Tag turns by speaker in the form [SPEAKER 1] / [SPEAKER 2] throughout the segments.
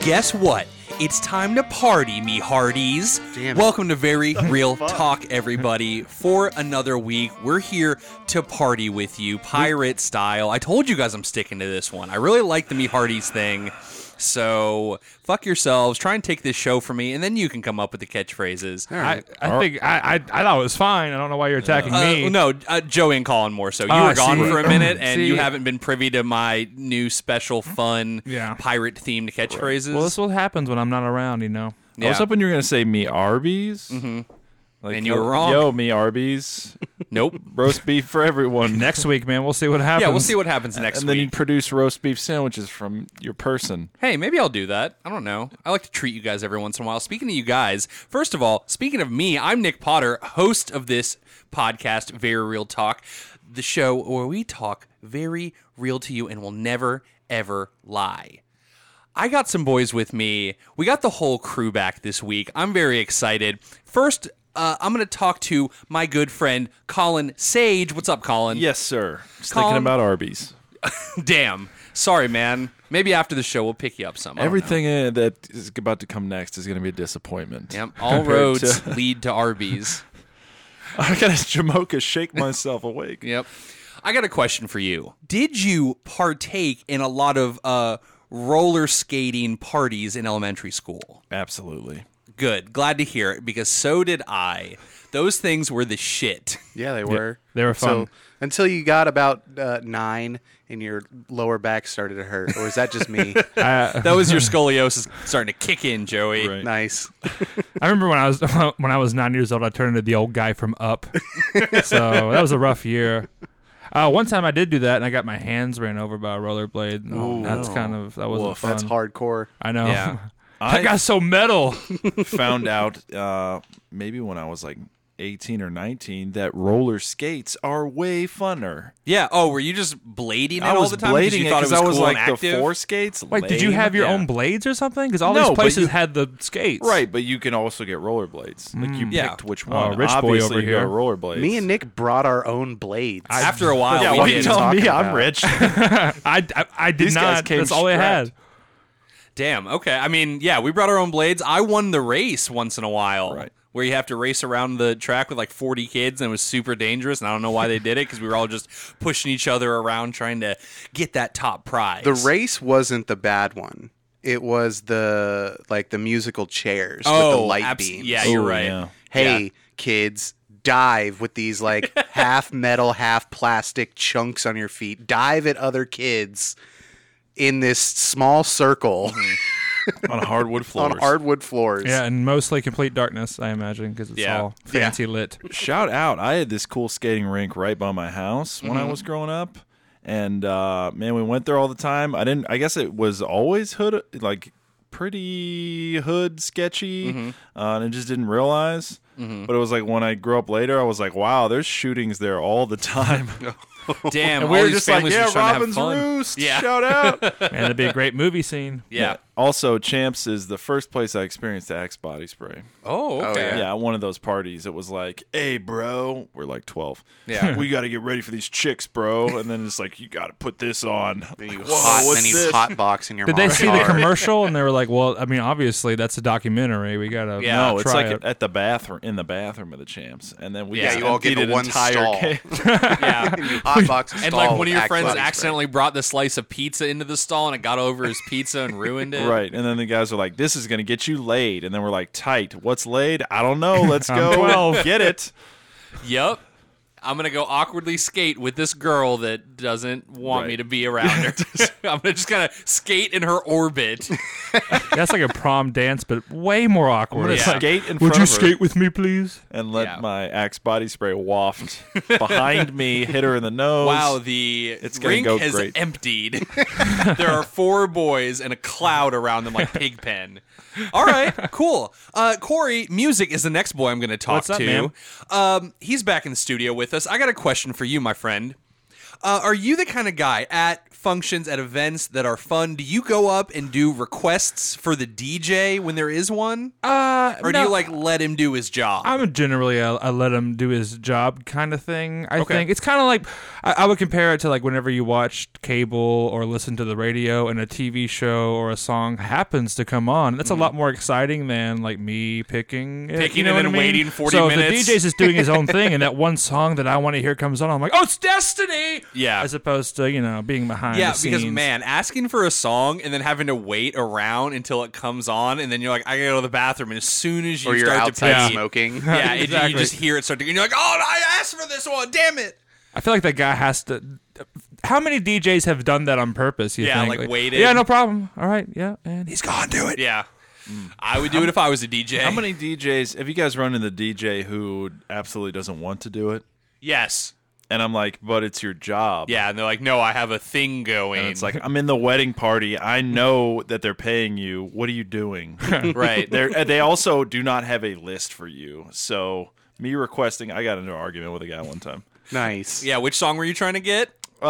[SPEAKER 1] guess what? It's time to party, me hearties.
[SPEAKER 2] Damn it.
[SPEAKER 1] Welcome to Very Real Talk, everybody, for another week. We're here to party with you, pirate style. I told you guys I'm sticking to this one. I really like the me hearties thing. So fuck yourselves. Try and take this show from me, and then you can come up with the catchphrases.
[SPEAKER 2] All
[SPEAKER 3] I,
[SPEAKER 2] right.
[SPEAKER 3] I think I, I I thought it was fine. I don't know why you're attacking
[SPEAKER 1] Uh,
[SPEAKER 3] me.
[SPEAKER 1] no, uh, Joey and Colin more so. You
[SPEAKER 3] Ah,
[SPEAKER 1] were gone
[SPEAKER 3] see.
[SPEAKER 1] for a minute, and you
[SPEAKER 3] See.
[SPEAKER 1] haven't been privy to my new special, fun,
[SPEAKER 3] Yeah.
[SPEAKER 1] pirate themed catchphrases.
[SPEAKER 3] Well, that's what happens when I'm not around. You know.
[SPEAKER 4] I
[SPEAKER 1] yeah.
[SPEAKER 4] was hoping you were gonna say me Arby's. Mm-hmm. Like,
[SPEAKER 1] And you
[SPEAKER 4] yo-
[SPEAKER 1] were wrong.
[SPEAKER 4] Yo, me Arby's,
[SPEAKER 1] nope.
[SPEAKER 4] roast beef for everyone.
[SPEAKER 3] Next week, man, we'll see what happens.
[SPEAKER 1] Yeah, we'll see what happens next
[SPEAKER 4] and then you
[SPEAKER 1] week.
[SPEAKER 4] produce roast beef sandwiches from your person.
[SPEAKER 1] Hey, maybe I'll do that. I don't know. I like to treat you guys every once in a while. Speaking of you guys, first of all, speaking of me, I'm Nick Potter, host of this podcast, Very Real Talk, the show where we talk very real to you and will never, ever lie. I got some boys with me. We got the whole crew back this week. I'm very excited. First, uh, I'm going to talk to my good friend, Colin Sage. What's up, Colin?
[SPEAKER 4] Yes, sir. Just
[SPEAKER 1] Colin-
[SPEAKER 4] thinking about Arby's.
[SPEAKER 1] Damn. Sorry, man. Maybe after the show, we'll pick you up some. I don't know.
[SPEAKER 4] Everything uh that is about to come next is gonna be a disappointment.
[SPEAKER 1] Yep. All
[SPEAKER 4] compared
[SPEAKER 1] roads
[SPEAKER 4] to-
[SPEAKER 1] lead to Arby's.
[SPEAKER 4] I gotta Jamocha shake myself awake.
[SPEAKER 1] Yep. I got a question for you. Did you partake in a lot of uh, roller skating parties in elementary school?
[SPEAKER 4] Absolutely.
[SPEAKER 1] Good. Glad to hear it because so did I. Those things were the shit.
[SPEAKER 2] Yeah, they were.
[SPEAKER 3] they were
[SPEAKER 2] So
[SPEAKER 3] fun.
[SPEAKER 2] until you got about uh, nine and your lower back started to hurt, or is that just me?
[SPEAKER 3] I,
[SPEAKER 1] That was your scoliosis starting to kick in, Joey.
[SPEAKER 4] Right.
[SPEAKER 2] nice.
[SPEAKER 3] I remember when I was when I was nine years old, I turned into the old guy from Up. so that was a rough year. Uh, one time I did do that, and I got my hands ran over by a rollerblade. and that's kind of that wasn't
[SPEAKER 4] Woof.
[SPEAKER 3] fun.
[SPEAKER 2] That's hardcore.
[SPEAKER 3] I know.
[SPEAKER 1] Yeah.
[SPEAKER 3] I got so metal.
[SPEAKER 4] found out uh, maybe when I was like 18 or 19 that roller skates are way funner.
[SPEAKER 1] Yeah. Oh, were you just blading it
[SPEAKER 4] I
[SPEAKER 1] all
[SPEAKER 4] was
[SPEAKER 1] the time? 'cause
[SPEAKER 4] blading
[SPEAKER 1] you
[SPEAKER 4] it
[SPEAKER 1] thought it was
[SPEAKER 4] I
[SPEAKER 1] cool
[SPEAKER 4] was like
[SPEAKER 1] and active?
[SPEAKER 4] the four skates.
[SPEAKER 3] Wait, did you
[SPEAKER 4] lame.
[SPEAKER 3] have your
[SPEAKER 1] Yeah.
[SPEAKER 3] own blades or something? Because all
[SPEAKER 4] No,
[SPEAKER 3] these
[SPEAKER 4] but
[SPEAKER 3] places
[SPEAKER 4] you-
[SPEAKER 3] had the skates.
[SPEAKER 4] Right, but you can also get rollerblades. Like you
[SPEAKER 1] Yeah.
[SPEAKER 4] picked which one.
[SPEAKER 3] Uh, rich boy
[SPEAKER 4] Obviously,
[SPEAKER 3] over
[SPEAKER 4] you got
[SPEAKER 3] here.
[SPEAKER 4] rollerblades.
[SPEAKER 2] Me and Nick brought our own blades.
[SPEAKER 1] After a while,
[SPEAKER 4] yeah,
[SPEAKER 1] we
[SPEAKER 4] why are
[SPEAKER 1] did.
[SPEAKER 4] you telling me
[SPEAKER 2] Talking
[SPEAKER 4] I'm
[SPEAKER 2] about-
[SPEAKER 4] rich?
[SPEAKER 3] I, I, I did
[SPEAKER 4] These guys
[SPEAKER 3] not.
[SPEAKER 4] came
[SPEAKER 3] That's all I had.
[SPEAKER 4] strapped.
[SPEAKER 1] Damn. Okay. I mean, yeah, we brought our own blades. I won the race once in a while,
[SPEAKER 4] Right.
[SPEAKER 1] where you have to race around the track with like 40 kids, and it was super dangerous. And I don't know why they did it because we were all just pushing each other around trying to get that top prize.
[SPEAKER 2] the race wasn't the bad one. It was the like the musical chairs with the
[SPEAKER 1] Oh,
[SPEAKER 2] light
[SPEAKER 1] abs-
[SPEAKER 2] beams.
[SPEAKER 1] yeah, you're
[SPEAKER 4] Oh,
[SPEAKER 1] right.
[SPEAKER 4] yeah.
[SPEAKER 2] hey kids dive with these like half metal half plastic chunks on your feet dive at other kids in this small circle
[SPEAKER 4] on hardwood floors.
[SPEAKER 2] on hardwood floors
[SPEAKER 3] Yeah, and mostly complete darkness, I imagine, because it's
[SPEAKER 1] Yeah.
[SPEAKER 3] all fancy lit.
[SPEAKER 4] Shout out! I had this cool skating rink right by my house when I was growing up, and uh, man, we went there all the time. I didn't. I guess it was always hood like pretty hood sketchy, uh, and I just didn't realize. But it was like when I grew up later, I was like, wow, there's shootings there all the time.
[SPEAKER 1] Damn.
[SPEAKER 4] and we
[SPEAKER 1] all
[SPEAKER 4] were
[SPEAKER 1] these
[SPEAKER 4] just like,
[SPEAKER 1] families
[SPEAKER 4] yeah,
[SPEAKER 1] just trying to have
[SPEAKER 4] Robin's
[SPEAKER 1] fun.
[SPEAKER 4] Roost.
[SPEAKER 1] Yeah.
[SPEAKER 4] Shout out.
[SPEAKER 3] And it'd be a great movie scene.
[SPEAKER 1] Yeah.
[SPEAKER 4] Also, Champs is the first place I experienced the Axe body spray.
[SPEAKER 1] Oh. Okay.
[SPEAKER 4] Yeah, at one of those parties, it was like, "Hey, bro, we're like twelve.
[SPEAKER 1] Yeah.
[SPEAKER 4] we got to get ready for these chicks, bro." And then it's like, "You got to put this on." Like,
[SPEAKER 2] you
[SPEAKER 4] "Whoa,
[SPEAKER 2] hot,
[SPEAKER 4] what's
[SPEAKER 2] then you
[SPEAKER 4] this?"
[SPEAKER 2] hot box in your
[SPEAKER 1] Oh,
[SPEAKER 3] Did they
[SPEAKER 2] mom's
[SPEAKER 3] see the
[SPEAKER 2] car.
[SPEAKER 3] commercial and they were like, "Well, I mean, obviously that's a documentary. We gotta
[SPEAKER 1] Yeah,
[SPEAKER 3] not
[SPEAKER 4] No, it's
[SPEAKER 3] try
[SPEAKER 4] like
[SPEAKER 3] it."
[SPEAKER 4] at the bathroom in the bathroom of the champs, and then we
[SPEAKER 1] Yeah,
[SPEAKER 4] just
[SPEAKER 2] you all get
[SPEAKER 4] emptied
[SPEAKER 2] the
[SPEAKER 4] an
[SPEAKER 2] one
[SPEAKER 4] entire
[SPEAKER 2] stall.
[SPEAKER 4] can.
[SPEAKER 1] Yeah.
[SPEAKER 2] You hot box
[SPEAKER 1] And
[SPEAKER 2] stall
[SPEAKER 1] like one
[SPEAKER 2] with
[SPEAKER 1] of your
[SPEAKER 2] Axe
[SPEAKER 1] friends
[SPEAKER 2] body spray.
[SPEAKER 1] accidentally brought the slice of pizza into the stall, and it got over his pizza and ruined it.
[SPEAKER 4] right, and then the guys are like, "This is gonna get you laid," and then we're like, "Tight, what's laid? I don't know. Let's
[SPEAKER 3] I'm
[SPEAKER 4] go
[SPEAKER 3] 12.
[SPEAKER 4] get it."
[SPEAKER 1] Yep. I'm gonna go awkwardly skate with this girl that doesn't want
[SPEAKER 4] Right.
[SPEAKER 1] me to be around her. I'm gonna just kind of skate in her orbit.
[SPEAKER 3] that's like a prom dance, but way more awkward.
[SPEAKER 4] gonna
[SPEAKER 3] It's like,
[SPEAKER 4] skate in
[SPEAKER 3] Would
[SPEAKER 4] front
[SPEAKER 3] you
[SPEAKER 4] of her."
[SPEAKER 3] skate with me, please?
[SPEAKER 4] And let
[SPEAKER 1] Yeah.
[SPEAKER 4] my axe body spray waft behind me, hit her in the nose.
[SPEAKER 1] Wow, the
[SPEAKER 4] It's gonna
[SPEAKER 1] rink
[SPEAKER 4] go
[SPEAKER 1] has
[SPEAKER 4] great.
[SPEAKER 1] emptied. there are four boys and a cloud around them like Pigpen. All right, cool. Uh, Corey, music is the next boy I'm gonna talk
[SPEAKER 3] What's up,
[SPEAKER 1] to.
[SPEAKER 3] man?
[SPEAKER 1] Um, he's back in the studio with us. I got a question for you, my friend. Uh, are you the kind of guy at functions, at events that are fun? Do you go up and do requests for the DJ when there is one?
[SPEAKER 3] Uh,
[SPEAKER 1] Or do you like let him do his job?
[SPEAKER 3] I'm generally a, a let him do his job kind of thing. I think it's kind of like I, I would compare it to like whenever you watch cable or listen to the radio and a TV show or a song happens to come on. That's a lot more exciting than like me picking, it,
[SPEAKER 1] Mm-hmm. Picking
[SPEAKER 3] you know
[SPEAKER 1] and
[SPEAKER 3] what I
[SPEAKER 1] then
[SPEAKER 3] mean?
[SPEAKER 1] waiting 40
[SPEAKER 3] so
[SPEAKER 1] minutes.
[SPEAKER 3] So the DJ's just doing his own thing, and that one song that I want to hear comes on. I'm like, oh, it's Destiny.
[SPEAKER 1] Yeah.
[SPEAKER 3] as opposed to you know being behind.
[SPEAKER 1] yeah,
[SPEAKER 3] the
[SPEAKER 1] because
[SPEAKER 3] scenes.
[SPEAKER 1] man, asking for a song and then having to wait around until it comes on, and then you're like, I gotta go to the bathroom, and as soon as you
[SPEAKER 2] or you're
[SPEAKER 1] start
[SPEAKER 2] outside
[SPEAKER 1] to pee,
[SPEAKER 2] smoking.
[SPEAKER 1] yeah, it- you
[SPEAKER 3] Exactly.
[SPEAKER 1] just hear it start to, and you're like, oh, I asked for this one, damn it.
[SPEAKER 3] I feel like that guy has to. How many DJs have done that on purpose? You
[SPEAKER 1] Yeah,
[SPEAKER 3] think?
[SPEAKER 1] like, waited.
[SPEAKER 3] Yeah, no problem. All right, yeah, and he's gone. Do it. Mm.
[SPEAKER 1] Yeah, I would do it if I was a DJ.
[SPEAKER 4] How many DJs have you guys run into the DJ who absolutely doesn't want to do it?
[SPEAKER 1] Yes.
[SPEAKER 4] And I'm like, but it's your job.
[SPEAKER 1] Yeah, and they're like, no, I have a thing going.
[SPEAKER 4] And it's like I'm in the wedding party. I know that they're paying you. What are you doing?
[SPEAKER 1] right there.
[SPEAKER 4] they they also do not have a list for you. So me requesting, I got into an argument with a guy one time.
[SPEAKER 2] Nice.
[SPEAKER 1] Yeah, which song were you trying to get?
[SPEAKER 4] Uh,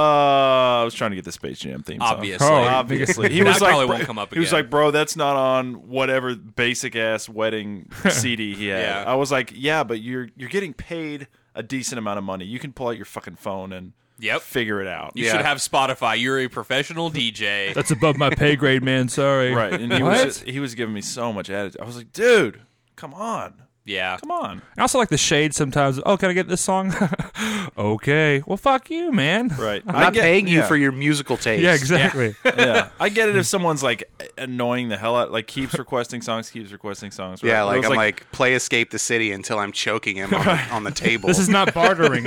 [SPEAKER 4] I was trying to get the Space Jam theme. song.
[SPEAKER 1] Obviously.
[SPEAKER 3] Oh,
[SPEAKER 4] obviously. He
[SPEAKER 1] That
[SPEAKER 4] was like,
[SPEAKER 1] probably
[SPEAKER 4] bro-
[SPEAKER 1] won't come up
[SPEAKER 4] He was
[SPEAKER 1] again.
[SPEAKER 4] like, bro, that's not on whatever basic ass wedding CD he had.
[SPEAKER 1] Yeah.
[SPEAKER 4] I was like, yeah, but you're you're getting paid a decent amount of money. You can pull out your fucking phone and
[SPEAKER 1] Yep.
[SPEAKER 4] figure it out.
[SPEAKER 1] You
[SPEAKER 2] Yeah.
[SPEAKER 1] should have Spotify. You're a professional DJ.
[SPEAKER 3] That's above my pay grade, man. Sorry.
[SPEAKER 4] right. And he was
[SPEAKER 3] what?
[SPEAKER 4] just- he was giving me so much attitude. I was like, dude, come on,
[SPEAKER 1] Yeah.
[SPEAKER 4] come on.
[SPEAKER 3] I also like the shade sometimes. Oh, can I get this song? okay. Well, fuck you, man.
[SPEAKER 4] Right.
[SPEAKER 2] I'm not paying you
[SPEAKER 4] yeah.
[SPEAKER 2] for your musical taste.
[SPEAKER 3] Yeah, exactly.
[SPEAKER 4] yeah, I get it if someone's like annoying the hell out, like keeps requesting songs, keeps requesting songs. right?
[SPEAKER 2] Yeah,
[SPEAKER 4] But it
[SPEAKER 2] like
[SPEAKER 4] was
[SPEAKER 2] I'm like, play Escape the City until I'm choking him on, on the table.
[SPEAKER 3] this is not bartering.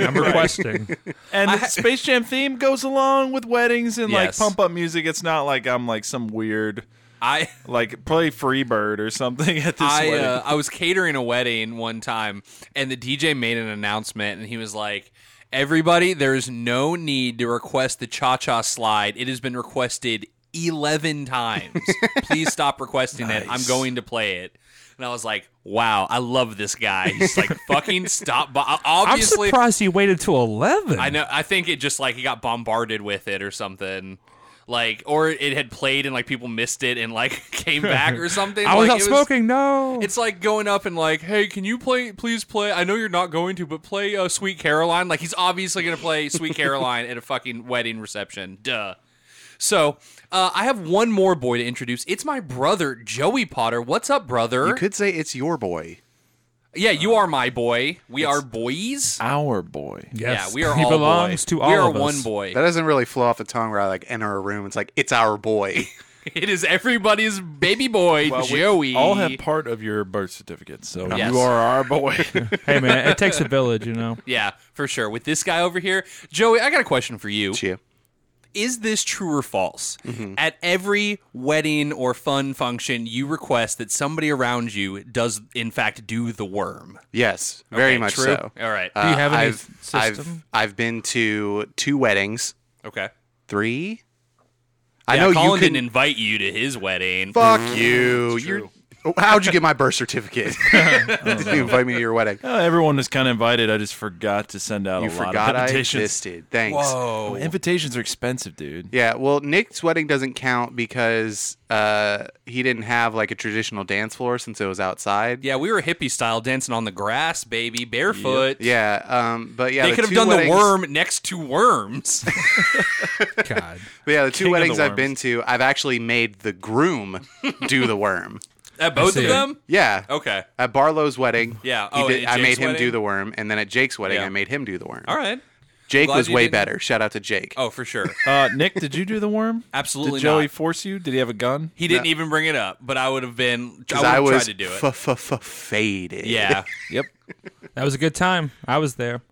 [SPEAKER 3] I'm requesting.
[SPEAKER 4] and the Space Jam theme goes along with weddings and
[SPEAKER 1] Yes.
[SPEAKER 4] like pump up music. It's not like I'm like some weird
[SPEAKER 1] I
[SPEAKER 4] like play Freebird or something at this
[SPEAKER 1] I
[SPEAKER 4] wedding.
[SPEAKER 1] uh, I was catering a wedding one time, and the DJ made an announcement, and he was like. Everybody, there is no need to request the cha cha slide. It has been requested 11 times. Please stop requesting it. I'm
[SPEAKER 4] Nice.
[SPEAKER 1] going to play it. And I was like, wow, I love this guy. He's like, fucking stop. But
[SPEAKER 3] I'm
[SPEAKER 1] obviously,
[SPEAKER 3] surprised he waited till eleven.
[SPEAKER 1] I know. I think it just like he got bombarded with it or something. Like, or it had played and like people missed it and like came back or something.
[SPEAKER 3] I was
[SPEAKER 1] Like,
[SPEAKER 3] out
[SPEAKER 1] it
[SPEAKER 3] smoking. no.
[SPEAKER 1] It's like going up and like, hey, can you play? Please play. I know you're not going to, but play uh, "Sweet Caroline." Like he's obviously gonna play "Sweet Caroline" at a fucking wedding reception. Duh. So uh, I have one more boy to introduce. It's my brother, Joey Potter. What's up, brother?
[SPEAKER 2] you could say it's your boy.
[SPEAKER 1] yeah, you are my boy. We are boys.
[SPEAKER 4] Our boy.
[SPEAKER 3] yes.
[SPEAKER 1] Yeah, we are
[SPEAKER 3] He
[SPEAKER 1] all
[SPEAKER 3] belongs
[SPEAKER 1] boy.
[SPEAKER 3] to all
[SPEAKER 1] we are
[SPEAKER 3] of us.
[SPEAKER 1] one boy.
[SPEAKER 2] That doesn't really flow off the tongue where I like enter a room. It's like it's our boy.
[SPEAKER 1] It is everybody's baby boy,
[SPEAKER 4] Well, we
[SPEAKER 1] Joey.
[SPEAKER 4] all have part of your birth certificate, so
[SPEAKER 1] Yes.
[SPEAKER 4] you are our boy.
[SPEAKER 3] Hey, man. It takes a village, you know.
[SPEAKER 1] yeah, for sure. With this guy over here, Joey, I got a question for you.
[SPEAKER 2] It's you.
[SPEAKER 1] Is this true or false?
[SPEAKER 2] Mm-hmm.
[SPEAKER 1] At every wedding or fun function, you request that somebody around you does, in fact, do the worm.
[SPEAKER 2] Yes, very
[SPEAKER 1] Okay,
[SPEAKER 2] much
[SPEAKER 1] true?
[SPEAKER 2] so. Uh,
[SPEAKER 1] All right.
[SPEAKER 3] Do you have any
[SPEAKER 2] I've,
[SPEAKER 3] system?
[SPEAKER 2] I've I've been to two weddings,
[SPEAKER 1] okay.
[SPEAKER 2] three. I
[SPEAKER 1] Yeah,
[SPEAKER 2] know
[SPEAKER 1] Colin
[SPEAKER 2] you can.
[SPEAKER 1] didn't Mm, invite you to his wedding.
[SPEAKER 2] fuck you. You're, Oh, how'd you get my birth certificate? Did you invite me to your wedding?
[SPEAKER 4] Uh, everyone was kind of invited. I just forgot to send out
[SPEAKER 2] You
[SPEAKER 4] a lot
[SPEAKER 2] forgot
[SPEAKER 4] of
[SPEAKER 2] I
[SPEAKER 4] invitations.
[SPEAKER 2] existed. Thanks.
[SPEAKER 4] Oh, invitations are expensive, dude.
[SPEAKER 2] Yeah, well, Nick's wedding doesn't count because uh, he didn't have like a traditional dance floor since it was outside.
[SPEAKER 1] Yeah, we were hippie style dancing on the grass, baby, barefoot.
[SPEAKER 2] Yeah, um, but yeah,
[SPEAKER 1] They
[SPEAKER 2] the
[SPEAKER 1] could have
[SPEAKER 2] two
[SPEAKER 1] done
[SPEAKER 2] weddings-
[SPEAKER 1] the worm next to worms.
[SPEAKER 3] God.
[SPEAKER 2] But yeah, the two
[SPEAKER 4] King of the
[SPEAKER 2] weddings I've
[SPEAKER 4] worms.
[SPEAKER 2] been to, I've actually made the groom do the worm.
[SPEAKER 1] At Uh, both of
[SPEAKER 3] see.
[SPEAKER 1] them?
[SPEAKER 2] Yeah.
[SPEAKER 1] Okay.
[SPEAKER 2] At Barlow's wedding,
[SPEAKER 1] Yeah.
[SPEAKER 2] he
[SPEAKER 1] Oh,
[SPEAKER 2] did-
[SPEAKER 1] at
[SPEAKER 2] I made
[SPEAKER 1] Jake's
[SPEAKER 2] him
[SPEAKER 1] wedding?
[SPEAKER 2] do the worm, and then at Jake's wedding,
[SPEAKER 1] Yeah.
[SPEAKER 2] I made him do the worm.
[SPEAKER 1] All right.
[SPEAKER 2] Jake
[SPEAKER 1] Glad
[SPEAKER 2] was
[SPEAKER 1] you
[SPEAKER 2] way
[SPEAKER 1] didn't-
[SPEAKER 2] better. Shout out to Jake.
[SPEAKER 1] Oh, for sure.
[SPEAKER 4] Uh, Nick, did you do the worm?
[SPEAKER 1] Absolutely
[SPEAKER 4] Did Joey
[SPEAKER 1] not.
[SPEAKER 4] force you? Did he have a gun?
[SPEAKER 1] He didn't even bring it up, but I would have been. I
[SPEAKER 2] because
[SPEAKER 1] would
[SPEAKER 2] I,
[SPEAKER 1] have tried
[SPEAKER 2] was
[SPEAKER 1] to do it.
[SPEAKER 2] faded.
[SPEAKER 1] yeah,
[SPEAKER 4] Yep.
[SPEAKER 3] That was a good time. I was there.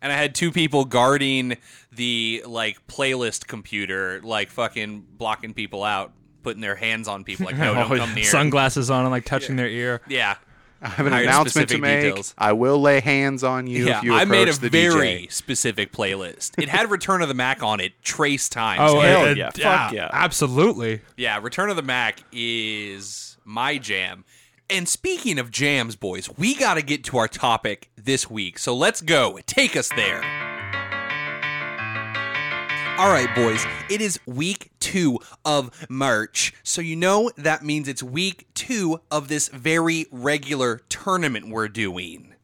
[SPEAKER 1] and I had two people guarding the like playlist computer, like fucking blocking people out, putting their hands on people, like no,
[SPEAKER 2] Oh,
[SPEAKER 1] don't come near.
[SPEAKER 3] Sunglasses on and like touching their ear.
[SPEAKER 1] yeah,
[SPEAKER 2] I have an
[SPEAKER 1] Hired
[SPEAKER 2] announcement to
[SPEAKER 1] specific
[SPEAKER 2] make.
[SPEAKER 1] details.
[SPEAKER 2] I will lay hands on you
[SPEAKER 1] yeah.
[SPEAKER 2] if you
[SPEAKER 1] I
[SPEAKER 2] approach
[SPEAKER 1] made a
[SPEAKER 2] the
[SPEAKER 1] very
[SPEAKER 2] DJ.
[SPEAKER 1] specific playlist. It had Return of the Mac on it, trace times.
[SPEAKER 3] Oh,
[SPEAKER 1] yeah.
[SPEAKER 4] Hell
[SPEAKER 3] and-
[SPEAKER 4] yeah.
[SPEAKER 3] and-
[SPEAKER 4] Fuck yeah.
[SPEAKER 3] Absolutely.
[SPEAKER 1] yeah, Return of the Mac is my jam. And speaking of jams, boys, we got to get to our topic this week. So let's go. Take us there. All right, boys, it is week two of March. So, you know, that means it's week two of this very regular tournament we're doing.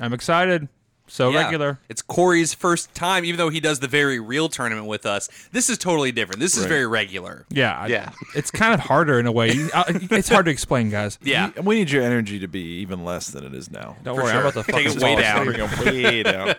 [SPEAKER 3] I'm excited. So
[SPEAKER 1] Yeah.
[SPEAKER 3] regular.
[SPEAKER 1] It's Corey's first time, even though he does the very real tournament with us. This is totally different. This is very regular.
[SPEAKER 3] Yeah. I-
[SPEAKER 2] Yeah.
[SPEAKER 3] it's kind of harder in a way. You- I- It's hard to explain, guys.
[SPEAKER 1] Yeah.
[SPEAKER 4] We need your energy to be even less than it is now.
[SPEAKER 3] Don't
[SPEAKER 1] For
[SPEAKER 3] worry.
[SPEAKER 1] sure.
[SPEAKER 3] I'm about to
[SPEAKER 1] Take
[SPEAKER 3] fucking
[SPEAKER 1] it way
[SPEAKER 3] fall
[SPEAKER 1] down.
[SPEAKER 3] asleep.
[SPEAKER 4] way down.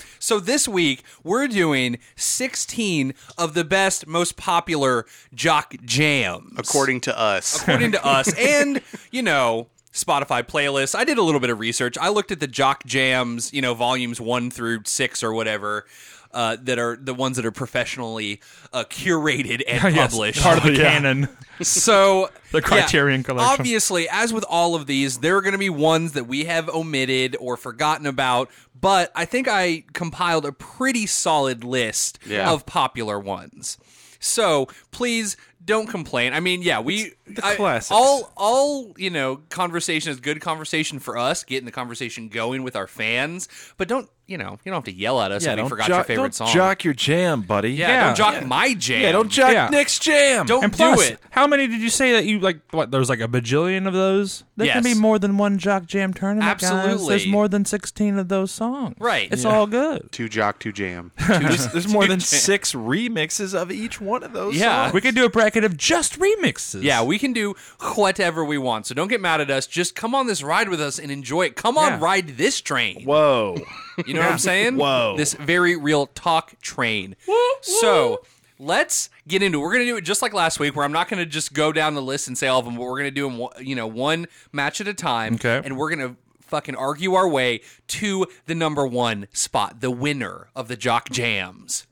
[SPEAKER 1] So this week we're doing 16 of the best, most popular jock jams
[SPEAKER 2] According to us.
[SPEAKER 1] according to us, and you know. Spotify playlists. I did a little bit of research. I looked at the Jock Jams, you know, volumes one through six or whatever, uh, that are the ones that are professionally uh, curated and
[SPEAKER 3] Yes,
[SPEAKER 1] published.
[SPEAKER 3] Part of the
[SPEAKER 4] Yeah.
[SPEAKER 3] canon.
[SPEAKER 1] So
[SPEAKER 3] The
[SPEAKER 1] yeah,
[SPEAKER 3] Criterion Collection.
[SPEAKER 1] Obviously, as with all of these, there are going to be ones that we have omitted or forgotten about. But I think I compiled a pretty solid list
[SPEAKER 2] Yeah.
[SPEAKER 1] of popular ones. So please don't complain. I mean, yeah, we
[SPEAKER 4] the
[SPEAKER 1] I-
[SPEAKER 4] classics.
[SPEAKER 1] all all you know conversation is good conversation for us, getting the conversation going with our fans. But don't you know you don't have to yell at us
[SPEAKER 4] Yeah,
[SPEAKER 1] if we
[SPEAKER 4] don't,
[SPEAKER 1] forgot
[SPEAKER 4] jo-
[SPEAKER 1] your favorite
[SPEAKER 4] don't
[SPEAKER 1] song.
[SPEAKER 4] jock your jam, buddy.
[SPEAKER 1] yeah,
[SPEAKER 3] Yeah.
[SPEAKER 1] don't jock my jam.
[SPEAKER 4] Yeah, don't jock
[SPEAKER 3] Yeah.
[SPEAKER 4] Nick's jam.
[SPEAKER 1] Don't
[SPEAKER 3] And
[SPEAKER 1] do
[SPEAKER 3] plus,
[SPEAKER 1] it.
[SPEAKER 3] how many did you say that you like? What? There's like a bajillion of those. There can
[SPEAKER 1] Yes.
[SPEAKER 3] be more than one Jock Jam tournament. guys. There's
[SPEAKER 1] Absolutely.
[SPEAKER 3] more than 16 of those songs.
[SPEAKER 1] Right.
[SPEAKER 3] It's
[SPEAKER 1] Yeah.
[SPEAKER 3] all good.
[SPEAKER 2] Two jock, two jam.
[SPEAKER 4] There's, there's more than six remixes of each one of those.
[SPEAKER 1] Yeah.
[SPEAKER 4] songs.
[SPEAKER 3] We could do a bracket of just remixes.
[SPEAKER 1] Yeah, we can do whatever we want. So don't get mad at us. Just come on this ride with us and enjoy it. Come on,
[SPEAKER 3] Yeah.
[SPEAKER 1] ride this train.
[SPEAKER 4] Whoa.
[SPEAKER 1] You know what I'm saying?
[SPEAKER 4] Whoa.
[SPEAKER 1] This very real talk train. So let's get into it. We're going to do it just like last week, where I'm not going to just go down the list and say all of them, but we're going to do them, you know, one match at a time.
[SPEAKER 3] Okay.
[SPEAKER 1] And we're going to fucking argue our way to the number one spot, the winner of the Jock Jams.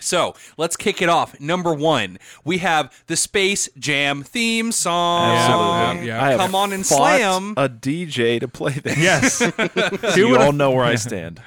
[SPEAKER 1] So let's kick it off. Number one, we have the Space Jam theme song.
[SPEAKER 4] Absolutely.
[SPEAKER 3] Yeah.
[SPEAKER 4] I have
[SPEAKER 1] Come on and
[SPEAKER 4] fought
[SPEAKER 1] slam.
[SPEAKER 4] a DJ to play this.
[SPEAKER 3] Yes.
[SPEAKER 4] so you all know where I stand.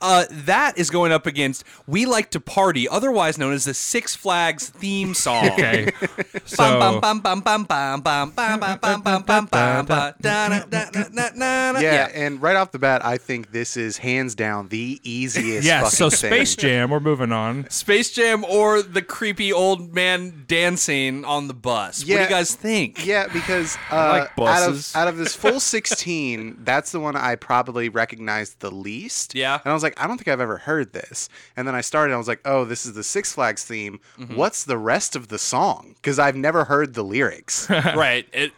[SPEAKER 1] Uh, that is going up against We Like to Party, otherwise known as the Six Flags theme song.
[SPEAKER 3] okay.
[SPEAKER 1] Bum,
[SPEAKER 3] So
[SPEAKER 1] bum, bum, bum, bum, bum, bum, bum, bum, bum, bum, bum, bum, da, da, da, da, da, da, da.
[SPEAKER 2] Yeah, and right off the bat, I think this is hands down the easiest.
[SPEAKER 3] yeah.
[SPEAKER 2] fucking
[SPEAKER 3] So
[SPEAKER 2] thing.
[SPEAKER 3] Space Jam. We're moving on.
[SPEAKER 1] Space Jam or the creepy old man dancing on the bus. What do
[SPEAKER 2] Yeah.
[SPEAKER 1] you guys think?
[SPEAKER 2] Yeah, because uh,
[SPEAKER 4] like buses.
[SPEAKER 2] out of out of this full sixteen, that's the one I probably recognized the least.
[SPEAKER 1] Yeah.
[SPEAKER 2] and I was like, I don't think I've ever heard this. And then I started, and I was like, Oh, this is the Six Flags theme. What's the rest of the song? Because I've never heard the lyrics.
[SPEAKER 1] Right. It,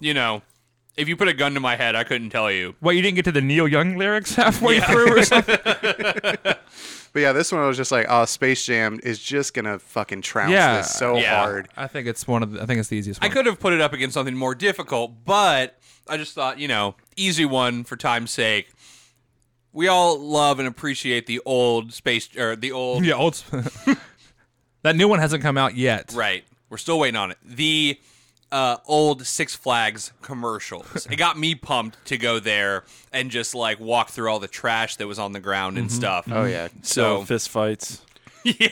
[SPEAKER 1] you know, if you put a gun to my head, I couldn't tell you.
[SPEAKER 3] What you didn't get to the Neil Young lyrics halfway through or something?
[SPEAKER 2] but yeah, this one I was just like, Oh, Space Jam is just gonna fucking trounce
[SPEAKER 3] Yeah.
[SPEAKER 2] this so
[SPEAKER 1] Yeah.
[SPEAKER 2] hard.
[SPEAKER 3] I think it's one of. The, I think it's the easiest
[SPEAKER 1] I
[SPEAKER 3] one.
[SPEAKER 1] could have put it up against something more difficult, but I just thought, you know, easy one for time's sake. We all love and appreciate the old space or the old
[SPEAKER 3] Yeah. Old. that new one hasn't come out yet.
[SPEAKER 1] right. We're still waiting on it. The uh, old Six Flags commercials. it got me pumped to go there and just like walk through all the trash that was on the ground and stuff.
[SPEAKER 2] Oh yeah.
[SPEAKER 1] So,
[SPEAKER 4] fist fights.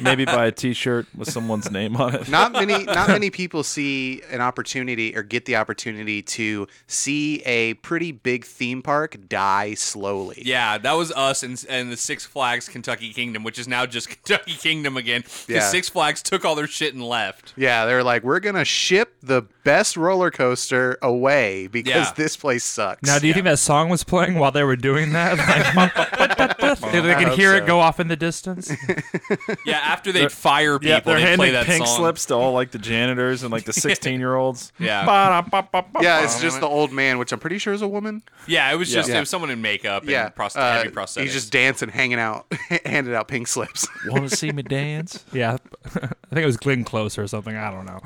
[SPEAKER 4] Maybe buy a T-shirt with someone's name on it.
[SPEAKER 2] not many not many people see an opportunity or get the opportunity to see a pretty big theme park die slowly.
[SPEAKER 1] yeah, that was us and, and the Six Flags Kentucky Kingdom, which is now just Kentucky Kingdom again. 'cause
[SPEAKER 2] Yeah.
[SPEAKER 1] Six Flags took all their shit and left.
[SPEAKER 2] Yeah, they're like, we're gonna ship the best roller coaster away because
[SPEAKER 1] Yeah.
[SPEAKER 2] this place sucks.
[SPEAKER 3] Now, do you think that song was playing while they were doing that? Like, they, they
[SPEAKER 2] I
[SPEAKER 3] could
[SPEAKER 2] hope
[SPEAKER 3] hear
[SPEAKER 2] so.
[SPEAKER 3] it go off in the distance.
[SPEAKER 1] Yeah, after they'd fire people,
[SPEAKER 4] Yeah, they're
[SPEAKER 1] they'd play
[SPEAKER 4] handing
[SPEAKER 1] that
[SPEAKER 4] pink
[SPEAKER 1] song.
[SPEAKER 4] slips to all like the janitors and like the sixteen-year-olds.
[SPEAKER 1] Yeah.
[SPEAKER 2] yeah, it's just the old man, which I'm pretty sure is a woman.
[SPEAKER 1] Yeah, it was just
[SPEAKER 4] Yeah.
[SPEAKER 1] it was someone in makeup and
[SPEAKER 2] Yeah,
[SPEAKER 1] prost-
[SPEAKER 2] uh,
[SPEAKER 1] heavy prosthetics.
[SPEAKER 2] He's just dancing, hanging out, handing out pink slips.
[SPEAKER 4] Want to see me dance?
[SPEAKER 3] yeah, I think it was Glenn Close or something. I don't know.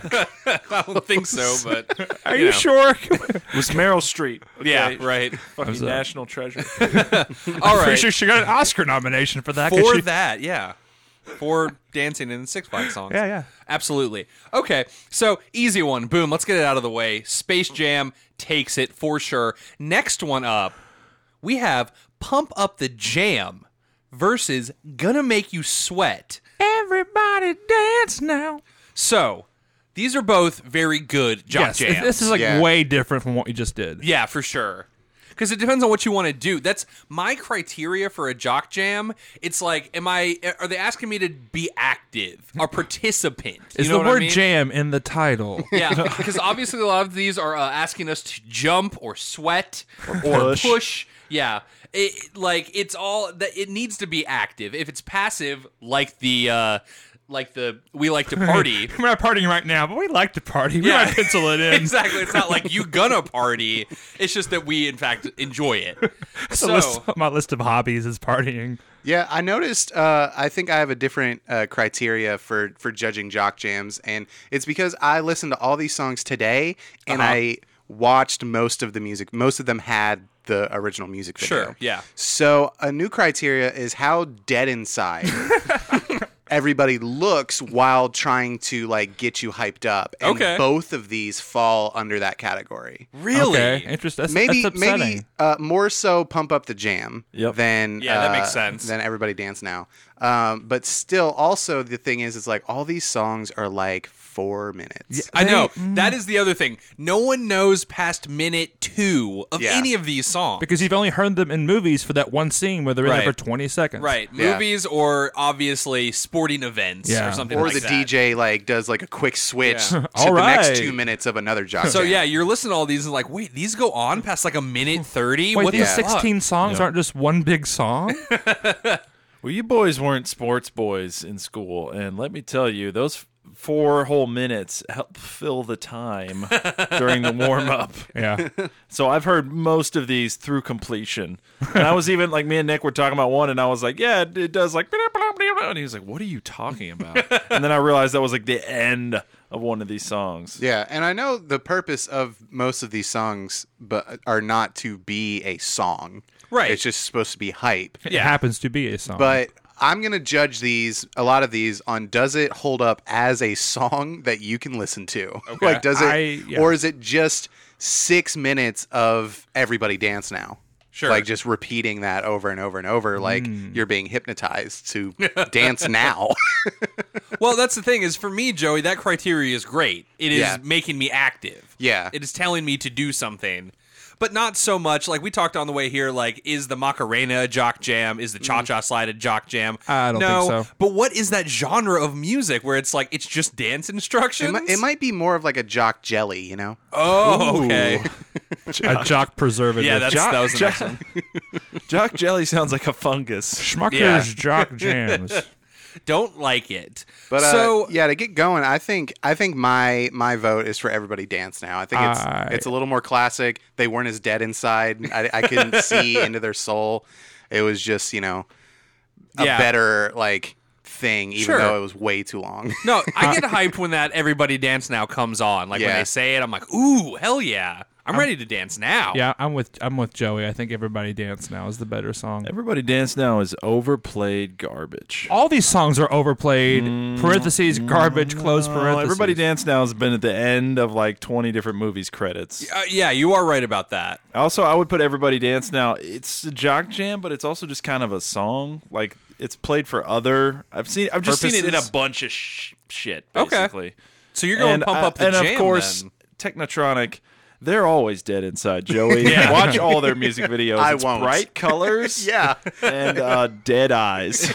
[SPEAKER 1] I don't think so, but
[SPEAKER 3] Are
[SPEAKER 1] you know.
[SPEAKER 3] sure?
[SPEAKER 4] It was Meryl Streep?
[SPEAKER 1] yeah,
[SPEAKER 4] Okay,
[SPEAKER 1] right.
[SPEAKER 4] Fucking
[SPEAKER 3] sorry.
[SPEAKER 4] national treasure.
[SPEAKER 1] All
[SPEAKER 3] Pretty
[SPEAKER 1] right,
[SPEAKER 3] sure she got an Oscar nomination for that. 'cause
[SPEAKER 1] for
[SPEAKER 3] she-
[SPEAKER 1] that, yeah, for dancing in the Six Flags songs.
[SPEAKER 3] Yeah, yeah.
[SPEAKER 1] absolutely. Okay, so easy one. Boom. Let's get it out of the way. Space Jam takes it for sure. Next one up, we have Pump Up the Jam versus Gonna Make You Sweat.
[SPEAKER 3] Everybody dance now.
[SPEAKER 1] So these are both very good jock
[SPEAKER 3] yes,
[SPEAKER 1] jams.
[SPEAKER 3] this is like
[SPEAKER 2] Yeah.
[SPEAKER 3] way different from what you just did.
[SPEAKER 1] Yeah, for sure. because it depends on what you want to do. That's my criteria for a jock jam. It's like, am I? Are they asking me to be active, a participant?
[SPEAKER 3] Is
[SPEAKER 1] you know
[SPEAKER 3] the
[SPEAKER 1] what I
[SPEAKER 3] word
[SPEAKER 1] mean?
[SPEAKER 3] jam in the title?
[SPEAKER 1] Yeah, because obviously a lot of these are uh, asking us to jump or sweat or, push.
[SPEAKER 4] push.
[SPEAKER 1] Yeah, it, like it's all that it needs to be active. If it's passive, like the uh, like the we like to party.
[SPEAKER 3] We're not partying right now, but we like to party. We
[SPEAKER 1] Yeah.
[SPEAKER 3] might pencil it in.
[SPEAKER 1] exactly. It's not like you gonna party. It's just that we in fact enjoy it.
[SPEAKER 3] The list-
[SPEAKER 1] So
[SPEAKER 3] my list of hobbies is partying.
[SPEAKER 2] Yeah, I noticed. Uh, I think I have a different uh, criteria for for judging jock jams, and it's because I listened to all these songs today, and
[SPEAKER 1] Uh-huh.
[SPEAKER 2] I watched most of the music. Most of them had the original music video.
[SPEAKER 1] Sure, yeah.
[SPEAKER 2] So a new criteria is how dead inside everybody looks while trying to like get you hyped up. And
[SPEAKER 1] Okay.
[SPEAKER 2] Both of these fall under that category.
[SPEAKER 1] really,
[SPEAKER 3] Okay, interesting. That's,
[SPEAKER 2] Maybe
[SPEAKER 3] that's upsetting.
[SPEAKER 2] maybe uh, more so pump up the jam
[SPEAKER 4] Yep.
[SPEAKER 2] than
[SPEAKER 1] Yeah, that
[SPEAKER 2] uh,
[SPEAKER 1] makes sense.
[SPEAKER 2] than everybody dance now. Um, but still, also the thing is, it's like all these songs are like four minutes.
[SPEAKER 1] I know that is the other thing. No one knows past minute two of
[SPEAKER 2] Yeah.
[SPEAKER 1] any of these songs
[SPEAKER 3] because you've only heard them in movies for that one scene where they're in
[SPEAKER 1] Right.
[SPEAKER 3] there for 20 seconds.
[SPEAKER 1] Right,
[SPEAKER 2] Yeah.
[SPEAKER 1] movies or obviously sporting events or
[SPEAKER 3] Yeah.
[SPEAKER 1] something
[SPEAKER 2] Or
[SPEAKER 1] like
[SPEAKER 2] the
[SPEAKER 1] that.
[SPEAKER 2] DJ like does like a quick switch
[SPEAKER 1] Yeah.
[SPEAKER 2] to the
[SPEAKER 3] All
[SPEAKER 2] next
[SPEAKER 3] right.
[SPEAKER 2] two minutes of another jock.
[SPEAKER 1] So
[SPEAKER 2] jam.
[SPEAKER 1] yeah, you're listening to all these and like, wait, these go on past like a minute thirty.
[SPEAKER 3] Wait,
[SPEAKER 1] what
[SPEAKER 3] the
[SPEAKER 1] the fuck?
[SPEAKER 3] 16 songs
[SPEAKER 4] Yeah.
[SPEAKER 3] aren't just one big song?
[SPEAKER 4] Well, you boys weren't sports boys in school, and let me tell you, those f- four whole minutes help fill the time during the warm up.
[SPEAKER 3] yeah.
[SPEAKER 4] So I've heard most of these through completion. And I was even like, me and Nick were talking about one, and I was like, yeah, it, it does like, and he was like, what are you talking about? And then I realized that was like the end of one of these songs.
[SPEAKER 2] Yeah, and I know the purpose of most of these songs, but uh, are not to be a song.
[SPEAKER 1] Right.
[SPEAKER 2] It's just supposed to be hype.
[SPEAKER 3] It happens to be a song.
[SPEAKER 2] But I'm gonna judge these a lot of these on does it hold up as a song that you can listen to? like does it
[SPEAKER 3] I- yeah.
[SPEAKER 2] or is it just six minutes of everybody dance now?
[SPEAKER 1] Sure.
[SPEAKER 2] Like just repeating that over and over and over, like you're being hypnotized to dance now.
[SPEAKER 1] Well, that's the thing is for me, Joey, that criteria is great. It is
[SPEAKER 2] Yeah.
[SPEAKER 1] making me active.
[SPEAKER 2] Yeah.
[SPEAKER 1] It is telling me to do something. But not so much like we talked on the way here. Like, is the Macarena a jock jam? Is the Cha
[SPEAKER 2] Mm.
[SPEAKER 1] Cha slide a jock jam?
[SPEAKER 3] I don't
[SPEAKER 1] no,
[SPEAKER 3] think so.
[SPEAKER 1] But what is that genre of music where it's like it's just dance
[SPEAKER 2] it,
[SPEAKER 1] instructions?
[SPEAKER 2] might, it might be more of like a jock jelly, you know?
[SPEAKER 1] Oh, okay.
[SPEAKER 3] a jock preservative.
[SPEAKER 1] Yeah, that's,
[SPEAKER 4] Jock-
[SPEAKER 1] that was the next
[SPEAKER 4] Jock-
[SPEAKER 1] one.
[SPEAKER 4] Jock Jelly sounds like a fungus.
[SPEAKER 3] Schmucker's
[SPEAKER 1] Yeah.
[SPEAKER 3] jock jams.
[SPEAKER 1] Don't like it.
[SPEAKER 2] But uh,
[SPEAKER 1] so
[SPEAKER 2] yeah, to get going, I think I think my my vote is for everybody dance now. I think it's
[SPEAKER 3] I-
[SPEAKER 2] it's a little more classic. They weren't as dead inside. I, I couldn't see into their soul. It was just you know a
[SPEAKER 1] Yeah.
[SPEAKER 2] better like thing, even
[SPEAKER 1] Sure.
[SPEAKER 2] though it was way too long.
[SPEAKER 1] No, I get hyped when that everybody dance now comes on. Like when
[SPEAKER 2] Yeah.
[SPEAKER 1] they say it, I'm like, ooh, hell yeah. I'm ready to dance now.
[SPEAKER 3] Yeah, I'm with I'm with Joey. I think everybody dance now is the better song.
[SPEAKER 4] Everybody Dance Now is overplayed garbage.
[SPEAKER 3] All these songs are overplayed. Parentheses, garbage, close
[SPEAKER 4] Well,
[SPEAKER 3] parentheses.
[SPEAKER 4] Everybody Dance Now has been at the end of like 20 different movies credits.
[SPEAKER 1] Uh, yeah, you are right about that.
[SPEAKER 4] Also, I would put Everybody Dance Now. It's a jock jam, but it's also just kind of a song. Like it's played for other. I've seen. I've just seen it in
[SPEAKER 1] Purposes?
[SPEAKER 4] a bunch of sh- shit.
[SPEAKER 1] Okay.
[SPEAKER 4] Basically.
[SPEAKER 1] So you're going
[SPEAKER 4] and,
[SPEAKER 1] to pump
[SPEAKER 4] uh,
[SPEAKER 1] up the
[SPEAKER 4] and
[SPEAKER 1] jam,
[SPEAKER 4] of course,
[SPEAKER 1] then.
[SPEAKER 4] Technotronic. They're always dead inside, Joey. Watch all their music videos.
[SPEAKER 2] I
[SPEAKER 4] It's
[SPEAKER 2] won't.
[SPEAKER 4] Bright colors.
[SPEAKER 2] yeah,
[SPEAKER 4] And uh, dead eyes.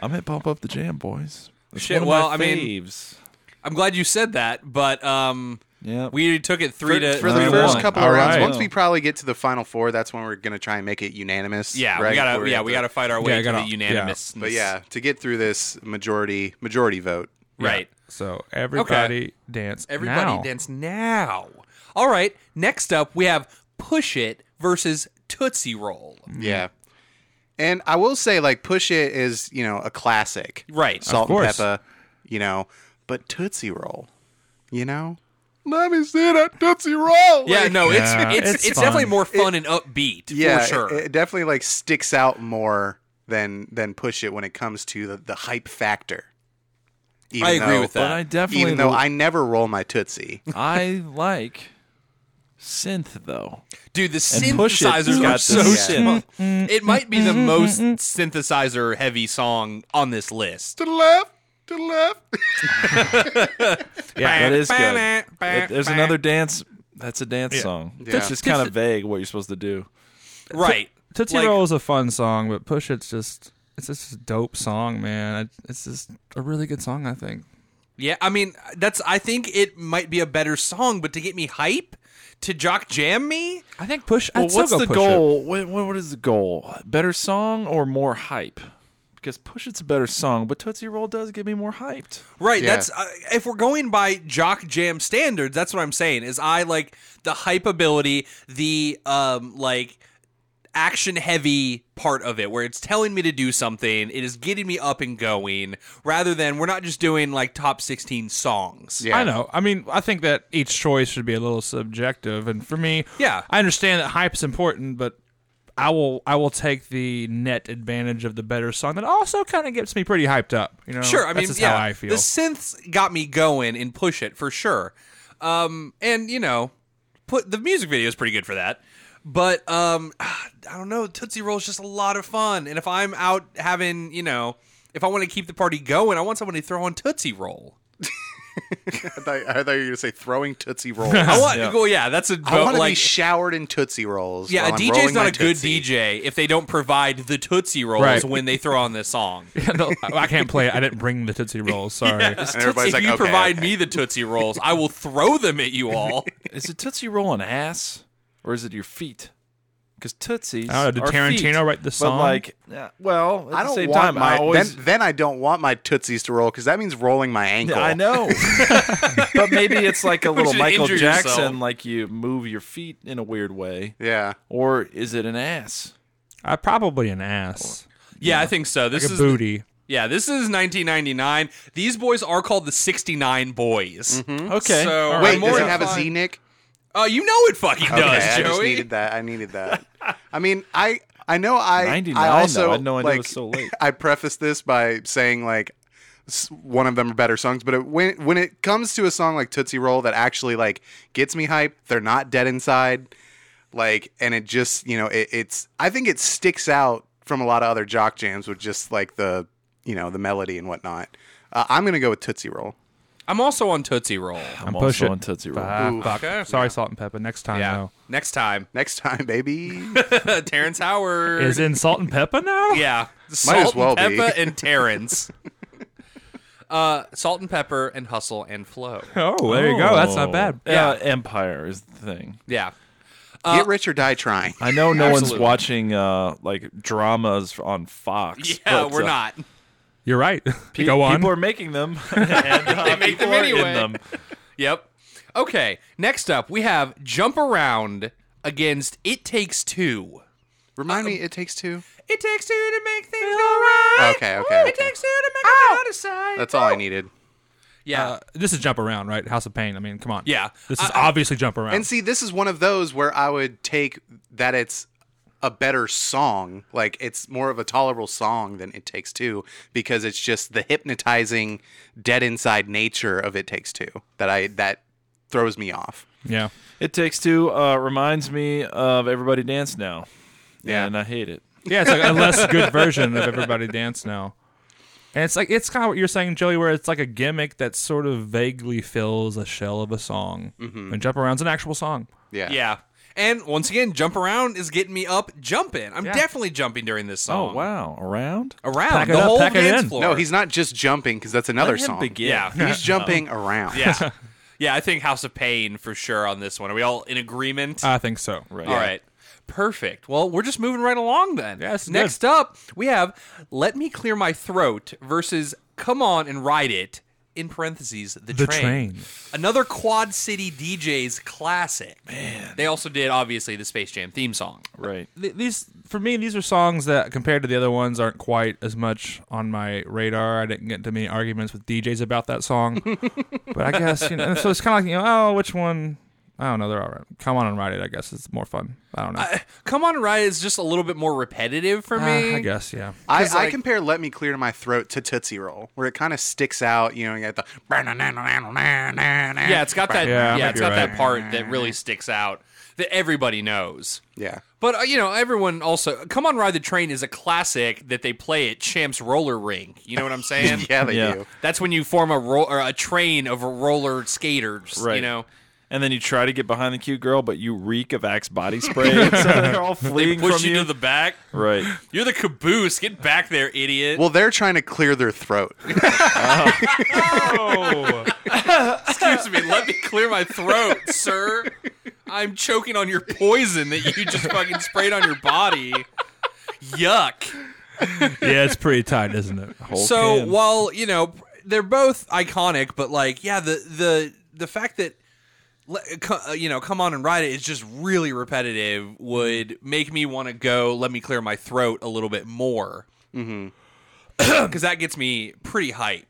[SPEAKER 4] I'm at pump up the jam, boys. It's
[SPEAKER 1] Shit,
[SPEAKER 4] one of
[SPEAKER 1] well, I
[SPEAKER 4] my
[SPEAKER 1] mean,
[SPEAKER 4] faves.
[SPEAKER 1] I'm glad you said that, but um,
[SPEAKER 4] Yeah.
[SPEAKER 1] we took it three
[SPEAKER 2] for,
[SPEAKER 1] to
[SPEAKER 2] for the
[SPEAKER 1] three to
[SPEAKER 2] first
[SPEAKER 1] one.
[SPEAKER 2] couple
[SPEAKER 3] All
[SPEAKER 2] of rounds.
[SPEAKER 3] right.
[SPEAKER 2] Once we probably get to the final four, that's when we're gonna try and make it unanimous.
[SPEAKER 1] Yeah,
[SPEAKER 2] right?
[SPEAKER 1] we gotta
[SPEAKER 2] We're
[SPEAKER 1] yeah
[SPEAKER 2] at
[SPEAKER 1] we
[SPEAKER 2] the-
[SPEAKER 1] gotta fight our way
[SPEAKER 3] Yeah, I
[SPEAKER 1] to the
[SPEAKER 3] gotta- yeah.
[SPEAKER 1] unanimous.
[SPEAKER 2] But yeah, to get through this majority majority vote.
[SPEAKER 1] right.
[SPEAKER 3] So everybody dance.
[SPEAKER 1] Everybody
[SPEAKER 3] now.
[SPEAKER 1] dance now. All right. Next up, we have Push It versus Tootsie Roll.
[SPEAKER 2] Yeah. And I will say, like, Push It is, you know, a classic.
[SPEAKER 1] Right. Of
[SPEAKER 2] Salt and
[SPEAKER 3] course.
[SPEAKER 2] pepper, you know. But Tootsie Roll, you know? Let me see that Tootsie Roll.
[SPEAKER 1] Yeah,
[SPEAKER 2] Like,
[SPEAKER 1] no, it's
[SPEAKER 3] Yeah,
[SPEAKER 1] it's it's,
[SPEAKER 3] it's fun.
[SPEAKER 1] definitely more fun and upbeat
[SPEAKER 2] yeah,
[SPEAKER 1] for sure.
[SPEAKER 2] It, it definitely, like, sticks out more than than Push It when it comes to the, the hype factor. Even
[SPEAKER 1] I agree
[SPEAKER 2] though-
[SPEAKER 1] with
[SPEAKER 4] But
[SPEAKER 1] that.
[SPEAKER 4] I definitely
[SPEAKER 2] Even though I never roll my Tootsie.
[SPEAKER 4] I like synth though.
[SPEAKER 1] Dude, the
[SPEAKER 4] And Push It
[SPEAKER 1] synthesizers
[SPEAKER 4] got
[SPEAKER 1] are
[SPEAKER 4] the
[SPEAKER 1] so
[SPEAKER 4] synth.
[SPEAKER 1] smooth. It might be the most synthesizer heavy song on this list.
[SPEAKER 2] To the left, to the left.
[SPEAKER 4] Yeah, that is good. It- There's another dance That's a dance
[SPEAKER 3] Yeah.
[SPEAKER 4] song.
[SPEAKER 2] Yeah.
[SPEAKER 4] It's just kind of vague what you're supposed to do.
[SPEAKER 1] Right.
[SPEAKER 3] Tootsie
[SPEAKER 1] Like-
[SPEAKER 3] Roll is a fun song, but Push It's just it's just a dope song, man. It- It's just a really good song, I think.
[SPEAKER 1] Yeah, I mean, that's. I think it might be a better song, but to get me hype, to jock jam me,
[SPEAKER 3] I think Push.
[SPEAKER 4] Well,
[SPEAKER 3] I'd still
[SPEAKER 4] what's
[SPEAKER 3] go
[SPEAKER 4] the
[SPEAKER 3] Push
[SPEAKER 4] goal? What, what, what is the goal? Better song or more hype? Because Push It's a better song, but Tootsie Roll does get me more hyped.
[SPEAKER 1] right?
[SPEAKER 2] Yeah.
[SPEAKER 1] That's uh, if we're going by jock jam standards. That's what I'm saying. Is I like the hypeability, the um, like action heavy part of it where it's telling me to do something it is getting me up and going rather than we're not just doing like top 16 songs
[SPEAKER 2] Yeah.
[SPEAKER 3] I know. I mean, I think that each choice should be a little subjective, and for me,
[SPEAKER 1] Yeah.
[SPEAKER 3] I understand that hype's important, but I will I will take the net advantage of the better song that also kind of gets me pretty hyped up. You know,
[SPEAKER 1] Sure, I mean,
[SPEAKER 3] that's just
[SPEAKER 1] yeah,
[SPEAKER 3] how I feel.
[SPEAKER 1] the synths got me going and push it for sure. Um, and you know, put the music video is pretty good for that. But um, I don't know, Tootsie Roll is just a lot of fun, and if I'm out having, you know, if I want to keep the party going, I want someone to throw on Tootsie Roll.
[SPEAKER 2] I thought, I thought you were gonna say throwing tootsie rolls.
[SPEAKER 1] I want,
[SPEAKER 4] Yeah.
[SPEAKER 1] well, yeah, that's a
[SPEAKER 2] I want to be
[SPEAKER 1] like.
[SPEAKER 2] showered in tootsie rolls.
[SPEAKER 1] yeah, a
[SPEAKER 2] while I'm
[SPEAKER 1] DJ's
[SPEAKER 2] rolling
[SPEAKER 1] not
[SPEAKER 2] my
[SPEAKER 1] a good
[SPEAKER 2] Tootsie.
[SPEAKER 1] DJ if they don't provide the Tootsie Rolls
[SPEAKER 3] Right.
[SPEAKER 1] when they throw on this song.
[SPEAKER 3] No, I I can't play it. I didn't bring the Tootsie Rolls. Sorry.
[SPEAKER 2] And
[SPEAKER 1] if
[SPEAKER 2] everybody's like,
[SPEAKER 1] you
[SPEAKER 2] okay,
[SPEAKER 1] provide
[SPEAKER 2] okay.
[SPEAKER 1] me the Tootsie Rolls, I will throw them at you all.
[SPEAKER 4] Is it Tootsie Roll an ass or is it your feet? Because Tootsie's.
[SPEAKER 3] I don't know,
[SPEAKER 4] are
[SPEAKER 3] did Tarantino
[SPEAKER 4] feet.
[SPEAKER 3] write the
[SPEAKER 4] But
[SPEAKER 3] song?
[SPEAKER 4] like, yeah, well, at
[SPEAKER 2] I
[SPEAKER 4] the
[SPEAKER 2] don't
[SPEAKER 4] same
[SPEAKER 2] want
[SPEAKER 4] time,
[SPEAKER 2] my
[SPEAKER 4] I always.
[SPEAKER 2] then, then I don't want my tootsies to roll because that means rolling my ankle.
[SPEAKER 4] I know, but maybe it's like a little
[SPEAKER 1] should
[SPEAKER 4] Michael
[SPEAKER 1] injure
[SPEAKER 4] Jackson,
[SPEAKER 1] yourself.
[SPEAKER 4] like you move your feet in a weird way,
[SPEAKER 2] Yeah.
[SPEAKER 4] or is it an ass?
[SPEAKER 3] I probably an ass,
[SPEAKER 1] Yeah, I think so. This
[SPEAKER 3] like a
[SPEAKER 1] is
[SPEAKER 3] booty.
[SPEAKER 1] Yeah, this is 1999. These boys are called the 69 Boys.
[SPEAKER 2] Mm-hmm.
[SPEAKER 4] Okay,
[SPEAKER 1] So-
[SPEAKER 4] all right.
[SPEAKER 2] Wait,
[SPEAKER 1] more
[SPEAKER 2] does it
[SPEAKER 1] than
[SPEAKER 2] have a
[SPEAKER 1] fine.
[SPEAKER 2] Z Nick?
[SPEAKER 1] Oh, you know it fucking
[SPEAKER 2] Okay,
[SPEAKER 1] does,
[SPEAKER 2] I
[SPEAKER 1] Joey.
[SPEAKER 2] just needed that. I needed that. I mean, I I know I
[SPEAKER 4] 99,
[SPEAKER 2] I also
[SPEAKER 4] though. I had no idea it
[SPEAKER 2] like,
[SPEAKER 4] was so late.
[SPEAKER 2] I prefaced this by saying like s- one of them are better songs, but it, when when it comes to a song like Tootsie Roll that actually like gets me hype, they're not dead inside, like, and it just you know it, it's I think it sticks out from a lot of other jock jams with just like the you know the melody and whatnot. Uh, I'm gonna go with Tootsie Roll.
[SPEAKER 1] I'm also on Tootsie Roll.
[SPEAKER 4] I'm,
[SPEAKER 3] push
[SPEAKER 4] also
[SPEAKER 3] it.
[SPEAKER 4] on Tootsie Roll.
[SPEAKER 3] Ah,
[SPEAKER 2] Ooh.
[SPEAKER 3] fuck.
[SPEAKER 1] Okay.
[SPEAKER 3] Sorry, Salt and Pepper. Next time,
[SPEAKER 1] Yeah.
[SPEAKER 3] though.
[SPEAKER 1] Next time.
[SPEAKER 2] Next time, baby.
[SPEAKER 1] Terrence Howard.
[SPEAKER 3] Is in Salt and Pepper now?
[SPEAKER 1] Yeah. Salt
[SPEAKER 2] well
[SPEAKER 1] and
[SPEAKER 2] be.
[SPEAKER 1] Pepper and Terrence. uh, salt and Pepper and Hustle and Flow.
[SPEAKER 3] Oh, there you go. That's not bad.
[SPEAKER 4] Oh. Yeah, Empire is the thing.
[SPEAKER 1] Yeah.
[SPEAKER 4] Uh,
[SPEAKER 2] Get rich or die trying.
[SPEAKER 4] I know no
[SPEAKER 1] Absolutely.
[SPEAKER 4] one's watching uh, like dramas on Fox.
[SPEAKER 1] Yeah,
[SPEAKER 4] but,
[SPEAKER 1] we're
[SPEAKER 4] uh,
[SPEAKER 1] not.
[SPEAKER 3] You're right.
[SPEAKER 4] pe-
[SPEAKER 3] go on.
[SPEAKER 4] People are making them. and, uh,
[SPEAKER 1] They make them
[SPEAKER 4] people are in
[SPEAKER 1] anyway.
[SPEAKER 4] them.
[SPEAKER 1] Yep. Okay. Next up, we have Jump Around against It Takes Two.
[SPEAKER 2] Remind
[SPEAKER 4] um,
[SPEAKER 2] me, it takes two.
[SPEAKER 1] It takes two to make things go right.
[SPEAKER 2] Okay, okay, okay.
[SPEAKER 1] It takes two to make it out of sight.
[SPEAKER 2] Oh, That's all I needed.
[SPEAKER 1] Yeah.
[SPEAKER 3] Uh, this is jump around, right? House of Pain. I mean, come on.
[SPEAKER 1] Yeah.
[SPEAKER 3] This
[SPEAKER 1] I-
[SPEAKER 3] is obviously jump around.
[SPEAKER 2] And see, this is one of those where I would take that it's a better song, like it's more of a tolerable song than It Takes Two, because it's just the hypnotizing, dead inside nature of It Takes Two that I that throws me off.
[SPEAKER 3] yeah.
[SPEAKER 4] It Takes Two uh, reminds me of Everybody Dance Now.
[SPEAKER 2] Yeah.
[SPEAKER 4] And I hate it.
[SPEAKER 3] Yeah, it's like a less good version of Everybody Dance Now. And it's like it's kind of what you're saying, Joey, where it's like a gimmick that sort of vaguely fills a shell of a song. And jump around's an actual song.
[SPEAKER 2] Yeah,
[SPEAKER 1] Yeah. And once again, jump around is getting me up jumping. I'm
[SPEAKER 3] Yeah.
[SPEAKER 1] definitely jumping during this
[SPEAKER 4] Oh,
[SPEAKER 1] song.
[SPEAKER 4] wow. Around?
[SPEAKER 1] Around
[SPEAKER 3] Pack it
[SPEAKER 1] the
[SPEAKER 3] up,
[SPEAKER 1] whole
[SPEAKER 3] pack it
[SPEAKER 1] dance
[SPEAKER 3] in.
[SPEAKER 1] floor.
[SPEAKER 2] No, he's not just jumping because that's another
[SPEAKER 4] Let him
[SPEAKER 2] song.
[SPEAKER 4] begin.
[SPEAKER 1] yeah.
[SPEAKER 2] He's jumping around.
[SPEAKER 1] yeah. Yeah, I think House of Pain for sure on this one. Are we all in agreement?
[SPEAKER 3] I think so.
[SPEAKER 4] Right.
[SPEAKER 1] All right. Perfect. Well, we're just moving right along then.
[SPEAKER 3] Yeah, this is
[SPEAKER 1] Next up, we have Let Me Clear My Throat versus Come On and Ride It in parentheses the,
[SPEAKER 3] The
[SPEAKER 1] train.
[SPEAKER 3] Train.
[SPEAKER 1] Another Quad City DJs classic. Man. They also did obviously the Space Jam theme song.
[SPEAKER 4] Right.
[SPEAKER 3] Th- These for me, these are songs that compared to the other ones aren't quite as much on my radar. I didn't get into many arguments with DJs about that song, but I guess you know. and So it's kind of like you know, oh, which one? I don't know. They're all right. Come on and ride it. I guess it's more fun. I don't know.
[SPEAKER 1] Uh, Come on, and Ride is just a little bit more repetitive for
[SPEAKER 3] Uh,
[SPEAKER 1] me.
[SPEAKER 3] I guess yeah.
[SPEAKER 2] I,
[SPEAKER 1] 'Cause,
[SPEAKER 2] I
[SPEAKER 1] like-
[SPEAKER 2] compare "Let Me Clear My Throat" to "Tootsie Roll," where it kind of sticks out. You know, you got the
[SPEAKER 1] Yeah,
[SPEAKER 2] yeah,
[SPEAKER 1] it's got that.
[SPEAKER 3] Yeah,
[SPEAKER 1] Yeah,
[SPEAKER 3] I might
[SPEAKER 1] it's
[SPEAKER 3] be
[SPEAKER 1] got
[SPEAKER 3] right.
[SPEAKER 1] that part that really sticks out that everybody knows.
[SPEAKER 2] yeah.
[SPEAKER 1] But uh, you know, everyone also "Come on, Ride the Train" is a classic that they play at Champs Roller Rink. You know what I'm saying?
[SPEAKER 2] Yeah, they
[SPEAKER 4] Yeah.
[SPEAKER 2] do.
[SPEAKER 1] That's when you form a ro- or a train of roller skaters. You
[SPEAKER 4] Right.
[SPEAKER 1] know,
[SPEAKER 4] and then you try to get behind the cute girl, but you reek of Axe body spray. so they're all
[SPEAKER 1] They
[SPEAKER 4] fleeing
[SPEAKER 1] push
[SPEAKER 4] from
[SPEAKER 1] you, to the back.
[SPEAKER 4] right.
[SPEAKER 1] You're the caboose. Get back there, idiot.
[SPEAKER 2] Well, they're trying to clear their throat.
[SPEAKER 1] Excuse me. Let me clear my throat, sir. I'm choking on your poison that you just fucking sprayed on your body. Yuck.
[SPEAKER 3] yeah, it's pretty tight, isn't it? Whole
[SPEAKER 1] So
[SPEAKER 3] can.
[SPEAKER 1] while you know they're both iconic, but like yeah, the the the fact that le- co- uh, you know come on and ride it is just really repetitive would make me want to go. Let me clear my throat a little bit more
[SPEAKER 2] Mm-hmm.
[SPEAKER 1] because that gets me pretty hype.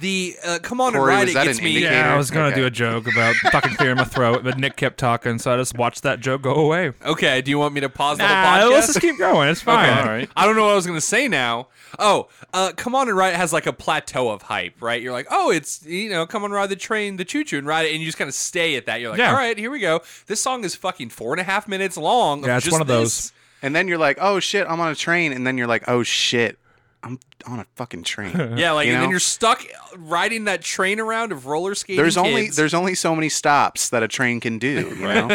[SPEAKER 1] The uh, come on
[SPEAKER 2] Corey,
[SPEAKER 1] and ride
[SPEAKER 2] was
[SPEAKER 1] it
[SPEAKER 2] that
[SPEAKER 1] gets
[SPEAKER 2] an
[SPEAKER 1] me.
[SPEAKER 2] indicator?
[SPEAKER 3] yeah, I was gonna
[SPEAKER 2] Okay.
[SPEAKER 3] do a joke about fucking clearing my throat, but Nick kept talking, so I just watched that joke go away.
[SPEAKER 1] Okay, do you want me to pause the
[SPEAKER 3] Nah,
[SPEAKER 1] whole podcast?
[SPEAKER 3] let's just keep going. It's fine.
[SPEAKER 4] All right.
[SPEAKER 1] I don't know what I was gonna say now. Oh, uh, come on and ride. It has like a plateau of hype, right? You're like, oh, it's you know, come on ride the train, the choo choo, and ride it, and you just kind of stay at that. You're like,
[SPEAKER 3] Yeah.
[SPEAKER 1] all right, here we go. This song is fucking four and a half minutes long.
[SPEAKER 3] Yeah, it's
[SPEAKER 1] just
[SPEAKER 3] one of
[SPEAKER 1] this.
[SPEAKER 3] those.
[SPEAKER 2] And then you're like, oh shit, I'm on a train. And then you're like, oh shit, I'm on a fucking train.
[SPEAKER 1] Yeah, like,
[SPEAKER 2] You
[SPEAKER 1] and then
[SPEAKER 2] know?
[SPEAKER 1] you're stuck uh, riding that train around of roller skating.
[SPEAKER 2] There's only
[SPEAKER 1] kids.
[SPEAKER 2] there's only so many stops that a train can do. You know?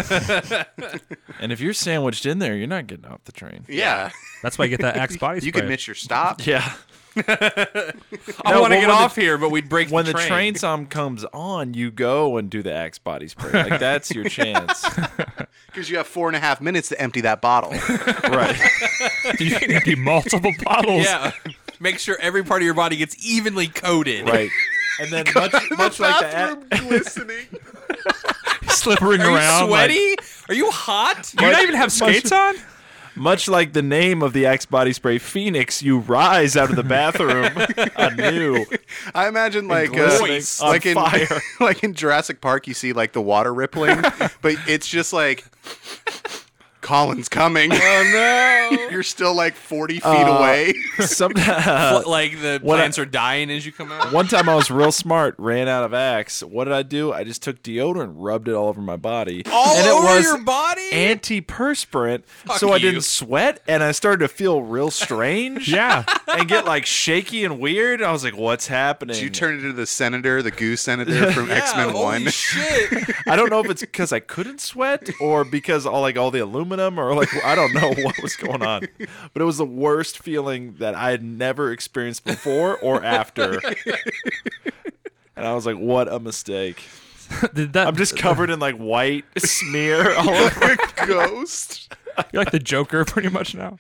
[SPEAKER 4] And if you're sandwiched in there, you're not getting off the train.
[SPEAKER 2] yeah,
[SPEAKER 3] That's why you get that Axe body spray.
[SPEAKER 2] you could miss your stop.
[SPEAKER 4] Yeah.
[SPEAKER 1] I
[SPEAKER 4] No,
[SPEAKER 1] want to get
[SPEAKER 4] well, when the-
[SPEAKER 1] off here, but we'd break
[SPEAKER 4] When
[SPEAKER 1] the
[SPEAKER 4] the
[SPEAKER 1] train.
[SPEAKER 4] train song comes on, you go and do the Axe body spray. Like that's your chance.
[SPEAKER 2] Because you have four and a half minutes to empty that bottle.
[SPEAKER 4] right.
[SPEAKER 3] you can empty multiple bottles.
[SPEAKER 1] yeah, make sure every part of your body gets evenly coated.
[SPEAKER 4] Right. And then much, much like the Axe-
[SPEAKER 2] glistening.
[SPEAKER 3] slippering
[SPEAKER 1] Are
[SPEAKER 3] around.
[SPEAKER 1] you sweaty? Are you hot?
[SPEAKER 3] Like, do you not even have skates on?
[SPEAKER 4] Much like the name of the Axe body spray, Phoenix, you rise out of the bathroom anew.
[SPEAKER 2] I imagine like uh,
[SPEAKER 4] glistening on
[SPEAKER 2] like in
[SPEAKER 4] fire.
[SPEAKER 2] like in Jurassic Park, you see like the water rippling, but it's just like Colin's coming. Oh no! You're still like forty feet
[SPEAKER 4] Uh,
[SPEAKER 2] away.
[SPEAKER 4] Some,
[SPEAKER 1] Fl- like the
[SPEAKER 4] what I-
[SPEAKER 1] plants are dying as you come out.
[SPEAKER 4] one time I was real smart, ran out of Axe. What did I do? I just took deodorant, rubbed it all over my body.
[SPEAKER 1] all
[SPEAKER 4] and
[SPEAKER 1] over
[SPEAKER 4] it was
[SPEAKER 1] your body.
[SPEAKER 4] antiperspirant, so I
[SPEAKER 1] you.
[SPEAKER 4] didn't sweat, and I started to feel real strange.
[SPEAKER 3] Yeah.
[SPEAKER 4] and get like shaky and weird. I was like, "What's happening?"
[SPEAKER 2] You turn into the senator, the goose senator from X Men
[SPEAKER 1] holy
[SPEAKER 2] One.
[SPEAKER 1] shit!
[SPEAKER 4] I don't know if it's because I couldn't sweat or because all like all the aluminum or like I don't know what was going on, but it was the worst feeling that I had never experienced before or after. And I was like, "What a mistake!"
[SPEAKER 3] Did that,
[SPEAKER 4] I'm just covered in like white smear all over.
[SPEAKER 2] Ghost.
[SPEAKER 3] you're like the Joker pretty much now.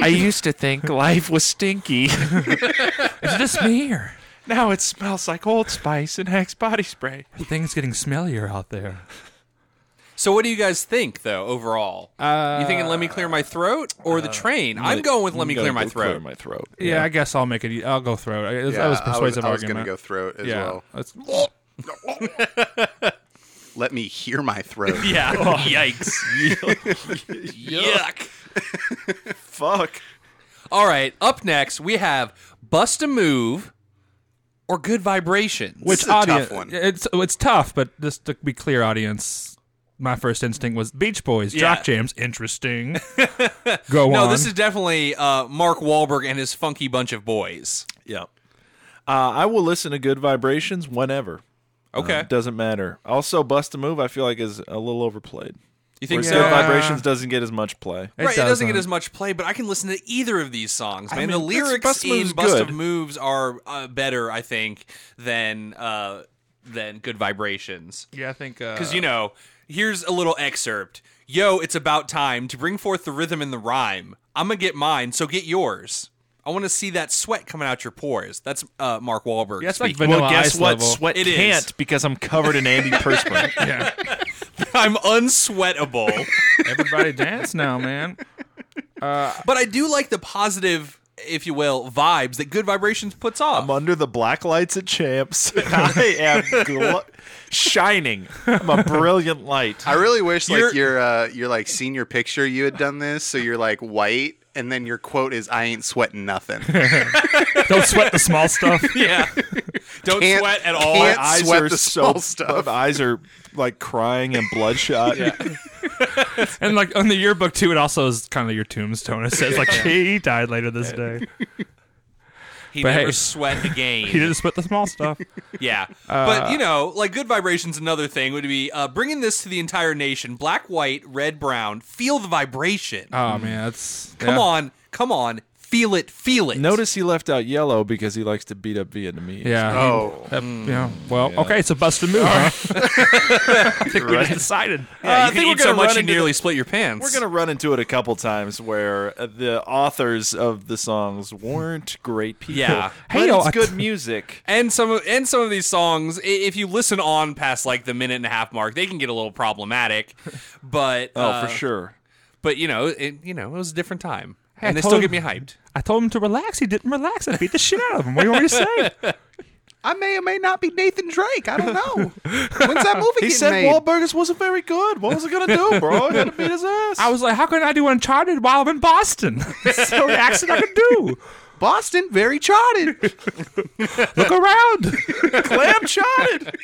[SPEAKER 4] I used to think life was stinky.
[SPEAKER 3] Is it just me or
[SPEAKER 4] Now it smells like Old Spice and Axe body spray.
[SPEAKER 3] are things getting smellier out there?
[SPEAKER 1] So, what do you guys think, though, overall? you thinking "Let me clear my throat" or the train? I'm going with "Let me clear my throat."
[SPEAKER 4] my throat.
[SPEAKER 3] Yeah, I guess I'll make it. e, I'll go through it. I- That was a
[SPEAKER 2] I was,
[SPEAKER 3] persuasive
[SPEAKER 2] I was gonna
[SPEAKER 3] argument.
[SPEAKER 2] go throat as
[SPEAKER 3] yeah.
[SPEAKER 2] well.
[SPEAKER 3] That's-
[SPEAKER 2] Let me hear my throat.
[SPEAKER 1] yeah.
[SPEAKER 4] Oh,
[SPEAKER 1] Yikes. Yuck.
[SPEAKER 4] Fuck.
[SPEAKER 1] All right. Up next, we have "Bust a Move" or "Good Vibrations."
[SPEAKER 3] Which
[SPEAKER 2] is a tough
[SPEAKER 3] audience?
[SPEAKER 2] one.
[SPEAKER 3] It's it's tough, but just to be clear, audience. My first instinct was Beach Boys,
[SPEAKER 1] Yeah.
[SPEAKER 3] Jock Jams, interesting. Go
[SPEAKER 1] no,
[SPEAKER 3] on.
[SPEAKER 1] this is definitely uh, Mark Wahlberg and his funky bunch of boys.
[SPEAKER 4] Yeah. Uh, I will listen to Good Vibrations whenever.
[SPEAKER 1] Okay.
[SPEAKER 4] Uh, doesn't matter. Also, Bust a Move, I feel like, is a little overplayed.
[SPEAKER 1] you think
[SPEAKER 4] Whereas
[SPEAKER 1] so?
[SPEAKER 4] Good
[SPEAKER 3] Yeah.
[SPEAKER 4] Vibrations doesn't get as much play.
[SPEAKER 1] Right, it doesn't get
[SPEAKER 3] doesn't.
[SPEAKER 1] as much play, but I can listen to either of these songs, man. the
[SPEAKER 4] mean, that's-
[SPEAKER 1] lyrics
[SPEAKER 4] Bust
[SPEAKER 1] in
[SPEAKER 4] Move's
[SPEAKER 1] Bust
[SPEAKER 4] good.
[SPEAKER 1] of Moves are uh, better, I think, than uh, than Good Vibrations.
[SPEAKER 3] yeah, I think uh,
[SPEAKER 1] Because you know, here's a little excerpt. Yo, it's about time to bring forth the rhythm and the rhyme. I'm gonna get mine, so get yours. I want to see that sweat coming out your pores. That's uh, Mark Wahlberg.
[SPEAKER 3] Yeah, it's like
[SPEAKER 1] speaking.
[SPEAKER 3] Vanilla Ice level.
[SPEAKER 4] Sweat
[SPEAKER 1] It is.
[SPEAKER 4] can't because I'm covered in Andy Perspirant.
[SPEAKER 3] yeah.
[SPEAKER 1] I'm unsweatable.
[SPEAKER 3] Everybody dance now, man.
[SPEAKER 1] but I do like the positive, if you will, vibes that Good Vibrations puts off.
[SPEAKER 4] I'm under the black lights at Champs. I am gl- shining. I'm a brilliant light.
[SPEAKER 2] I really wish like
[SPEAKER 1] You're-
[SPEAKER 2] your uh, your like senior picture you had done this, so you're like white, and then your quote is "I ain't sweating nothing."
[SPEAKER 3] Don't sweat the small stuff.
[SPEAKER 1] yeah. Don't
[SPEAKER 2] Can't-
[SPEAKER 1] sweat at all.
[SPEAKER 4] My
[SPEAKER 2] can't
[SPEAKER 4] eyes
[SPEAKER 2] sweat
[SPEAKER 4] are
[SPEAKER 2] the
[SPEAKER 4] so
[SPEAKER 2] small stuff.
[SPEAKER 4] My eyes are like crying and bloodshot.
[SPEAKER 3] And like on the yearbook too, it also is kind of your tombstone. It says like he died later this day.
[SPEAKER 1] He
[SPEAKER 3] But hey.
[SPEAKER 1] never sweat again.
[SPEAKER 3] He didn't split the small stuff.
[SPEAKER 1] Yeah.
[SPEAKER 4] uh,
[SPEAKER 1] but, you know, like good vibrations, another thing would be uh, bringing this to the entire nation black, white, red, brown. Feel the vibration.
[SPEAKER 3] Oh man, that's
[SPEAKER 1] come
[SPEAKER 3] yeah.
[SPEAKER 1] on. Come on. Feel it. Feel it.
[SPEAKER 4] Notice he left out yellow because he likes to beat up Vietnamese.
[SPEAKER 3] Yeah.
[SPEAKER 2] Oh.
[SPEAKER 3] That- Mm. yeah. Well, okay, it's a busted move. Huh? I think we just decided.
[SPEAKER 1] Yeah,
[SPEAKER 4] Uh, I
[SPEAKER 1] you
[SPEAKER 4] think
[SPEAKER 1] can
[SPEAKER 4] we're
[SPEAKER 1] eat so
[SPEAKER 4] gonna
[SPEAKER 1] much
[SPEAKER 4] run
[SPEAKER 1] you
[SPEAKER 4] into
[SPEAKER 1] nearly split your pants.
[SPEAKER 4] We're gonna run into it a couple times where uh, the authors of the songs weren't great people.
[SPEAKER 1] Yeah.
[SPEAKER 4] but
[SPEAKER 3] Hey, yo, I-
[SPEAKER 4] it's good music.
[SPEAKER 1] and some of, and some of these songs, i- if you listen on past like the minute and a half mark, they can get a little problematic. But
[SPEAKER 4] Oh,
[SPEAKER 1] uh,
[SPEAKER 4] for sure.
[SPEAKER 1] But you know, it, you know, it was a different time,
[SPEAKER 3] Hey, I
[SPEAKER 1] and they
[SPEAKER 3] told
[SPEAKER 1] still get
[SPEAKER 3] him-
[SPEAKER 1] me hyped.
[SPEAKER 3] I told him to relax. He didn't relax. I beat the shit out of him. What do you want me to say?
[SPEAKER 2] I may or may not be Nathan Drake. I don't know. When's that movie
[SPEAKER 4] He
[SPEAKER 2] getting
[SPEAKER 4] said
[SPEAKER 2] made?
[SPEAKER 4] Wahlburgers wasn't very good. What was it gonna do, bro? I gotta beat his ass.
[SPEAKER 3] I was like, how can I do Uncharted while I'm in Boston? It's the only accent I can do.
[SPEAKER 2] Boston, very charted.
[SPEAKER 3] Look around.
[SPEAKER 4] clam chotted.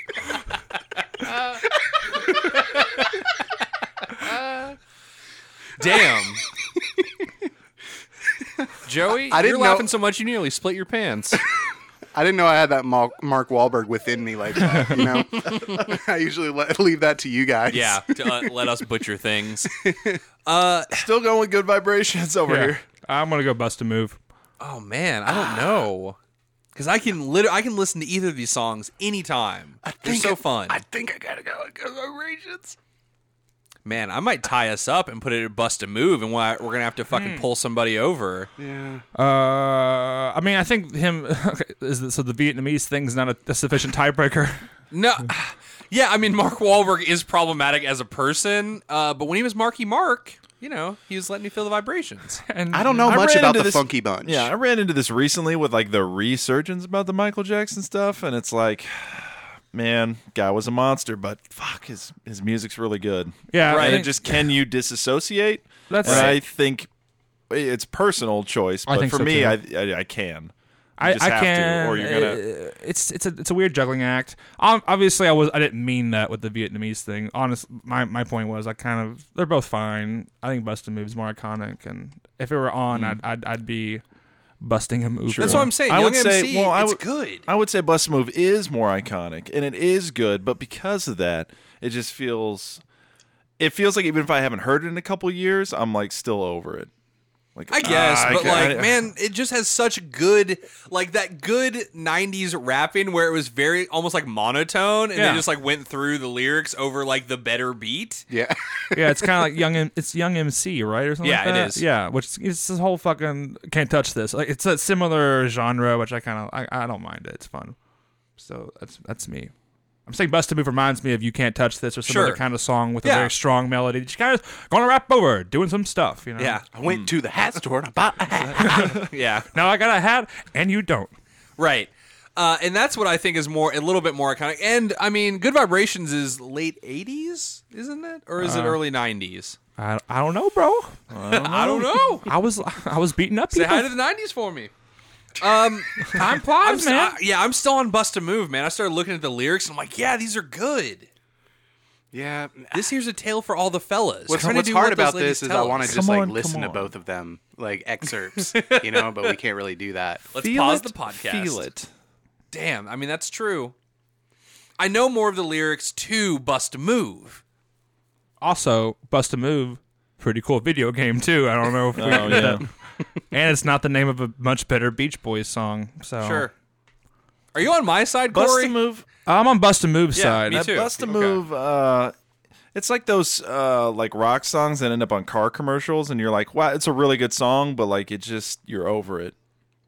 [SPEAKER 1] Damn. Joey,
[SPEAKER 2] I
[SPEAKER 1] you're
[SPEAKER 2] didn't know-
[SPEAKER 1] laughing so much you nearly split your pants.
[SPEAKER 2] I didn't know I had that Mal- Mark Wahlberg within me. Like, you know, I usually le- leave that to you guys.
[SPEAKER 1] yeah, to, uh, let us butcher things.
[SPEAKER 4] Still going with good vibrations over
[SPEAKER 3] Yeah.
[SPEAKER 4] here.
[SPEAKER 3] I'm gonna go bust a move.
[SPEAKER 1] Oh man, I don't know. Cause I can lit- I can listen to either of these songs anytime. They're so fun,
[SPEAKER 2] I think I gotta go with good vibrations.
[SPEAKER 1] man. I might tie us up and put it at bust a move, and we're we're gonna have to
[SPEAKER 4] Hmm.
[SPEAKER 1] fucking pull somebody over.
[SPEAKER 2] Yeah.
[SPEAKER 3] Uh, I mean, I think him. Okay, is this, so the Vietnamese thing's not a, a sufficient tiebreaker.
[SPEAKER 1] No, yeah, I mean Mark Wahlberg is problematic as a person, uh, but when he was Marky Mark, you know, he was letting me feel the vibrations.
[SPEAKER 3] And
[SPEAKER 2] I don't know
[SPEAKER 4] I
[SPEAKER 2] much
[SPEAKER 4] ran
[SPEAKER 2] about
[SPEAKER 4] into
[SPEAKER 2] the
[SPEAKER 4] this-
[SPEAKER 2] Funky Bunch.
[SPEAKER 4] Yeah, I ran into this recently with like the resurgence about the Michael Jackson stuff, and it's like, man, guy was a monster, but fuck, his his music's really good.
[SPEAKER 3] Yeah,
[SPEAKER 4] right.
[SPEAKER 3] I
[SPEAKER 4] And
[SPEAKER 3] think-
[SPEAKER 4] just can you disassociate?
[SPEAKER 3] That's
[SPEAKER 4] and
[SPEAKER 3] right.
[SPEAKER 4] I think it's personal choice,
[SPEAKER 3] I
[SPEAKER 4] but
[SPEAKER 3] think
[SPEAKER 4] for
[SPEAKER 3] so,
[SPEAKER 4] me,
[SPEAKER 3] too.
[SPEAKER 4] I, I I can. You
[SPEAKER 3] I,
[SPEAKER 4] just
[SPEAKER 3] I
[SPEAKER 4] have
[SPEAKER 3] can.
[SPEAKER 4] to, or you're gonna.
[SPEAKER 3] uh, It's it's a it's a weird juggling act. Um, obviously, I was I didn't mean that with the Vietnamese thing. Honest, my my point was I kind of they're both fine. I think busting moves more iconic, and if it were on, I'd, I'd I'd be busting a move.
[SPEAKER 1] That's what I'm saying.
[SPEAKER 4] Hmm. I
[SPEAKER 1] Young
[SPEAKER 4] would say,
[SPEAKER 1] MC,
[SPEAKER 4] well, I
[SPEAKER 1] it's
[SPEAKER 4] would-
[SPEAKER 1] good.
[SPEAKER 4] I would say Bus Move is more iconic and it is good, but because of that, it just feels it feels like even if I haven't heard it in a couple years, I'm like still over it. Like
[SPEAKER 1] I guess,
[SPEAKER 4] ah, I
[SPEAKER 1] but
[SPEAKER 4] ca-
[SPEAKER 1] like,
[SPEAKER 4] I-
[SPEAKER 1] man, it just has such good, like that good '90s rapping where it was very almost like monotone, and
[SPEAKER 3] Yeah.
[SPEAKER 1] they just like went through the lyrics over like the better beat.
[SPEAKER 2] Yeah.
[SPEAKER 3] yeah, it's kind of like young. M- It's young MC, right, or something.
[SPEAKER 1] Yeah,
[SPEAKER 3] like
[SPEAKER 1] it
[SPEAKER 3] that?
[SPEAKER 1] is.
[SPEAKER 3] Yeah, which is- it's this whole fucking can't touch this. Like it's a similar genre, which I kind of I, I don't mind it. It's fun. So that's that's me. I'm saying Bust a Move reminds me of You Can't Touch This or some
[SPEAKER 1] Sure.
[SPEAKER 3] other kind of song with
[SPEAKER 1] Yeah.
[SPEAKER 3] a very strong melody. Just kind of going to rap over, doing some stuff, you know?
[SPEAKER 1] Yeah,
[SPEAKER 2] I went to the hat store and I bought a hat.
[SPEAKER 1] Hmm. yeah,
[SPEAKER 3] Now I got a hat and you don't.
[SPEAKER 1] right. Uh, and that's what I think is more a little bit more iconic. And I mean, Good Vibrations is late '80s, isn't it, or is it early '90s?
[SPEAKER 3] I, I don't know, bro.
[SPEAKER 1] I don't know.
[SPEAKER 3] I was I was beating up
[SPEAKER 1] Say
[SPEAKER 3] people.
[SPEAKER 1] hi to the '90s for me.
[SPEAKER 3] Time
[SPEAKER 1] I'm
[SPEAKER 3] flies,
[SPEAKER 1] st-
[SPEAKER 3] man.
[SPEAKER 1] I- yeah, I'm still on Bust a Move, man. I started looking at the lyrics and I'm like, yeah, these are good.
[SPEAKER 2] Yeah.
[SPEAKER 1] This here's a tale for all the fellas.
[SPEAKER 2] What's,
[SPEAKER 1] Trying to
[SPEAKER 2] what's
[SPEAKER 1] do
[SPEAKER 2] hard
[SPEAKER 1] what those
[SPEAKER 2] about
[SPEAKER 1] ladies
[SPEAKER 2] this is I
[SPEAKER 1] tell
[SPEAKER 2] want
[SPEAKER 1] us.
[SPEAKER 2] to
[SPEAKER 4] Come
[SPEAKER 2] just like
[SPEAKER 4] on,
[SPEAKER 2] listen
[SPEAKER 4] come
[SPEAKER 2] to
[SPEAKER 4] on.
[SPEAKER 2] both of them, like excerpts, you know, but we can't really do that.
[SPEAKER 1] Let's
[SPEAKER 4] feel
[SPEAKER 1] pause
[SPEAKER 4] it,
[SPEAKER 1] the podcast.
[SPEAKER 4] Feel it.
[SPEAKER 1] Damn, I mean that's true. I know more of the lyrics to Bust a Move.
[SPEAKER 3] also, Bust a Move, pretty cool video game too. I don't know if we
[SPEAKER 4] Oh yeah.
[SPEAKER 3] and it's not the name of a much better Beach Boys song. So
[SPEAKER 1] Sure. Are you on my side, Corey?
[SPEAKER 4] Bust a move.
[SPEAKER 3] I'm on Bust a Move side.
[SPEAKER 1] me
[SPEAKER 3] That-
[SPEAKER 1] too.
[SPEAKER 4] Bust a
[SPEAKER 1] Okay.
[SPEAKER 4] move. Uh, it's like those uh, like rock songs that end up on car commercials, and you're like, wow, it's a really good song, but like it just you're over it.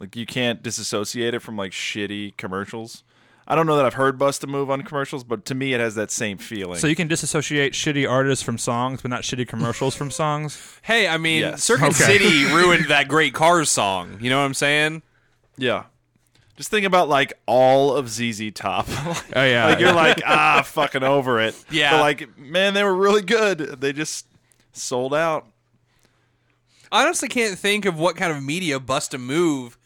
[SPEAKER 4] Like you can't disassociate it from like shitty commercials. I don't know that I've heard Bust a Move on commercials, but to me it has that same feeling.
[SPEAKER 3] So you can disassociate shitty artists from songs, but not shitty commercials from songs.
[SPEAKER 1] Hey, I mean
[SPEAKER 4] Yes.
[SPEAKER 1] Circuit
[SPEAKER 3] Okay.
[SPEAKER 1] City ruined that great Cars song. You know what I'm saying?
[SPEAKER 4] yeah. Just think about like all of ZZ Top.
[SPEAKER 3] Oh yeah,
[SPEAKER 4] like you're like ah fucking over it.
[SPEAKER 1] Yeah.
[SPEAKER 4] But like man, they were really good. They just sold out.
[SPEAKER 1] I honestly can't think of what kind of media Bust a Move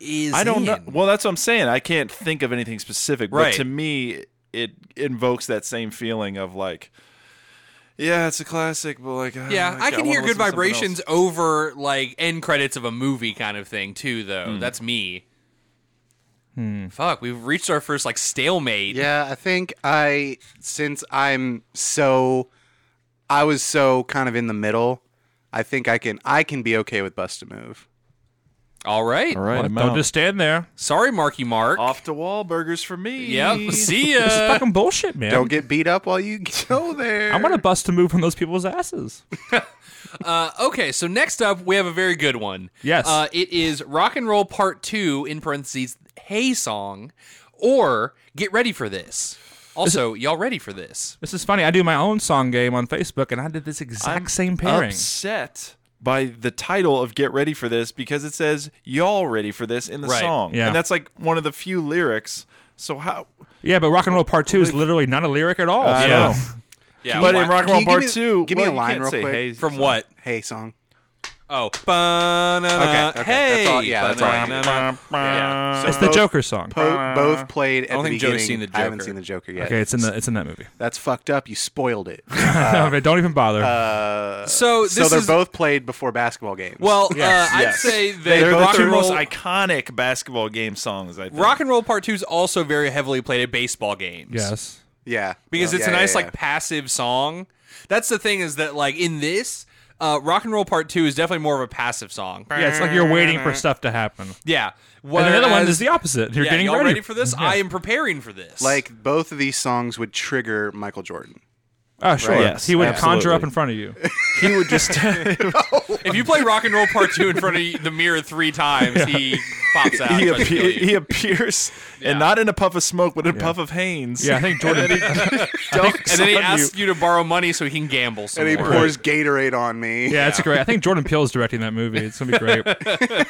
[SPEAKER 1] is.
[SPEAKER 4] I don't know.
[SPEAKER 1] in.
[SPEAKER 4] Well, that's what I'm saying. I can't think of anything specific,
[SPEAKER 1] Right.
[SPEAKER 4] but to me, it invokes that same feeling of like, yeah, it's a classic, but like, ah,
[SPEAKER 1] Yeah,
[SPEAKER 4] like,
[SPEAKER 1] I can
[SPEAKER 4] wanna
[SPEAKER 1] hear
[SPEAKER 4] listen
[SPEAKER 1] good
[SPEAKER 4] to something
[SPEAKER 1] vibrations
[SPEAKER 4] else.
[SPEAKER 1] over like end credits of a movie kind of thing too, though. That's me. Fuck, we've reached our first like stalemate.
[SPEAKER 2] Yeah, I think I since I'm so I was so kind of in the middle, I think I can I can be okay with bust a move.
[SPEAKER 1] All right.
[SPEAKER 4] All right,
[SPEAKER 3] Well,
[SPEAKER 4] I'm
[SPEAKER 3] don't
[SPEAKER 4] out.
[SPEAKER 3] just stand there.
[SPEAKER 1] Sorry, Marky Mark.
[SPEAKER 4] off to Wahlburgers for me.
[SPEAKER 1] Yep. See
[SPEAKER 3] It's
[SPEAKER 1] ya.
[SPEAKER 3] fucking bullshit, man.
[SPEAKER 2] Don't get beat up while you go there.
[SPEAKER 3] I'm gonna bust a move from those people's asses.
[SPEAKER 1] Uh, okay, so next up we have a very good one.
[SPEAKER 3] Yes.
[SPEAKER 1] Uh, it is Rock and Roll Part Two in parentheses Hey Song, or Get Ready for This. Also, y'all ready for this?
[SPEAKER 3] This is funny. I do my own song game on Facebook, and I did this exact same pairing.
[SPEAKER 4] upset by the title of "Get Ready for This" because it says "Y'all ready for this" in the
[SPEAKER 1] Right.
[SPEAKER 4] song,
[SPEAKER 3] Yeah.
[SPEAKER 4] and that's like one of the few lyrics. So how?
[SPEAKER 3] Yeah, but rock and roll part two is literally not a lyric at all.
[SPEAKER 4] I
[SPEAKER 3] so-
[SPEAKER 4] know.
[SPEAKER 1] Yeah.
[SPEAKER 4] But
[SPEAKER 1] why-
[SPEAKER 4] in Rock and
[SPEAKER 2] Can
[SPEAKER 4] Roll
[SPEAKER 2] you give
[SPEAKER 4] Part
[SPEAKER 2] me-
[SPEAKER 4] Two,
[SPEAKER 2] give me
[SPEAKER 4] well,
[SPEAKER 2] a
[SPEAKER 4] you
[SPEAKER 2] line
[SPEAKER 4] can't
[SPEAKER 2] real
[SPEAKER 4] say
[SPEAKER 2] quick.
[SPEAKER 4] hey,
[SPEAKER 1] from what?
[SPEAKER 2] hey song.
[SPEAKER 1] Oh. Ba-na-na.
[SPEAKER 2] Okay, okay,
[SPEAKER 1] Hey.
[SPEAKER 2] that's all- yeah, that's all I-
[SPEAKER 1] ba-na-na. Yeah.
[SPEAKER 3] It's the Joker song.
[SPEAKER 1] uh,
[SPEAKER 2] Po- both played at
[SPEAKER 1] don't
[SPEAKER 2] the
[SPEAKER 1] think Joe's
[SPEAKER 2] beginning.
[SPEAKER 1] seen the
[SPEAKER 2] I haven't
[SPEAKER 1] Joker.
[SPEAKER 2] seen the Joker yet.
[SPEAKER 3] Okay, it's in the it's in that movie.
[SPEAKER 2] That's fucked up. You spoiled it.
[SPEAKER 1] Uh,
[SPEAKER 3] Okay, Don't even bother.
[SPEAKER 1] So this
[SPEAKER 2] so they're
[SPEAKER 1] is
[SPEAKER 2] both played before basketball games.
[SPEAKER 1] well. uh, I'd say that
[SPEAKER 4] They're the
[SPEAKER 1] Rock
[SPEAKER 4] two
[SPEAKER 1] and Roll
[SPEAKER 4] most iconic basketball game songs. I think.
[SPEAKER 1] Rock and Roll Part Two is also very heavily played at baseball games.
[SPEAKER 3] yes.
[SPEAKER 2] yeah,
[SPEAKER 1] because it's
[SPEAKER 2] Yeah,
[SPEAKER 1] a nice
[SPEAKER 2] yeah,
[SPEAKER 1] like passive song. That's the thing is that like in this uh, rock and roll part two is definitely more of a passive song.
[SPEAKER 3] Yeah, it's like you're waiting for stuff to happen.
[SPEAKER 1] Yeah,
[SPEAKER 3] And the other one
[SPEAKER 1] whereas-
[SPEAKER 3] is the opposite. You're
[SPEAKER 1] yeah,
[SPEAKER 3] getting
[SPEAKER 1] y'all ready.
[SPEAKER 3] ready.
[SPEAKER 1] for this. I am preparing for this.
[SPEAKER 2] like both of these songs would trigger Michael Jordan.
[SPEAKER 3] Oh, sure.
[SPEAKER 4] Right, yes,
[SPEAKER 3] he would conjure
[SPEAKER 4] absolutely.
[SPEAKER 3] up in front of you.
[SPEAKER 4] he would just
[SPEAKER 1] if you play rock and roll part two in front of the mirror three times, he pops out.
[SPEAKER 4] he,
[SPEAKER 1] and tries to
[SPEAKER 4] appe-
[SPEAKER 1] kill you.
[SPEAKER 4] he appears, and not in a puff of smoke, but in a puff of Hanes.
[SPEAKER 3] Yeah, I think
[SPEAKER 1] and
[SPEAKER 3] Jordan.
[SPEAKER 1] then he asks you. to borrow money so he can gamble. Some
[SPEAKER 2] And he
[SPEAKER 1] more.
[SPEAKER 2] pours Gatorade on me.
[SPEAKER 3] yeah, it's great. I think Jordan Peele's directing that movie. It's gonna be great. Uh,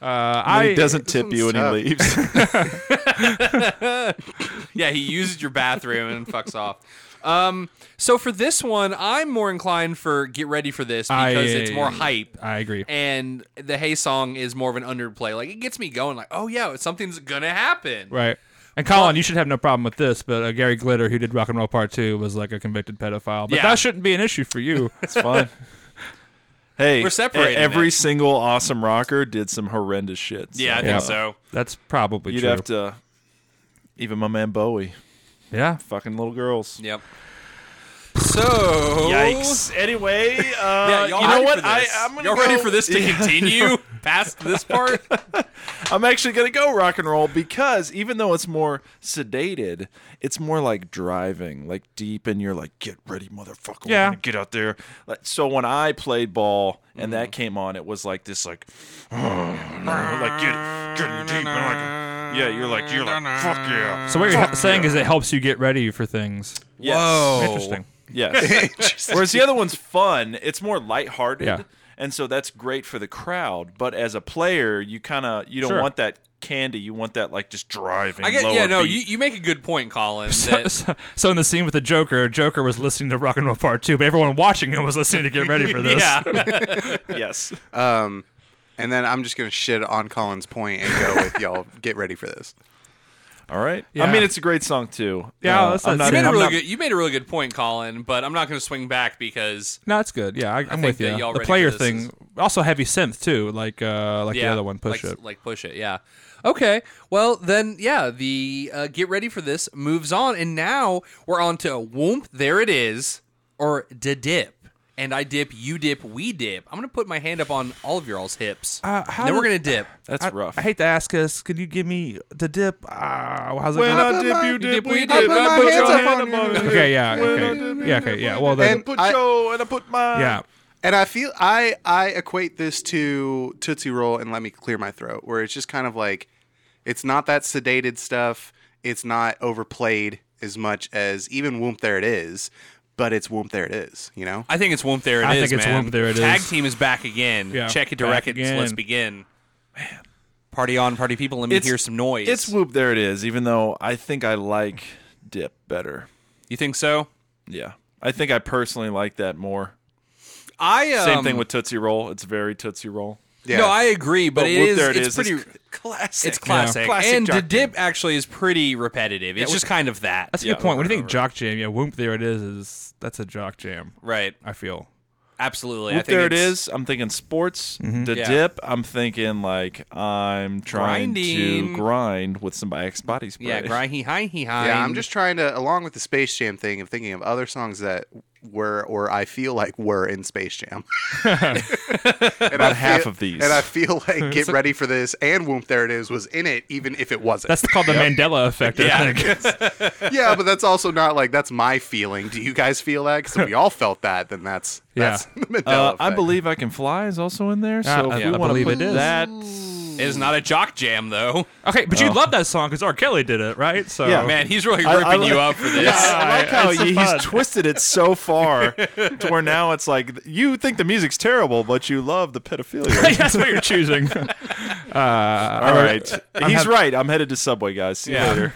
[SPEAKER 3] I
[SPEAKER 4] He doesn't tip
[SPEAKER 2] one's
[SPEAKER 4] you and he
[SPEAKER 2] tough.
[SPEAKER 4] leaves.
[SPEAKER 1] Yeah, he used your bathroom and fucks off. Um, so for this one, I'm more inclined for get ready for this because
[SPEAKER 3] I-
[SPEAKER 1] it's more hype.
[SPEAKER 3] I agree.
[SPEAKER 1] And the Hey song is more of an underplay. Like it gets me going. Like oh yeah, something's gonna happen.
[SPEAKER 3] Right. And Colin, you should have no problem with this, but uh, Gary Glitter, who did Rock and Roll Part Two, was like a convicted pedophile. But
[SPEAKER 1] Yeah.
[SPEAKER 3] that shouldn't be an issue for you.
[SPEAKER 4] It's fine. Hey,
[SPEAKER 1] We're separating
[SPEAKER 4] e- Every
[SPEAKER 1] it.
[SPEAKER 4] single awesome rocker did some horrendous shit. so
[SPEAKER 1] Yeah, I think
[SPEAKER 3] Yeah.
[SPEAKER 1] so.
[SPEAKER 3] That's probably
[SPEAKER 4] You'd
[SPEAKER 3] true.
[SPEAKER 4] have to. Even my man Bowie,
[SPEAKER 3] yeah.
[SPEAKER 4] fucking little girls.
[SPEAKER 1] Yep. So
[SPEAKER 4] Yikes. Anyway, uh,
[SPEAKER 1] Yeah, y'all
[SPEAKER 4] you know
[SPEAKER 1] ready
[SPEAKER 4] what?
[SPEAKER 1] For
[SPEAKER 4] I,
[SPEAKER 1] this?
[SPEAKER 4] I'm gonna
[SPEAKER 1] y'all
[SPEAKER 4] go,
[SPEAKER 1] ready for this to continue past this part?
[SPEAKER 4] I'm actually gonna go rock and roll because even though it's more sedated, it's more like driving, like deep, and you're like, get ready, motherfucker, we're
[SPEAKER 3] Yeah.
[SPEAKER 4] gonna get out there. Like, So when I played ball and that came on, it was like this, like, like get getting deep, and like, yeah, you're like, you're like, fuck yeah,
[SPEAKER 3] So what you're he- saying is it helps you get ready for things.
[SPEAKER 4] yes.
[SPEAKER 1] Whoa.
[SPEAKER 3] Interesting.
[SPEAKER 4] Yes. Whereas the other one's fun, it's more lighthearted.
[SPEAKER 3] Yeah.
[SPEAKER 4] And so that's great for the crowd, but as a player, you kind of you don't
[SPEAKER 3] Sure.
[SPEAKER 4] want that candy. You want that like just driving.
[SPEAKER 1] I get.
[SPEAKER 4] lower
[SPEAKER 1] Yeah, no,
[SPEAKER 4] beat.
[SPEAKER 1] you, you make a good point, Colin. That,
[SPEAKER 3] So, so in the scene with the Joker, Joker was listening to Rock and Roll Part Two, but everyone watching him was listening to Get Ready for This.
[SPEAKER 1] yeah.
[SPEAKER 4] yes.
[SPEAKER 2] And then I'm just gonna shit on Colin's point and go with y'all. Get ready for this.
[SPEAKER 4] All right.
[SPEAKER 3] Yeah.
[SPEAKER 4] I mean, it's a great song too. Uh,
[SPEAKER 3] Yeah, that's
[SPEAKER 4] I'm
[SPEAKER 3] not-
[SPEAKER 1] You
[SPEAKER 4] not,
[SPEAKER 1] made a
[SPEAKER 4] I'm
[SPEAKER 1] really
[SPEAKER 4] not-
[SPEAKER 1] good. You made a really good point, Colin. But I'm not going to swing back because
[SPEAKER 3] No, it's good. Yeah, I, I'm
[SPEAKER 1] think
[SPEAKER 3] with
[SPEAKER 1] that
[SPEAKER 3] you.
[SPEAKER 1] y'all
[SPEAKER 3] The
[SPEAKER 1] ready
[SPEAKER 3] player
[SPEAKER 1] for this
[SPEAKER 3] thing,
[SPEAKER 1] is-
[SPEAKER 3] also heavy synth too, like uh, like the other one, Push
[SPEAKER 1] like,
[SPEAKER 3] It.
[SPEAKER 1] like push it. Yeah. Okay. Well, then, yeah. The uh, get ready for this moves on, and now we're on to whoomp. There it is, or da dip. And I dip, you dip, we dip. I'm gonna put my hand up on all of your all's hips.
[SPEAKER 3] Uh, how
[SPEAKER 1] then we're gonna
[SPEAKER 3] did-
[SPEAKER 1] dip.
[SPEAKER 4] That's rough.
[SPEAKER 3] I hate to ask us. Could you give me the dip? Ah, how's it
[SPEAKER 4] when
[SPEAKER 3] going?
[SPEAKER 4] I dip,
[SPEAKER 2] my-
[SPEAKER 4] you dip,
[SPEAKER 1] dip,
[SPEAKER 4] we
[SPEAKER 1] we
[SPEAKER 4] dip.
[SPEAKER 1] dip.
[SPEAKER 2] I put
[SPEAKER 4] I put
[SPEAKER 2] my
[SPEAKER 4] your
[SPEAKER 2] hands
[SPEAKER 4] hand
[SPEAKER 2] up on
[SPEAKER 4] above
[SPEAKER 2] you.
[SPEAKER 4] it.
[SPEAKER 3] Okay, yeah,
[SPEAKER 4] When I
[SPEAKER 3] okay.
[SPEAKER 4] dip,
[SPEAKER 3] Yeah,
[SPEAKER 4] you
[SPEAKER 3] okay,
[SPEAKER 4] dip,
[SPEAKER 3] yeah.
[SPEAKER 4] we
[SPEAKER 3] Well,
[SPEAKER 4] dip.
[SPEAKER 3] then-
[SPEAKER 4] And put
[SPEAKER 2] I-
[SPEAKER 4] your and I put mine.
[SPEAKER 3] Yeah,
[SPEAKER 2] And I feel I I equate this to Tootsie Roll and Let Me Clear My Throat, where it's just kind of like it's not that sedated stuff. It's not overplayed as much as even Whoomp There It Is, but it's Whoomp There It Is, you know?
[SPEAKER 1] I think it's whoomp. There it is.
[SPEAKER 3] I think it's
[SPEAKER 1] man.
[SPEAKER 3] whoomp, there it
[SPEAKER 1] Tag
[SPEAKER 3] is.
[SPEAKER 1] team is back again.
[SPEAKER 3] Yeah,
[SPEAKER 1] Check it to
[SPEAKER 3] back
[SPEAKER 1] wreck it. So
[SPEAKER 3] again.
[SPEAKER 1] let's begin. Man, party on, party people. Let me
[SPEAKER 4] It's-
[SPEAKER 1] hear some noise.
[SPEAKER 4] It's whoop. There it is. Even though I think I like dip better.
[SPEAKER 1] you think so?
[SPEAKER 4] Yeah. I think I personally like that more.
[SPEAKER 1] I um,
[SPEAKER 4] Same thing with Tootsie Roll. It's very Tootsie Roll.
[SPEAKER 2] Yeah.
[SPEAKER 1] No, I agree, but,
[SPEAKER 4] But
[SPEAKER 1] it
[SPEAKER 4] Whoop,
[SPEAKER 1] is.
[SPEAKER 4] There It
[SPEAKER 1] it's
[SPEAKER 4] Is is
[SPEAKER 1] pretty.
[SPEAKER 4] Classic.
[SPEAKER 1] It's classic.
[SPEAKER 4] Classic
[SPEAKER 1] and the
[SPEAKER 4] Jock
[SPEAKER 1] dip actually is pretty repetitive. It's just kind of that.
[SPEAKER 3] that's a good point. What do you think, jock jam? Yeah, whoop. There it is. Is that's a jock jam?
[SPEAKER 1] Right.
[SPEAKER 3] I feel.
[SPEAKER 1] Absolutely. I
[SPEAKER 4] Whoop,
[SPEAKER 1] think
[SPEAKER 4] there it
[SPEAKER 1] it's-
[SPEAKER 4] is. I'm thinking sports. The
[SPEAKER 1] Yeah.
[SPEAKER 4] dip. I'm thinking like I'm trying
[SPEAKER 1] Grinding.
[SPEAKER 4] to grind with some Axe body spray.
[SPEAKER 1] Yeah, grind he high he high.
[SPEAKER 2] Yeah, I'm just trying to, along with the Space Jam thing, of thinking of other songs that were or I feel like were in Space Jam. and
[SPEAKER 4] About
[SPEAKER 2] I
[SPEAKER 4] half
[SPEAKER 2] feel-
[SPEAKER 4] of these.
[SPEAKER 2] And I feel like Get Ready for This and Whoop There It Is was in it, even if it wasn't.
[SPEAKER 3] That's called the Mandela effect. I
[SPEAKER 1] Yeah.
[SPEAKER 3] think.
[SPEAKER 2] yeah, but that's also not like that's my feeling. Do you guys feel that? Because we all felt that, then that's
[SPEAKER 3] Yeah.
[SPEAKER 2] that's the Mandela
[SPEAKER 4] Uh, I
[SPEAKER 2] effect.
[SPEAKER 4] believe I can fly is also in there. So
[SPEAKER 3] Ah,
[SPEAKER 4] if
[SPEAKER 3] I-
[SPEAKER 4] we
[SPEAKER 3] I
[SPEAKER 4] want to
[SPEAKER 3] believe
[SPEAKER 4] put
[SPEAKER 3] it is.
[SPEAKER 4] that,
[SPEAKER 1] It is not a jock jam though.
[SPEAKER 3] Okay, but you love that song because R. Kelly did it, right? So
[SPEAKER 4] Yeah.
[SPEAKER 1] Oh. Man, he's really
[SPEAKER 4] I-
[SPEAKER 1] ripping
[SPEAKER 4] I
[SPEAKER 1] you
[SPEAKER 4] li-
[SPEAKER 1] up for this.
[SPEAKER 4] I like how
[SPEAKER 3] it's
[SPEAKER 4] he-
[SPEAKER 3] fun.
[SPEAKER 4] he's twisted it so far to where now it's like you think the music's terrible, but you love the pedophilia.
[SPEAKER 3] that's what you're choosing. Uh,
[SPEAKER 4] All right, he's
[SPEAKER 3] hap-
[SPEAKER 4] right. I'm headed to Subway, guys. See
[SPEAKER 1] Yeah.
[SPEAKER 4] you later.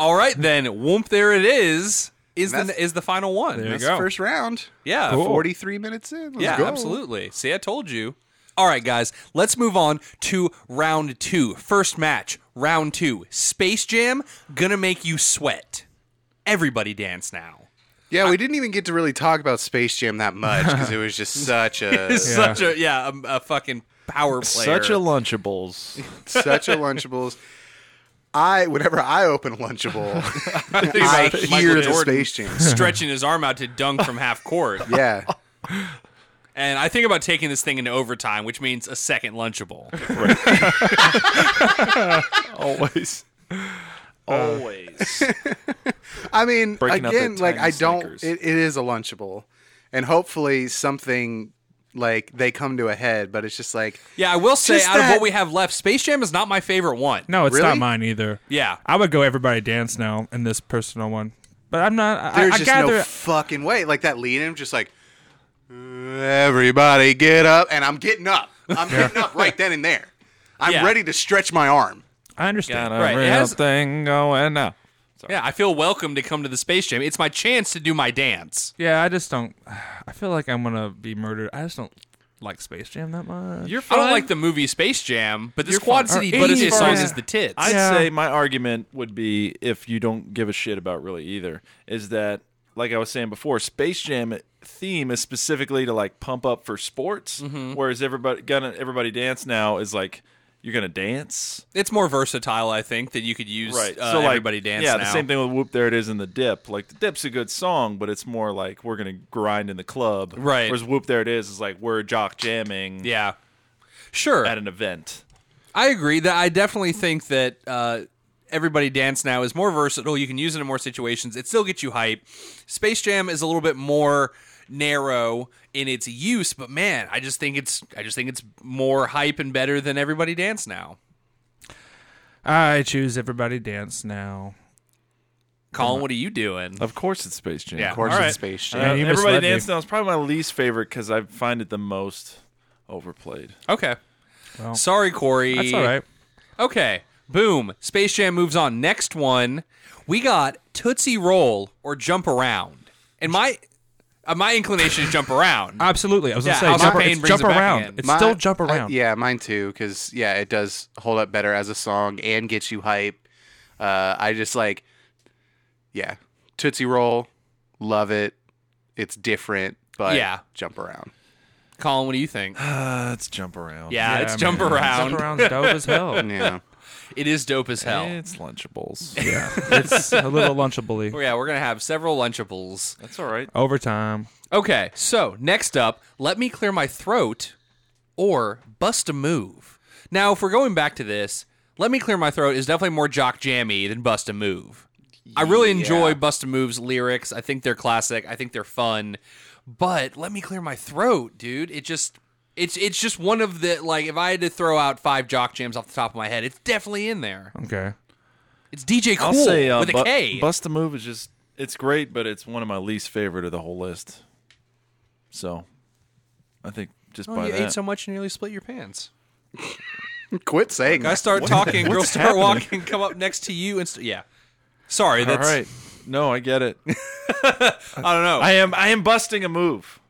[SPEAKER 1] All right then, whoomp there it is. Is
[SPEAKER 2] That's-
[SPEAKER 1] the is the final one.
[SPEAKER 3] There you
[SPEAKER 2] that's
[SPEAKER 3] go.
[SPEAKER 2] the first round.
[SPEAKER 1] Yeah.
[SPEAKER 3] Cool.
[SPEAKER 2] 43 minutes in. Let's
[SPEAKER 1] Yeah,
[SPEAKER 2] go.
[SPEAKER 1] absolutely. See, I told you. All right, guys, let's move on to round two. First match, round two. Space Jam, gonna make you sweat. Everybody dance now.
[SPEAKER 2] Yeah, we didn't even get to really talk about Space Jam that much because it was just such a
[SPEAKER 1] It's such a yeah, a, a fucking power player.
[SPEAKER 4] Such a Lunchables.
[SPEAKER 2] such a Lunchables. I whenever I open Lunchable,
[SPEAKER 1] Think about
[SPEAKER 2] I
[SPEAKER 1] it.
[SPEAKER 2] hear the
[SPEAKER 1] Jordan
[SPEAKER 2] Space Jam.
[SPEAKER 1] stretching his arm out to dunk from half court.
[SPEAKER 2] Yeah,
[SPEAKER 1] And I think about taking this thing into overtime, which means a second lunchable.
[SPEAKER 4] Always. Always.
[SPEAKER 2] I mean,
[SPEAKER 4] Breaking up
[SPEAKER 2] again,
[SPEAKER 4] at
[SPEAKER 2] like
[SPEAKER 4] tiny
[SPEAKER 2] I don't.
[SPEAKER 4] Snickers.
[SPEAKER 2] It, it is a Lunchable, and hopefully something like they come to a head. But it's just like
[SPEAKER 1] Yeah, I will say,
[SPEAKER 2] Just
[SPEAKER 1] out of
[SPEAKER 2] that-
[SPEAKER 1] what we have left, Space Jam is not my favorite one.
[SPEAKER 3] no, it's
[SPEAKER 2] Really?
[SPEAKER 3] not mine either.
[SPEAKER 1] Yeah.
[SPEAKER 3] I would go everybody dance now in this personal one, but I'm not. I,
[SPEAKER 2] there's
[SPEAKER 3] I
[SPEAKER 2] just
[SPEAKER 3] gather.
[SPEAKER 2] no fucking way. Like that lead in, just like everybody get up, and I'm getting up. I'm getting up right then and there. I'm
[SPEAKER 1] Yeah.
[SPEAKER 2] ready to stretch my arm.
[SPEAKER 3] I understand.
[SPEAKER 4] Got a
[SPEAKER 1] Right, it
[SPEAKER 4] real
[SPEAKER 1] has-
[SPEAKER 4] thing going now.
[SPEAKER 1] Yeah, I feel welcome to come to the Space Jam. It's my chance to do my dance.
[SPEAKER 3] Yeah, I just don't. I feel like I'm gonna be murdered. I just don't like Space Jam that much.
[SPEAKER 4] You're
[SPEAKER 1] I
[SPEAKER 4] fine.
[SPEAKER 1] don't like the movie Space Jam, but this
[SPEAKER 3] You're
[SPEAKER 1] Quad
[SPEAKER 3] fine.
[SPEAKER 1] City
[SPEAKER 3] Or
[SPEAKER 1] Disney
[SPEAKER 3] any
[SPEAKER 1] song
[SPEAKER 3] fine.
[SPEAKER 1] is the tits.
[SPEAKER 4] I'd
[SPEAKER 3] Yeah.
[SPEAKER 4] say my argument would be if you don't give a shit about really either is that like I was saying before, Space Jam theme is specifically to like pump up for sports,
[SPEAKER 3] Mm-hmm.
[SPEAKER 4] whereas everybody gonna everybody dance now is like you're gonna dance.
[SPEAKER 1] it's more versatile, I think, that you could use uh,
[SPEAKER 4] so like
[SPEAKER 1] everybody dance
[SPEAKER 4] Yeah,
[SPEAKER 1] now.
[SPEAKER 4] the same thing with Whoop There It Is in the Dip. Like the Dip's a good song, but it's more like we're gonna grind in the club.
[SPEAKER 1] Right.
[SPEAKER 4] Whereas Whoop There It Is is like we're jock jamming
[SPEAKER 1] Yeah. Sure.
[SPEAKER 4] at an event.
[SPEAKER 1] I agree that I definitely think that uh, everybody dance now is more versatile. You can use it in more situations. It still gets you hype. Space Jam is a little bit more narrow in its use, but man, I just think it's I just think it's more hype and better than everybody dance now.
[SPEAKER 3] I choose everybody dance now.
[SPEAKER 1] Colin, what are you doing?
[SPEAKER 4] Of course it's Space Jam.
[SPEAKER 1] Yeah.
[SPEAKER 2] Of course,
[SPEAKER 1] All right.
[SPEAKER 2] it's Space Jam.
[SPEAKER 3] Man,
[SPEAKER 4] Uh,
[SPEAKER 3] you
[SPEAKER 4] Everybody
[SPEAKER 3] misled me.
[SPEAKER 4] Dance Now is probably my least favorite because I find it the most overplayed.
[SPEAKER 1] Okay. Sorry, Corey.
[SPEAKER 3] That's all right.
[SPEAKER 1] Okay. Boom. Space Jam moves on. Next one, we got Tootsie Roll or Jump Around. And my uh, my inclination is Jump Around.
[SPEAKER 3] Absolutely. I was
[SPEAKER 1] Yeah,
[SPEAKER 3] gonna
[SPEAKER 1] House
[SPEAKER 3] say
[SPEAKER 1] of
[SPEAKER 3] jump,
[SPEAKER 1] Pain
[SPEAKER 3] it's
[SPEAKER 1] brings
[SPEAKER 3] jump
[SPEAKER 1] it back
[SPEAKER 3] around.
[SPEAKER 1] again.
[SPEAKER 3] It's
[SPEAKER 2] My-
[SPEAKER 3] still jump
[SPEAKER 2] I-
[SPEAKER 3] around.
[SPEAKER 2] yeah, mine too. Because yeah, it does hold up better as a song and gets you hype. Uh, I just like, yeah, Tootsie Roll, love it. It's different, but
[SPEAKER 1] Yeah.
[SPEAKER 2] jump around.
[SPEAKER 1] Colin, what do you think?
[SPEAKER 4] Uh, it's Jump Around.
[SPEAKER 1] Yeah,
[SPEAKER 3] Yeah,
[SPEAKER 1] it's
[SPEAKER 3] man.
[SPEAKER 1] jump around.
[SPEAKER 3] Jump around's dope as hell.
[SPEAKER 2] Yeah,
[SPEAKER 1] It is dope as hell.
[SPEAKER 4] It's Lunchables.
[SPEAKER 3] yeah, it's a little lunchable.
[SPEAKER 1] yeah, we're gonna have several lunchables.
[SPEAKER 4] That's all right.
[SPEAKER 3] Overtime.
[SPEAKER 1] Okay, so next up, let me clear my throat or bust a move. Now, if we're going back to this, let me clear my throat is definitely more jock jammy than bust a move. I really enjoy bust a move's lyrics. I think they're classic. I think they're fun. But let me clear my throat, dude. It just it's it's just one of the like if I had to throw out five jock jams off the top of my head, it's definitely in there.
[SPEAKER 3] Okay.
[SPEAKER 1] It's DJ Cool
[SPEAKER 4] I'll say uh,
[SPEAKER 1] with a K.
[SPEAKER 4] Bu- Bust a Move is just, it's great, but it's one of my least favorite of the whole list. So I think just
[SPEAKER 1] Oh,
[SPEAKER 4] by
[SPEAKER 1] you
[SPEAKER 4] that.
[SPEAKER 1] ate so much you nearly split your pants.
[SPEAKER 2] quit saying
[SPEAKER 1] Guys
[SPEAKER 2] that.
[SPEAKER 1] start talking, girls
[SPEAKER 4] what's
[SPEAKER 1] start
[SPEAKER 4] happening?
[SPEAKER 1] walking, come up next to you and st- yeah. Sorry,
[SPEAKER 4] all
[SPEAKER 1] that's
[SPEAKER 4] right. No, I get it.
[SPEAKER 1] I don't know.
[SPEAKER 4] I am I am busting a move.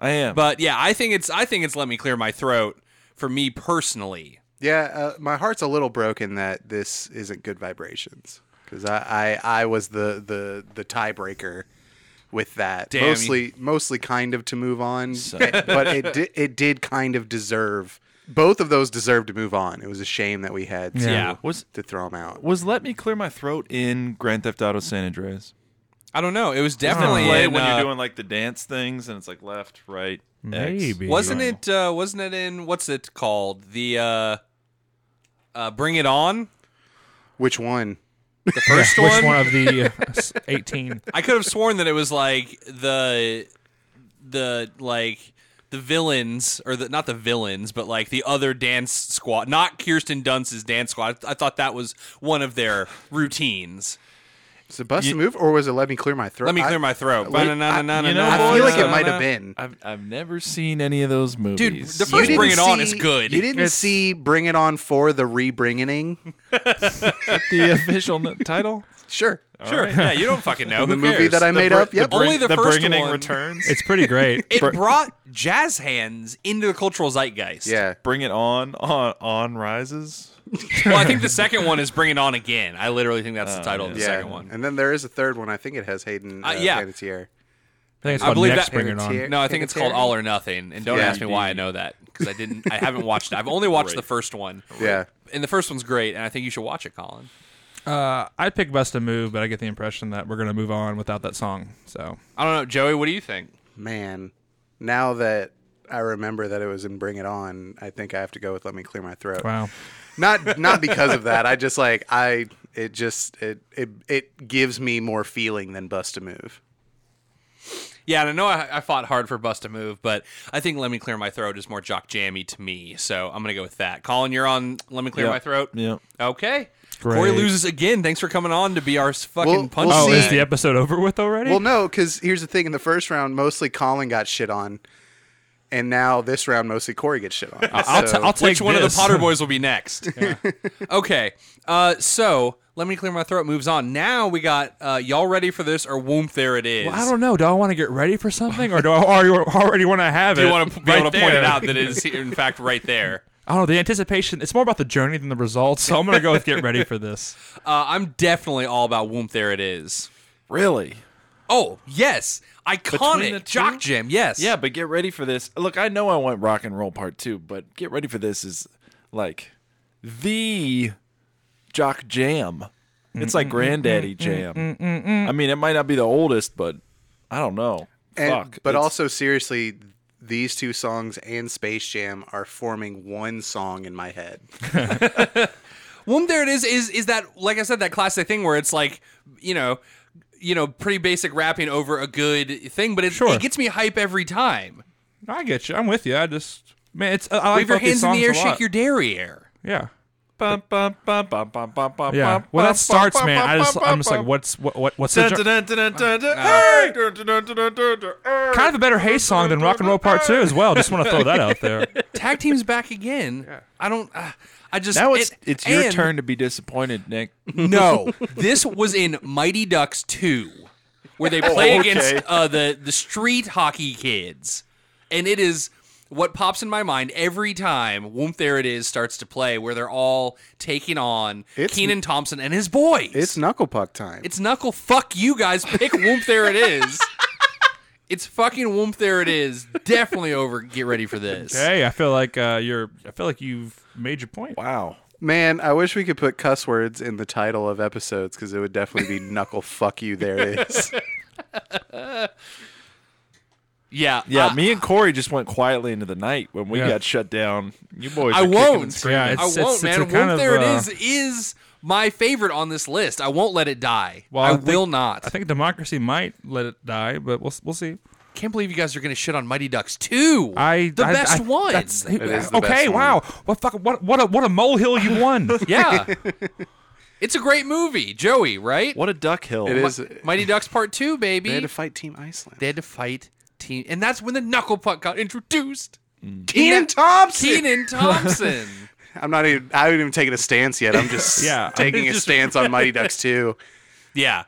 [SPEAKER 4] I am.
[SPEAKER 1] but yeah, I think it's I think it's let me clear my throat for me personally.
[SPEAKER 2] Yeah, uh, my heart's a little broken that this isn't good vibrations because I, I I was the the the tiebreaker with that.
[SPEAKER 1] Damn, you-
[SPEAKER 2] mostly, mostly kind of to move on, but it di- it did kind of deserve. Both of those deserved to move on. It was a shame that we had to,
[SPEAKER 3] Yeah.
[SPEAKER 4] Was
[SPEAKER 2] to throw them out.
[SPEAKER 4] was Let Me Clear My Throat in Grand Theft Auto San Andreas?
[SPEAKER 1] I don't know. It was
[SPEAKER 4] Play
[SPEAKER 1] definitely in,
[SPEAKER 4] when
[SPEAKER 1] uh,
[SPEAKER 4] you're doing like the dance things and it's like left, right, X.
[SPEAKER 3] Maybe.
[SPEAKER 1] Wasn't it? Uh, wasn't it in what's it called? The uh, uh, Bring It On,
[SPEAKER 2] Which one?
[SPEAKER 1] the first
[SPEAKER 3] Which
[SPEAKER 1] one.
[SPEAKER 3] one of the uh, 18?
[SPEAKER 1] I could have sworn that it was like the the like the villains or the not the villains, but like the other dance squad, not Kirsten Dunst's dance squad. I, I thought that was one of their routines.
[SPEAKER 2] Was it bust a move or was it let me clear my throat?
[SPEAKER 1] Let me
[SPEAKER 2] I-
[SPEAKER 1] clear my throat.
[SPEAKER 2] I-
[SPEAKER 1] Ba-na-na-na-na-na.
[SPEAKER 4] you know,
[SPEAKER 2] I feel
[SPEAKER 4] boys,
[SPEAKER 2] like it
[SPEAKER 4] uh,
[SPEAKER 2] might have been.
[SPEAKER 4] I've I've never seen any of those movies.
[SPEAKER 1] the first-
[SPEAKER 2] You
[SPEAKER 1] Bring
[SPEAKER 2] didn't
[SPEAKER 1] It On is good.
[SPEAKER 2] You didn't
[SPEAKER 3] It's-
[SPEAKER 2] see Bring It On for the rebringing.
[SPEAKER 4] the official n- title.
[SPEAKER 2] Sure.
[SPEAKER 1] Sure. Yeah, you don't fucking know.
[SPEAKER 2] The
[SPEAKER 1] Who
[SPEAKER 2] movie
[SPEAKER 1] cares?
[SPEAKER 2] that I made
[SPEAKER 4] br-
[SPEAKER 2] up. Yep.
[SPEAKER 1] Only the first
[SPEAKER 4] Bringing
[SPEAKER 1] one.
[SPEAKER 4] returns.
[SPEAKER 3] It's pretty great.
[SPEAKER 1] it brought jazz hands into the cultural zeitgeist.
[SPEAKER 2] yeah.
[SPEAKER 4] Bring it on, on, on rises.
[SPEAKER 1] Well, I think the second one is Bring It On Again. I literally think that's the title of the
[SPEAKER 2] Oh, yeah.
[SPEAKER 1] second one.
[SPEAKER 2] And then there is a third one. I think it has Hayden
[SPEAKER 1] Uh,
[SPEAKER 2] uh,
[SPEAKER 1] yeah.
[SPEAKER 2] Panettiere.
[SPEAKER 3] I think it's
[SPEAKER 1] I
[SPEAKER 3] called
[SPEAKER 1] believe
[SPEAKER 3] Next
[SPEAKER 1] that-
[SPEAKER 3] Bring It On.
[SPEAKER 2] Panettiere-
[SPEAKER 1] No, I think it's called
[SPEAKER 2] Panettiere?
[SPEAKER 1] All or Nothing, and don't
[SPEAKER 2] Yeah.
[SPEAKER 1] ask me why I know that because I didn't. I haven't watched it. I've only watched the first one.
[SPEAKER 2] Yeah.
[SPEAKER 1] and the first one's great, and I think you should watch it, Colin.
[SPEAKER 3] Uh, I'd pick Best to Move, but I get the impression that we're going to move on without that song. So
[SPEAKER 1] I don't know, Joey. What do you think?
[SPEAKER 2] Man, now that I remember that it was in Bring It On, I think I have to go with Let Me Clear My Throat.
[SPEAKER 3] Wow.
[SPEAKER 2] Not not because of that. I just like I it just it it it gives me more feeling than Bust a Move.
[SPEAKER 1] Yeah, and I know I, I fought hard for Bust a Move, but I think Let Me Clear My Throat is more jock jammy to me, so I'm gonna go with that. Colin, you're on Let Me Clear
[SPEAKER 4] Yep.
[SPEAKER 1] My Throat.
[SPEAKER 4] Yep.
[SPEAKER 1] Okay.
[SPEAKER 3] Great.
[SPEAKER 1] Corey loses again. Thanks for coming on to be our s- fucking
[SPEAKER 2] We'll-
[SPEAKER 1] punch.
[SPEAKER 2] we'll
[SPEAKER 3] Oh,
[SPEAKER 2] See-
[SPEAKER 3] is the episode over with already?
[SPEAKER 2] Well, no, because here's the thing: in the first round, mostly Colin got shit on, and now this round, mostly Corey gets shit on.
[SPEAKER 3] I'll, t-
[SPEAKER 2] So-
[SPEAKER 3] I'll take
[SPEAKER 1] Which one of
[SPEAKER 3] this.
[SPEAKER 1] the Potter boys will be next? Okay. Uh, so let me clear my throat. Moves on. Now we got uh, y'all ready for this or whoomp? There it is.
[SPEAKER 3] Well, I don't know. Do I want to get ready for something, or do I or you already want to have
[SPEAKER 1] Do
[SPEAKER 3] it?
[SPEAKER 1] you want to be
[SPEAKER 3] right
[SPEAKER 1] able to point
[SPEAKER 3] there?
[SPEAKER 1] it out that it is in fact right there?
[SPEAKER 3] I don't know. The anticipation. It's more about the journey than the results. So I'm going to go with get ready for this.
[SPEAKER 1] Uh, I'm definitely all about whoomp. There it is.
[SPEAKER 4] Really?
[SPEAKER 1] Oh yes,
[SPEAKER 4] Between the
[SPEAKER 1] iconic
[SPEAKER 4] two?
[SPEAKER 1] jock jam. Yes.
[SPEAKER 4] Yeah, but get ready for this. Look, I know I want rock and roll part two, but get ready for this is like the jock jam. It's like granddaddy jam. I mean, it might not be the oldest, but I don't know.
[SPEAKER 2] And-
[SPEAKER 4] Fuck.
[SPEAKER 2] But
[SPEAKER 4] It's-
[SPEAKER 2] also, seriously, these two songs and Space Jam are forming one song in my head.
[SPEAKER 1] Whoomp. There it is. Is is that like I said that classic thing where it's like you know. You know, pretty basic rapping over a good thing, but it,
[SPEAKER 3] Sure.
[SPEAKER 1] it gets me hype every time.
[SPEAKER 3] I get you. I'm with you. I just man, it's I like
[SPEAKER 1] Wave your
[SPEAKER 3] both these
[SPEAKER 1] hands in the
[SPEAKER 3] songs
[SPEAKER 1] air,
[SPEAKER 3] a lot.
[SPEAKER 1] shake your derriere.
[SPEAKER 3] yeah.
[SPEAKER 4] Bum, bum, bum, bum, bum, bum, bum,
[SPEAKER 3] Yeah.
[SPEAKER 4] bum,
[SPEAKER 3] Well,
[SPEAKER 4] bum,
[SPEAKER 3] that starts,
[SPEAKER 4] bum,
[SPEAKER 3] man.
[SPEAKER 4] bum,
[SPEAKER 3] I just,
[SPEAKER 4] bum,
[SPEAKER 3] I'm just
[SPEAKER 4] bum,
[SPEAKER 3] like,
[SPEAKER 4] bum.
[SPEAKER 3] what's, what, what what's the
[SPEAKER 4] Dun,
[SPEAKER 3] jo-
[SPEAKER 4] dun, dun, dun, dun, dun, hey! Dun, dun, dun, dun, dun, dun, hey!
[SPEAKER 3] kind of a better Hay song than Rock and Roll Part Two as well. Just want to throw that out there.
[SPEAKER 1] Tag team's back again. I don't. Uh, I just
[SPEAKER 4] Now it's
[SPEAKER 1] it-
[SPEAKER 4] it's your
[SPEAKER 1] and-
[SPEAKER 4] turn to be disappointed, Nick.
[SPEAKER 1] No, this was in Mighty Ducks Two, where they play
[SPEAKER 4] Oh, okay.
[SPEAKER 1] against uh, the the street hockey kids, and it is what pops in my mind every time. Whoomp! There it is starts to play, where they're all taking on
[SPEAKER 2] It's-
[SPEAKER 1] Keenan Thompson and his boys.
[SPEAKER 2] It's knuckle puck time.
[SPEAKER 1] It's knuckle. Fuck you guys. Pick Whoomp! There it is. It's fucking Whoomp! There it is. Definitely over. Get ready for this.
[SPEAKER 3] Hey, I feel like uh, you're. I feel like you've made your point.
[SPEAKER 4] Wow.
[SPEAKER 2] Man, I wish we could put cuss words in the title of episodes because it would definitely be knuckle fuck you. There it is.
[SPEAKER 1] Yeah.
[SPEAKER 4] Yeah,
[SPEAKER 1] I-
[SPEAKER 4] me and Corey just went quietly into the night when we
[SPEAKER 3] Yeah.
[SPEAKER 4] got shut down. You boys,
[SPEAKER 1] I
[SPEAKER 4] were kicking and
[SPEAKER 1] won't.
[SPEAKER 4] screaming.
[SPEAKER 3] Yeah, it's-
[SPEAKER 1] I won't,
[SPEAKER 3] it's
[SPEAKER 1] man.
[SPEAKER 3] a kind
[SPEAKER 1] Won't
[SPEAKER 3] of,
[SPEAKER 1] there it
[SPEAKER 3] uh,
[SPEAKER 1] is is my favorite on this list. I won't let it die.
[SPEAKER 3] Well,
[SPEAKER 1] I,
[SPEAKER 3] I think-
[SPEAKER 1] will not.
[SPEAKER 3] I think democracy might let it die, but we'll we'll see.
[SPEAKER 1] can't believe you guys are going to shit on Mighty Ducks too.
[SPEAKER 3] I
[SPEAKER 1] the
[SPEAKER 3] I-
[SPEAKER 1] best
[SPEAKER 3] I-
[SPEAKER 1] one.
[SPEAKER 2] is
[SPEAKER 3] that's-
[SPEAKER 2] the
[SPEAKER 3] okay,
[SPEAKER 2] best one.
[SPEAKER 3] wow. What fuck? What what a what a molehill you won.
[SPEAKER 1] yeah, it's a great movie, Joey. Right?
[SPEAKER 4] What a duck hill!
[SPEAKER 2] It is.
[SPEAKER 1] Mighty Ducks Part Two, baby.
[SPEAKER 2] They had to fight Team Iceland.
[SPEAKER 1] They had to fight team, and that's when the knuckle puck got introduced.
[SPEAKER 2] Keenan Thompson.
[SPEAKER 1] Mm. Keenan Thompson.
[SPEAKER 2] I'm not even. I haven't even taken a stance yet. I'm just
[SPEAKER 3] Yeah, I'm
[SPEAKER 2] taking a stance on Mighty Ducks too.
[SPEAKER 1] yeah.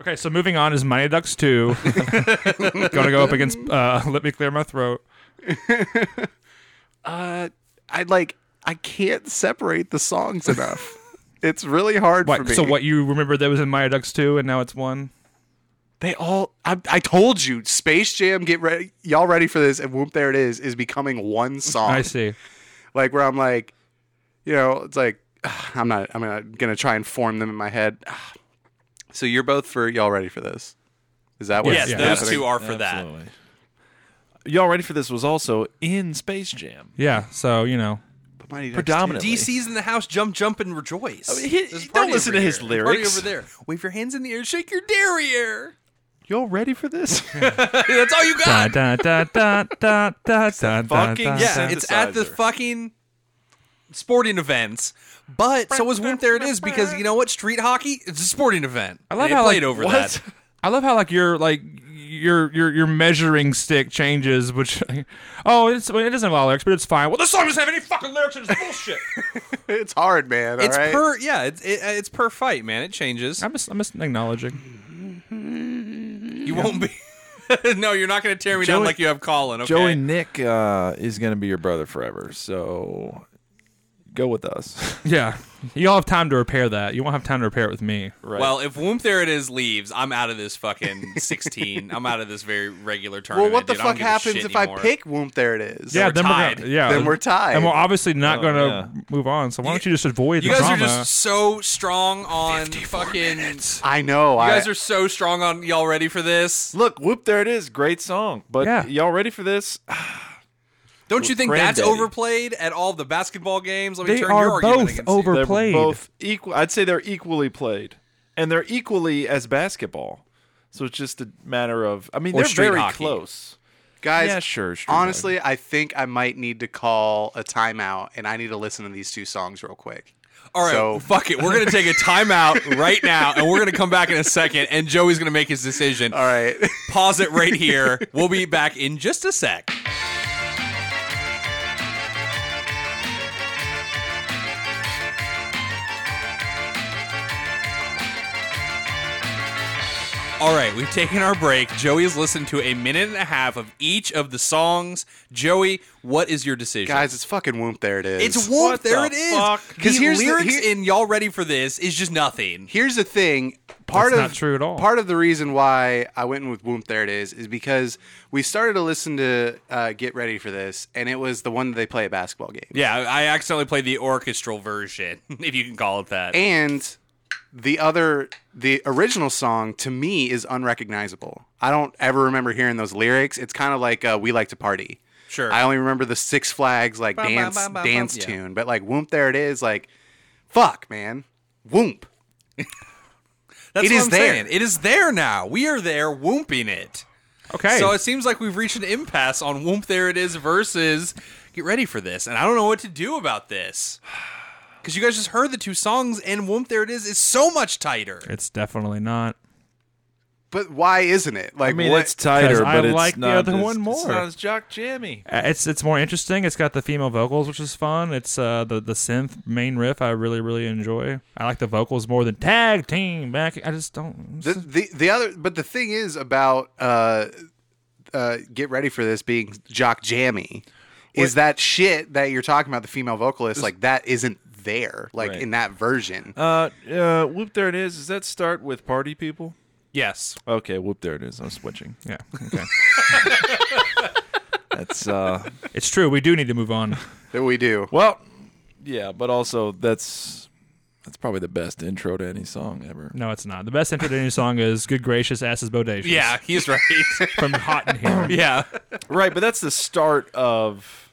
[SPEAKER 3] okay, so moving on is Mighty Ducks two. Gonna go up against. Uh, let me clear my throat.
[SPEAKER 2] Uh, I like. I can't separate the songs enough. it's really hard for
[SPEAKER 3] What,
[SPEAKER 2] me.
[SPEAKER 3] so what you remember that was in Mighty Ducks two, and now it's one.
[SPEAKER 2] They all. I, I told you, Space Jam. Get ready, y'all ready for this? And whoop, there it is. Is becoming one song.
[SPEAKER 3] I see.
[SPEAKER 2] Like where I'm like, you know, it's like ah, I'm not. I'm not gonna try and form them in my head. Ah. So you're both for y'all ready for this? Is that what?
[SPEAKER 1] Yes,
[SPEAKER 3] Yeah.
[SPEAKER 1] those two are for that.
[SPEAKER 4] Absolutely. Y'all ready for this? Was also in Space Jam.
[SPEAKER 3] Yeah. So you know.
[SPEAKER 4] Predominantly.
[SPEAKER 1] DC's in the house. Jump, jump, and rejoice.
[SPEAKER 4] mean, he-
[SPEAKER 1] There's a
[SPEAKER 4] don't
[SPEAKER 1] party
[SPEAKER 4] listen
[SPEAKER 1] over
[SPEAKER 4] to his
[SPEAKER 1] here. There's a party
[SPEAKER 4] lyrics.
[SPEAKER 1] over there. Wave your hands in the air. Shake your derriere.
[SPEAKER 4] Y'all ready for this?
[SPEAKER 1] That's all you
[SPEAKER 3] Da,
[SPEAKER 1] got.
[SPEAKER 3] da, da, da, da, da, da, da,
[SPEAKER 4] fucking
[SPEAKER 3] da.
[SPEAKER 1] Yeah, it's at the
[SPEAKER 4] synthesizer.
[SPEAKER 1] fucking sporting events. But so was Wimp. There it is because you know what? Street hockey. It's a sporting event. I
[SPEAKER 3] love
[SPEAKER 1] they
[SPEAKER 3] how,
[SPEAKER 1] played
[SPEAKER 3] like,
[SPEAKER 1] over
[SPEAKER 4] what?
[SPEAKER 1] that.
[SPEAKER 3] I love how like your like your your your measuring stick changes, which oh it's it doesn't have a lot of lyrics, but it's fine. Well, this song doesn't have any fucking lyrics. and It's bullshit.
[SPEAKER 2] It's hard, man. all
[SPEAKER 1] it's
[SPEAKER 2] right?
[SPEAKER 1] per yeah. It's it, it's per fight, man. It changes.
[SPEAKER 3] I'm just I'm just acknowledging.
[SPEAKER 1] You won't be. no, you're not going to tear me down
[SPEAKER 4] Joey-
[SPEAKER 1] like you have Colin. Okay.
[SPEAKER 4] Joey Nick uh, is going to be your brother forever, so go with us.
[SPEAKER 3] Yeah, you all have time to repair that. You won't have time to repair it with me.
[SPEAKER 4] Right.
[SPEAKER 1] Well, if Womp There It Is leaves, I'm out of this fucking 16. I'm out of this very regular
[SPEAKER 2] Well,
[SPEAKER 1] tournament.
[SPEAKER 2] what the
[SPEAKER 1] dude. I don't
[SPEAKER 2] fuck
[SPEAKER 1] give a
[SPEAKER 2] happens
[SPEAKER 1] shit
[SPEAKER 2] if
[SPEAKER 1] anymore.
[SPEAKER 2] I pick Whoop? There it is.
[SPEAKER 3] yeah,
[SPEAKER 1] we're
[SPEAKER 3] then
[SPEAKER 1] tied.
[SPEAKER 3] we're gonna, yeah,
[SPEAKER 2] Then we're tied.
[SPEAKER 3] and we're obviously not
[SPEAKER 4] Oh,
[SPEAKER 3] going to
[SPEAKER 4] yeah.
[SPEAKER 3] move on. So why don't you just avoid
[SPEAKER 1] You
[SPEAKER 3] the
[SPEAKER 1] guys
[SPEAKER 3] drama?
[SPEAKER 1] are just so strong on fucking.
[SPEAKER 2] I know.
[SPEAKER 1] You
[SPEAKER 2] I,
[SPEAKER 1] guys are so strong on. Y'all ready for this?
[SPEAKER 4] Look, whoop! There it is. Great song, but
[SPEAKER 3] Yeah.
[SPEAKER 4] y'all ready for this?
[SPEAKER 1] Don't you think that's
[SPEAKER 4] Granddaddy.
[SPEAKER 1] overplayed at all the basketball games? Let me
[SPEAKER 3] they
[SPEAKER 1] turn your
[SPEAKER 3] are
[SPEAKER 1] argument
[SPEAKER 3] both
[SPEAKER 1] against you.
[SPEAKER 4] They're
[SPEAKER 3] overplayed.
[SPEAKER 4] both equal. I'd say they're equally played, and they're equally as basketball. So it's just a matter of. I mean,
[SPEAKER 1] Or
[SPEAKER 4] they're
[SPEAKER 1] street
[SPEAKER 4] very
[SPEAKER 1] hockey.
[SPEAKER 4] close.
[SPEAKER 2] guys.
[SPEAKER 4] yeah, sure. street
[SPEAKER 2] Honestly, I think I might need to call a timeout, and I need to listen to these two songs real quick.
[SPEAKER 1] All right,
[SPEAKER 2] So-
[SPEAKER 1] fuck it. We're gonna take a timeout right now, and we're gonna come back in a second, and Joey's gonna make his decision.
[SPEAKER 2] All right.
[SPEAKER 1] Pause it right here. We'll be back in just a sec. All right, we've taken our break. Joey has listened to a minute and a half of each of the songs. Joey, what is your decision?
[SPEAKER 2] guys, it's fucking Whoop. There it is.
[SPEAKER 1] It's warm.
[SPEAKER 4] What
[SPEAKER 1] There
[SPEAKER 4] the
[SPEAKER 1] it
[SPEAKER 4] fuck?
[SPEAKER 1] is.
[SPEAKER 2] 'Cause
[SPEAKER 1] Because
[SPEAKER 2] here's
[SPEAKER 1] here's
[SPEAKER 2] the-
[SPEAKER 1] lyrics
[SPEAKER 2] here-
[SPEAKER 1] in "Y'all Ready for This" is just nothing.
[SPEAKER 2] Here's the thing. Part
[SPEAKER 3] That's
[SPEAKER 2] of
[SPEAKER 3] not true at all.
[SPEAKER 2] Part of the reason why I went in with Whoop. There it is is because we started to listen to uh, Get Ready for This, and it was the one that they play at basketball games.
[SPEAKER 1] Yeah, I accidentally played the orchestral version, if you can call it that.
[SPEAKER 2] and the other the original song to me is unrecognizable i don't ever remember hearing those lyrics it's kind of like uh, we like to party
[SPEAKER 1] Sure.
[SPEAKER 2] i only remember the six flags like
[SPEAKER 1] bum,
[SPEAKER 2] dance
[SPEAKER 1] bum, bum,
[SPEAKER 2] dance
[SPEAKER 1] bum. Yeah.
[SPEAKER 2] tune but like whoomp there it is like fuck man whoomp
[SPEAKER 1] That's
[SPEAKER 2] it
[SPEAKER 1] what
[SPEAKER 2] is
[SPEAKER 1] I'm
[SPEAKER 2] there.
[SPEAKER 1] saying. It is there now. We are there whooping it.
[SPEAKER 3] okay.
[SPEAKER 1] So it seems like we've reached an impasse on whoomp there it is versus get ready for this. And I don't know what to do about this. Because you guys just heard the two songs and whoomp there it is is so much tighter.
[SPEAKER 3] it's definitely not.
[SPEAKER 2] but why isn't it like
[SPEAKER 4] I mean,
[SPEAKER 2] what
[SPEAKER 4] it's tighter,
[SPEAKER 3] 'Cause I
[SPEAKER 4] but it's
[SPEAKER 3] like the
[SPEAKER 4] not
[SPEAKER 3] other
[SPEAKER 4] as-
[SPEAKER 3] one
[SPEAKER 4] It's
[SPEAKER 3] more.
[SPEAKER 4] not as jock jammy.
[SPEAKER 3] Uh, It's it's more interesting. It's got the female vocals, which is fun. It's uh, the the synth main riff. I really really enjoy. I like the vocals more than tag team back. I just don't.
[SPEAKER 2] the, the the other but the thing is about uh uh get ready for this being jock jammy is that shit that you're talking about the female vocalist like that isn't there like
[SPEAKER 4] Right.
[SPEAKER 2] in that version
[SPEAKER 4] Uh, uh, whoop! There it is. Does that start with party people?
[SPEAKER 1] Yes.
[SPEAKER 4] Okay, whoop! There it is. I'm switching.
[SPEAKER 3] Yeah. Okay.
[SPEAKER 4] That's uh.
[SPEAKER 3] it's true. We do need to move on.
[SPEAKER 2] that we do
[SPEAKER 4] Well, yeah, but also that's that's probably the best intro to any song ever.
[SPEAKER 3] No, it's not. The best intro to any song is "Good Gracious, Asses Bodacious."
[SPEAKER 1] Yeah, he's right.
[SPEAKER 3] From Hot in Here.
[SPEAKER 1] yeah.
[SPEAKER 4] Right, but that's the start of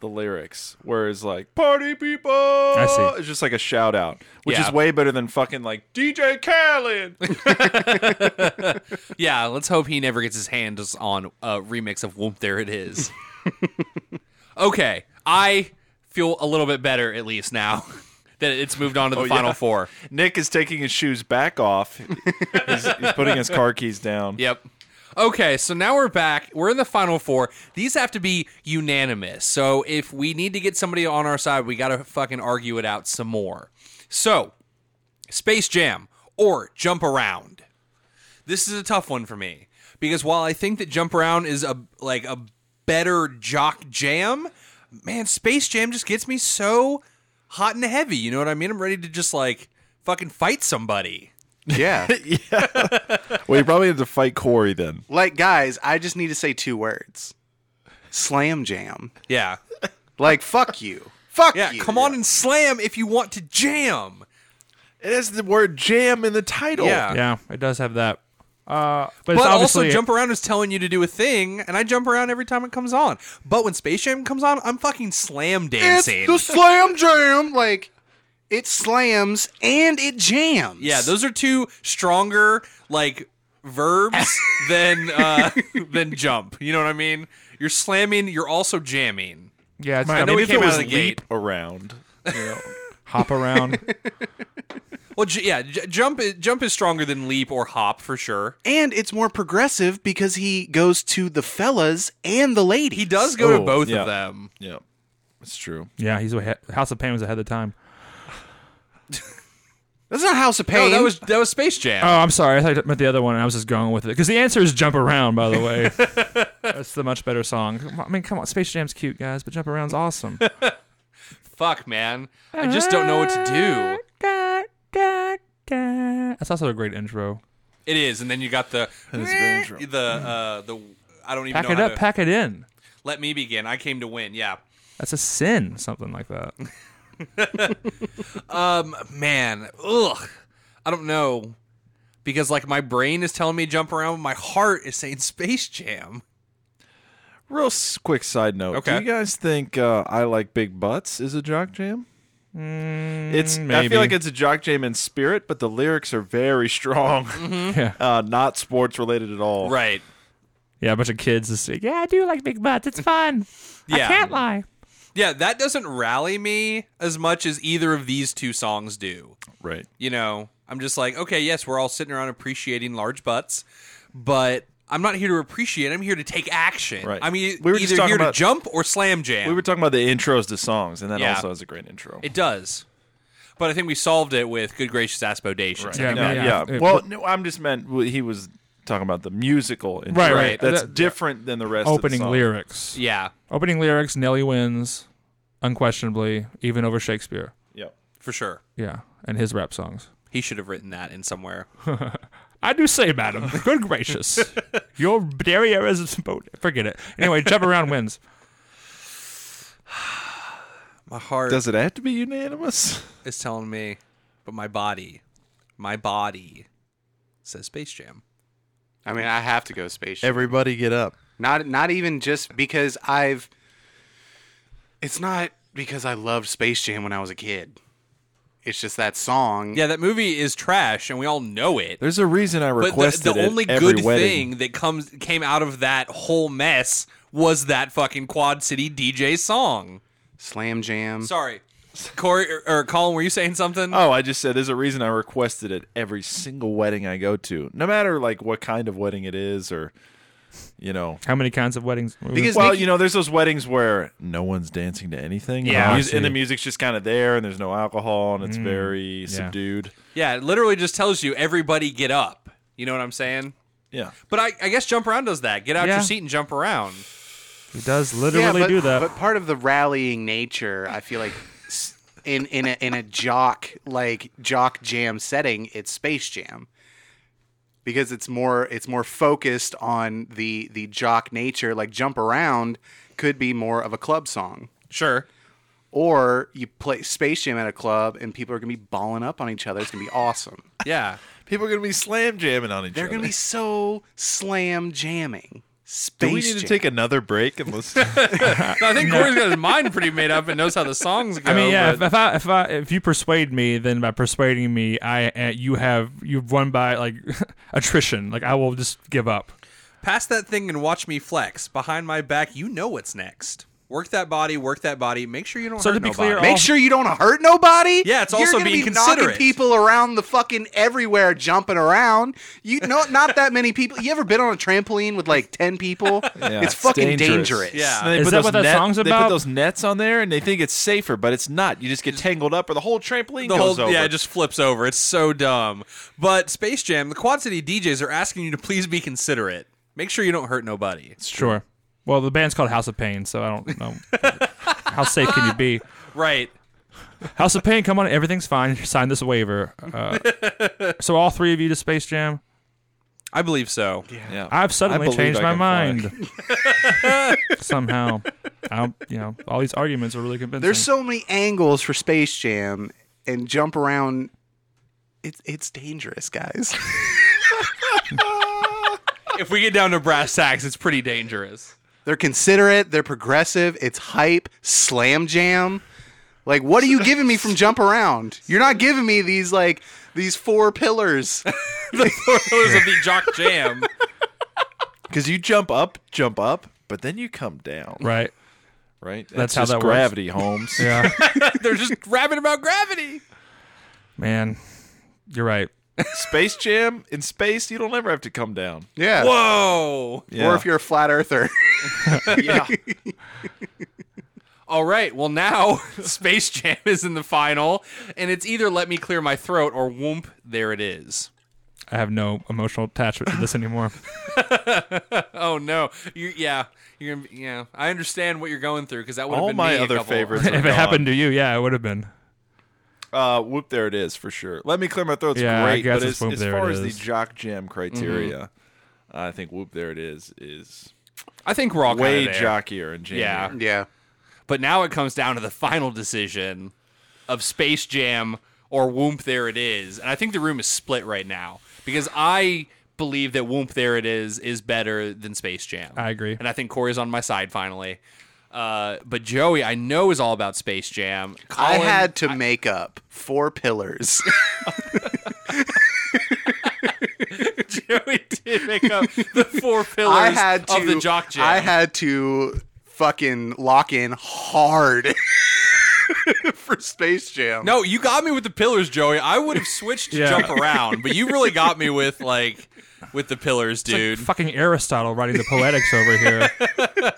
[SPEAKER 4] the lyrics, whereas like "Party People," I
[SPEAKER 3] see.
[SPEAKER 4] It's just like a shout out, which
[SPEAKER 1] Yeah.
[SPEAKER 4] is way better than fucking like DJ Khaled.
[SPEAKER 1] Yeah, let's hope he never gets his hands on a remix of Whoop There It Is. okay, I feel a little bit better at least now that it's moved on to the
[SPEAKER 4] yeah.
[SPEAKER 1] final four.
[SPEAKER 4] Nick is taking his shoes back off. he's, he's putting his car keys down.
[SPEAKER 1] Yep. Okay, so now we're back. We're in the final four. These have to be unanimous. So if we need to get somebody on our side, we got to fucking argue it out some more. So, Space Jam or Jump Around. This is a tough one for me because while I think that Jump Around is a like a better jock jam, man, Space Jam just gets me so hot and heavy. You know what I mean? I'm ready to just like fucking fight somebody.
[SPEAKER 2] Yeah.
[SPEAKER 4] Well, you probably have to fight Corey then.
[SPEAKER 2] like guys, I just need to say two words. Slam jam.
[SPEAKER 1] Yeah.
[SPEAKER 2] Like fuck you. Fuck
[SPEAKER 1] Yeah.
[SPEAKER 2] you.
[SPEAKER 1] Come on and slam if you want to jam.
[SPEAKER 4] It has the word jam in the title.
[SPEAKER 1] Yeah.
[SPEAKER 3] Yeah, it does have that. Uh, but, it's
[SPEAKER 1] But also,
[SPEAKER 3] obviously
[SPEAKER 1] Jump Around is telling you to do a thing, and I jump around every time it comes on. But when Space Jam comes on, I'm fucking slam
[SPEAKER 2] It's
[SPEAKER 1] dancing.
[SPEAKER 2] the slam jam. Like it slams and it jams.
[SPEAKER 1] Yeah, those are two stronger like verbs than uh, than jump. You know what I mean? You're slamming. You're also jamming.
[SPEAKER 3] yeah. It's
[SPEAKER 4] I
[SPEAKER 3] got
[SPEAKER 4] know
[SPEAKER 1] It
[SPEAKER 4] if
[SPEAKER 1] came
[SPEAKER 4] it
[SPEAKER 1] out
[SPEAKER 4] was
[SPEAKER 1] of the
[SPEAKER 4] leap
[SPEAKER 1] gate.
[SPEAKER 4] around.
[SPEAKER 3] hop around.
[SPEAKER 1] Well, j- yeah, j- jump is, jump is stronger than leap or hop for sure.
[SPEAKER 2] And it's more progressive because he goes to the fellas and the lady.
[SPEAKER 1] He does go to
[SPEAKER 4] Oh,
[SPEAKER 1] both
[SPEAKER 4] yeah.
[SPEAKER 1] of them.
[SPEAKER 4] Yeah, it's true.
[SPEAKER 3] yeah, he's ahead, House of Pain was ahead of the time.
[SPEAKER 2] That's not House of
[SPEAKER 1] No,
[SPEAKER 2] Pain.
[SPEAKER 1] Oh, that was that was Space Jam.
[SPEAKER 3] Oh, I'm sorry. I thought you meant the other one. and I was just going with it because the answer is "Jump Around." By the way, that's the much better song. Come on- I mean, come on, Space Jam's cute, guys, but "Jump Around's" awesome.
[SPEAKER 1] Fuck, man, I just don't know what to do.
[SPEAKER 3] That's also a great intro.
[SPEAKER 1] It is, and then you got the
[SPEAKER 4] very true. Mm.
[SPEAKER 1] the uh, the I don't even
[SPEAKER 3] Pack
[SPEAKER 1] know
[SPEAKER 3] it
[SPEAKER 1] how
[SPEAKER 3] up,
[SPEAKER 1] to-
[SPEAKER 3] pack it in.
[SPEAKER 1] let me begin. I came to win. Yeah.
[SPEAKER 3] That's a sin, something like that.
[SPEAKER 1] man, ugh, I don't know, because like my brain is telling me jump around, my heart is saying Space Jam.
[SPEAKER 4] Real s- quick side note.
[SPEAKER 1] Okay.
[SPEAKER 4] Do you guys think uh, I like big butts is a jock jam?
[SPEAKER 1] Mm,
[SPEAKER 4] it's. I
[SPEAKER 3] maybe.
[SPEAKER 4] feel like it's a jock jam in spirit, but the lyrics are very strong.
[SPEAKER 3] Yeah.
[SPEAKER 4] uh, not sports related at all.
[SPEAKER 1] Mm-hmm. Right.
[SPEAKER 3] Yeah, a bunch of kids is like, yeah, I do like big butts. It's fun.
[SPEAKER 1] Yeah.
[SPEAKER 3] I can't lie.
[SPEAKER 1] Yeah, that doesn't rally me as much as either of these two songs do.
[SPEAKER 4] Right.
[SPEAKER 1] You know, I'm just like, okay, yes, we're all sitting around appreciating large butts, but I'm not here to appreciate. I'm here to take action.
[SPEAKER 4] Right.
[SPEAKER 1] I mean,
[SPEAKER 4] We were just
[SPEAKER 1] either
[SPEAKER 4] talking
[SPEAKER 1] here to
[SPEAKER 4] about-
[SPEAKER 1] jump or slam jam.
[SPEAKER 4] We were talking about the intros to songs, and that
[SPEAKER 1] Yeah.
[SPEAKER 4] also has a great intro.
[SPEAKER 1] it does. But I think we solved it with good gracious aspodation.
[SPEAKER 4] Right.
[SPEAKER 3] Yeah,
[SPEAKER 4] No,
[SPEAKER 3] man, yeah.
[SPEAKER 4] yeah.
[SPEAKER 3] It-
[SPEAKER 4] Well, no, I'm just meant well, he was talking about the musical intro.
[SPEAKER 3] Right, right.
[SPEAKER 4] That's
[SPEAKER 3] That-
[SPEAKER 4] different than the rest.
[SPEAKER 3] Opening
[SPEAKER 4] of the song.
[SPEAKER 3] lyrics.
[SPEAKER 1] Yeah,
[SPEAKER 3] Opening lyrics, Nelly wins, unquestionably, even over Shakespeare.
[SPEAKER 4] Yep.
[SPEAKER 1] for sure.
[SPEAKER 3] Yeah, and his rap songs.
[SPEAKER 1] He should have written that in somewhere.
[SPEAKER 3] I do say, madam, good gracious. Your derriere is boat. Forget it. Anyway, jump around wins.
[SPEAKER 1] My heart
[SPEAKER 4] Does it have to be unanimous?
[SPEAKER 1] is telling me, but my body, my body says Space Jam.
[SPEAKER 2] I mean, I have to go Space Jam.
[SPEAKER 4] Everybody get up.
[SPEAKER 2] Not not even just because I've. It's not because I loved Space Jam when I was a kid. It's just that song.
[SPEAKER 1] Yeah, that movie is trash, and we all know it.
[SPEAKER 4] There's a reason I
[SPEAKER 1] But
[SPEAKER 4] requested
[SPEAKER 1] the, the
[SPEAKER 4] it
[SPEAKER 1] only
[SPEAKER 4] every
[SPEAKER 1] good
[SPEAKER 4] wedding.
[SPEAKER 1] thing that comes came out of that whole mess was that fucking Quad City DJ song.
[SPEAKER 2] Slam Jam.
[SPEAKER 1] Sorry, Corey or, or Colin, were you saying something?
[SPEAKER 4] Oh, I just said there's a reason I requested it every single wedding I go to, no matter like what kind of wedding it is, or you know.
[SPEAKER 3] How many kinds of weddings?
[SPEAKER 2] Because
[SPEAKER 4] Well,
[SPEAKER 2] Nikki-
[SPEAKER 4] you know, there's those weddings where no one's dancing to anything.
[SPEAKER 3] Yeah,
[SPEAKER 4] and,
[SPEAKER 3] I
[SPEAKER 4] the mus-
[SPEAKER 3] see.
[SPEAKER 4] and the music's just kind of there, and there's no alcohol, and it's very subdued.
[SPEAKER 1] Yeah, it literally just tells you everybody get up. You know what I'm saying?
[SPEAKER 4] Yeah,
[SPEAKER 1] But I, I guess jump around does that. Get out
[SPEAKER 3] Yeah.
[SPEAKER 1] your seat and jump around.
[SPEAKER 3] he does
[SPEAKER 2] Yeah,
[SPEAKER 3] literally
[SPEAKER 2] but,
[SPEAKER 3] do that.
[SPEAKER 2] But part of the rallying nature, I feel like, s- in in a in a jock like jock jam setting, it's Space Jam because it's more it's more focused on the the jock nature. Like Jump Around could be more of a club song.
[SPEAKER 1] Sure.
[SPEAKER 2] Or you play Space Jam at a club and people are gonna be balling up on each other. It's gonna be awesome.
[SPEAKER 1] Yeah.
[SPEAKER 4] people are gonna be slam jamming on each
[SPEAKER 2] They're
[SPEAKER 4] other.
[SPEAKER 2] gonna be so slam jamming. Space
[SPEAKER 4] Do we need
[SPEAKER 2] jam.
[SPEAKER 4] to take another break and listen?
[SPEAKER 1] No, I think Corey's got his mind pretty made up and knows how the songs go.
[SPEAKER 3] I mean, yeah.
[SPEAKER 1] but-
[SPEAKER 3] If, if I if I if you persuade me, then by persuading me, I uh, you have you've won by like attrition. Like I will just give up.
[SPEAKER 1] Pass that thing and watch me flex behind my back. You know what's next. Work that body, work that body. Make sure you don't.
[SPEAKER 3] So
[SPEAKER 1] hurt
[SPEAKER 3] to be
[SPEAKER 1] nobody.
[SPEAKER 3] clear,
[SPEAKER 2] Make
[SPEAKER 3] Oh.
[SPEAKER 2] sure you don't hurt nobody.
[SPEAKER 1] Yeah, it's
[SPEAKER 2] You're
[SPEAKER 1] also
[SPEAKER 2] gonna
[SPEAKER 1] being
[SPEAKER 2] be
[SPEAKER 1] considerate.
[SPEAKER 2] knocking people around the fucking everywhere, jumping around. You know, not that many people. You ever been on a trampoline with like ten people? it's fucking dangerous.
[SPEAKER 1] Yeah.
[SPEAKER 4] And they
[SPEAKER 3] Is
[SPEAKER 4] put
[SPEAKER 3] that
[SPEAKER 4] those
[SPEAKER 3] what that
[SPEAKER 4] net-
[SPEAKER 3] song's
[SPEAKER 4] They
[SPEAKER 3] about?
[SPEAKER 4] put those nets on there, and they think it's safer, but it's not. You just get tangled up, or the whole trampoline
[SPEAKER 1] the
[SPEAKER 4] goes
[SPEAKER 1] whole
[SPEAKER 4] over.
[SPEAKER 1] yeah, it just flips over. It's so dumb. But Space Jam, the Quad City DJs are asking you to please be considerate. Make sure you don't hurt nobody.
[SPEAKER 3] Sure. Well, the band's called House of Pain, so I don't know how safe can you be.
[SPEAKER 1] Right.
[SPEAKER 3] House of Pain, come on, everything's fine. Sign this waiver. Uh, so all three of you to Space Jam.
[SPEAKER 1] I believe so.
[SPEAKER 4] Yeah.
[SPEAKER 3] I've
[SPEAKER 4] I
[SPEAKER 3] suddenly
[SPEAKER 4] believe
[SPEAKER 3] changed
[SPEAKER 4] I
[SPEAKER 3] my
[SPEAKER 4] can fly.
[SPEAKER 3] mind. Somehow, I don't, you know, all these arguments are really convincing.
[SPEAKER 2] There's so many angles for Space Jam and jump around. It's it's dangerous, guys.
[SPEAKER 1] If we get down to brass tacks, it's pretty dangerous.
[SPEAKER 2] they're considerate. They're progressive. It's hype. Slam Jam. Like, what are you giving me from jump around? You're not giving me these like these four pillars.
[SPEAKER 1] the four pillars of the jock jam.
[SPEAKER 4] Because you jump up, jump up, but then you come down.
[SPEAKER 3] right.
[SPEAKER 4] Right.
[SPEAKER 3] That's how
[SPEAKER 4] just
[SPEAKER 3] that works.
[SPEAKER 4] gravity, Holmes.
[SPEAKER 3] Yeah.
[SPEAKER 1] They're just rapping about gravity.
[SPEAKER 3] Man, you're right.
[SPEAKER 4] Space Jam in space, you don't ever have to come down.
[SPEAKER 2] Yeah.
[SPEAKER 1] Whoa.
[SPEAKER 2] Or if you're a flat earther.
[SPEAKER 1] Yeah. All right. Well, now Space Jam is in the final, and it's either Let Me Clear My Throat or Whoomp, There It Is.
[SPEAKER 3] I have no emotional attachment to this anymore.
[SPEAKER 1] Oh, no. You, yeah. You're gonna, be- yeah. I understand what you're going through because that would have
[SPEAKER 4] all
[SPEAKER 1] been
[SPEAKER 4] my
[SPEAKER 1] me a
[SPEAKER 4] other
[SPEAKER 1] couple-
[SPEAKER 4] favorites.
[SPEAKER 3] if
[SPEAKER 4] Are
[SPEAKER 3] it
[SPEAKER 4] gone.
[SPEAKER 3] happened to you, yeah, it would have been.
[SPEAKER 4] uh, whoop, there it is for sure. Let me clear my throat's
[SPEAKER 3] Yeah, I
[SPEAKER 4] great,
[SPEAKER 3] guess
[SPEAKER 4] but
[SPEAKER 3] it's
[SPEAKER 4] as,
[SPEAKER 3] Whoop,
[SPEAKER 4] as
[SPEAKER 3] There
[SPEAKER 4] far
[SPEAKER 3] It
[SPEAKER 4] as the
[SPEAKER 3] Is.
[SPEAKER 4] jock jam criteria,
[SPEAKER 1] Mm-hmm.
[SPEAKER 4] I think whoop, there it is is
[SPEAKER 1] I think Rock
[SPEAKER 4] way
[SPEAKER 1] there.
[SPEAKER 4] jockier and jammier.
[SPEAKER 1] Yeah.
[SPEAKER 2] yeah.
[SPEAKER 1] But now it comes down to the final decision of Space Jam or Whoomp There It Is. And I think the room is split right now because I believe that Whoomp There It Is is better than Space Jam.
[SPEAKER 3] I agree.
[SPEAKER 1] And I think Corey's on my side finally. Uh, but Joey, I know, is all about Space Jam.
[SPEAKER 2] I
[SPEAKER 1] Colin-
[SPEAKER 2] had to make up four pillars.
[SPEAKER 1] Joey did make up the four pillars
[SPEAKER 2] I had to
[SPEAKER 1] of the Jock Jam.
[SPEAKER 2] I had to fucking lock in hard for Space Jam.
[SPEAKER 1] no, you got me with the pillars, Joey. I would have switched to
[SPEAKER 3] Yeah.
[SPEAKER 1] jump around, but you really got me with like with the pillars, dude.
[SPEAKER 3] Fucking Aristotle writing the poetics over here.
[SPEAKER 1] but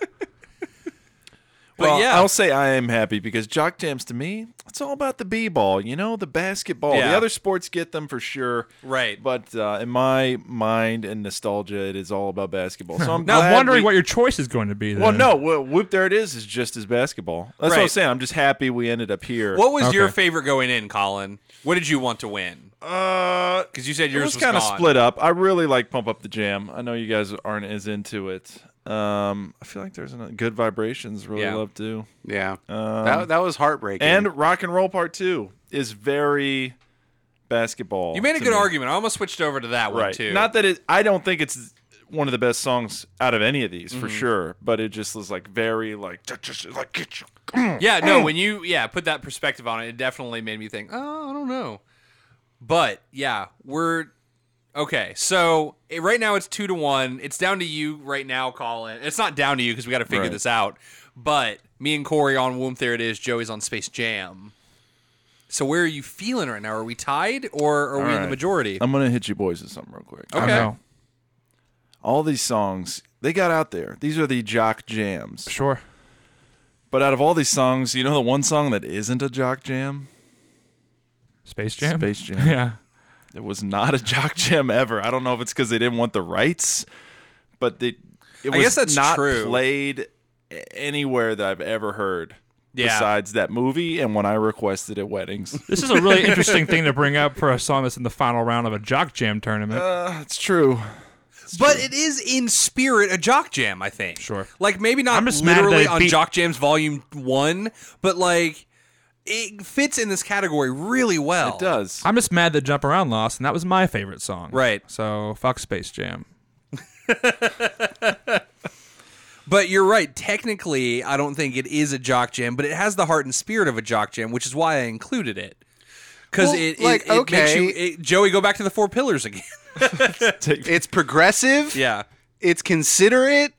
[SPEAKER 4] well,
[SPEAKER 1] yeah,
[SPEAKER 4] I'll say I am happy because jock jams to me, it's all about the b ball. You know, the basketball.
[SPEAKER 1] Yeah.
[SPEAKER 4] The other sports get them for sure,
[SPEAKER 1] Right.
[SPEAKER 4] But uh, in my mind and nostalgia, it is all about basketball. So I'm
[SPEAKER 3] Now
[SPEAKER 4] glad
[SPEAKER 3] I'm wondering
[SPEAKER 4] we-
[SPEAKER 3] what your choice is going to be. Then.
[SPEAKER 4] Well, no, wh- whoop, there it is is just as basketball. That's what
[SPEAKER 1] Right.
[SPEAKER 4] I'm saying. I'm just happy we ended up here.
[SPEAKER 1] What was your
[SPEAKER 3] Okay.
[SPEAKER 1] favorite going in, Colin? What did you want to win?
[SPEAKER 4] Uh,
[SPEAKER 1] Because you said
[SPEAKER 4] it
[SPEAKER 1] yours
[SPEAKER 4] was
[SPEAKER 1] was,
[SPEAKER 4] kind of
[SPEAKER 1] gone.
[SPEAKER 4] split up. I really like Pump Up the Jam. I know you guys aren't as into it. Um, I feel like there's another good vibrations. Really
[SPEAKER 1] Yeah.
[SPEAKER 4] love too.
[SPEAKER 2] Yeah.
[SPEAKER 1] Um,
[SPEAKER 2] that, that was heartbreaking.
[SPEAKER 4] And Rock and Roll Part Two is very basketball.
[SPEAKER 1] You made a
[SPEAKER 4] to
[SPEAKER 1] good
[SPEAKER 4] me.
[SPEAKER 1] argument. I almost switched over to that one
[SPEAKER 4] right?
[SPEAKER 1] too.
[SPEAKER 4] Not that it. I don't think it's one of the best songs out of any of these for
[SPEAKER 1] Mm-hmm.
[SPEAKER 4] sure. But it just was like very like just like get you.
[SPEAKER 1] yeah,
[SPEAKER 4] Mm.
[SPEAKER 1] no. When you yeah put that perspective on it, it definitely made me think. Oh, I don't know. But yeah, we're okay. So it, right now it's two to one. It's down to you right now, Colin. It's not down to you because we got to figure
[SPEAKER 4] Right.
[SPEAKER 1] this out. But me and Corey on Womb There It Is. Joey's on Space Jam. So where are you feeling right now? Are we tied or are we in the
[SPEAKER 4] right.
[SPEAKER 1] majority?
[SPEAKER 4] I'm gonna hit you boys with something real quick.
[SPEAKER 3] I
[SPEAKER 1] okay.
[SPEAKER 3] know.
[SPEAKER 4] All these songs they got out there. These are the jock jams.
[SPEAKER 3] Sure.
[SPEAKER 4] But out of all these songs, you know the one song that isn't a jock jam?
[SPEAKER 3] Space Jam.
[SPEAKER 4] Space Jam.
[SPEAKER 3] Yeah.
[SPEAKER 4] It was not a jock jam ever. I don't know if it's because they didn't want the rights, but they, it was
[SPEAKER 1] I guess that's
[SPEAKER 4] not
[SPEAKER 1] true.
[SPEAKER 4] played a- anywhere that I've ever heard.
[SPEAKER 1] Yeah.
[SPEAKER 4] Besides that movie and when I requested at weddings.
[SPEAKER 3] This is a really interesting thing to bring up for a song that's in the final round of a jock jam tournament.
[SPEAKER 4] uh, it's true.
[SPEAKER 1] But it is in spirit a jock jam, I think.
[SPEAKER 3] Sure.
[SPEAKER 1] Like maybe not
[SPEAKER 3] I'm just mad that
[SPEAKER 1] literally
[SPEAKER 3] it
[SPEAKER 1] on
[SPEAKER 3] beat-
[SPEAKER 1] Jock Jams Volume One, but like it fits in this category really well.
[SPEAKER 4] It does.
[SPEAKER 3] I'm just mad that Jump Around lost, and that was my favorite song.
[SPEAKER 1] Right.
[SPEAKER 3] So fuck Space Jam.
[SPEAKER 1] But you're right. Technically, I don't think it is a jock jam, but it has the heart and spirit of a jock jam, which is why I included it. Because
[SPEAKER 2] Well,
[SPEAKER 1] it, it-
[SPEAKER 2] like,
[SPEAKER 1] it makes
[SPEAKER 2] okay.
[SPEAKER 1] you it, Joey go back to the four pillars again.
[SPEAKER 2] it's progressive.
[SPEAKER 1] yeah,
[SPEAKER 2] It's considerate.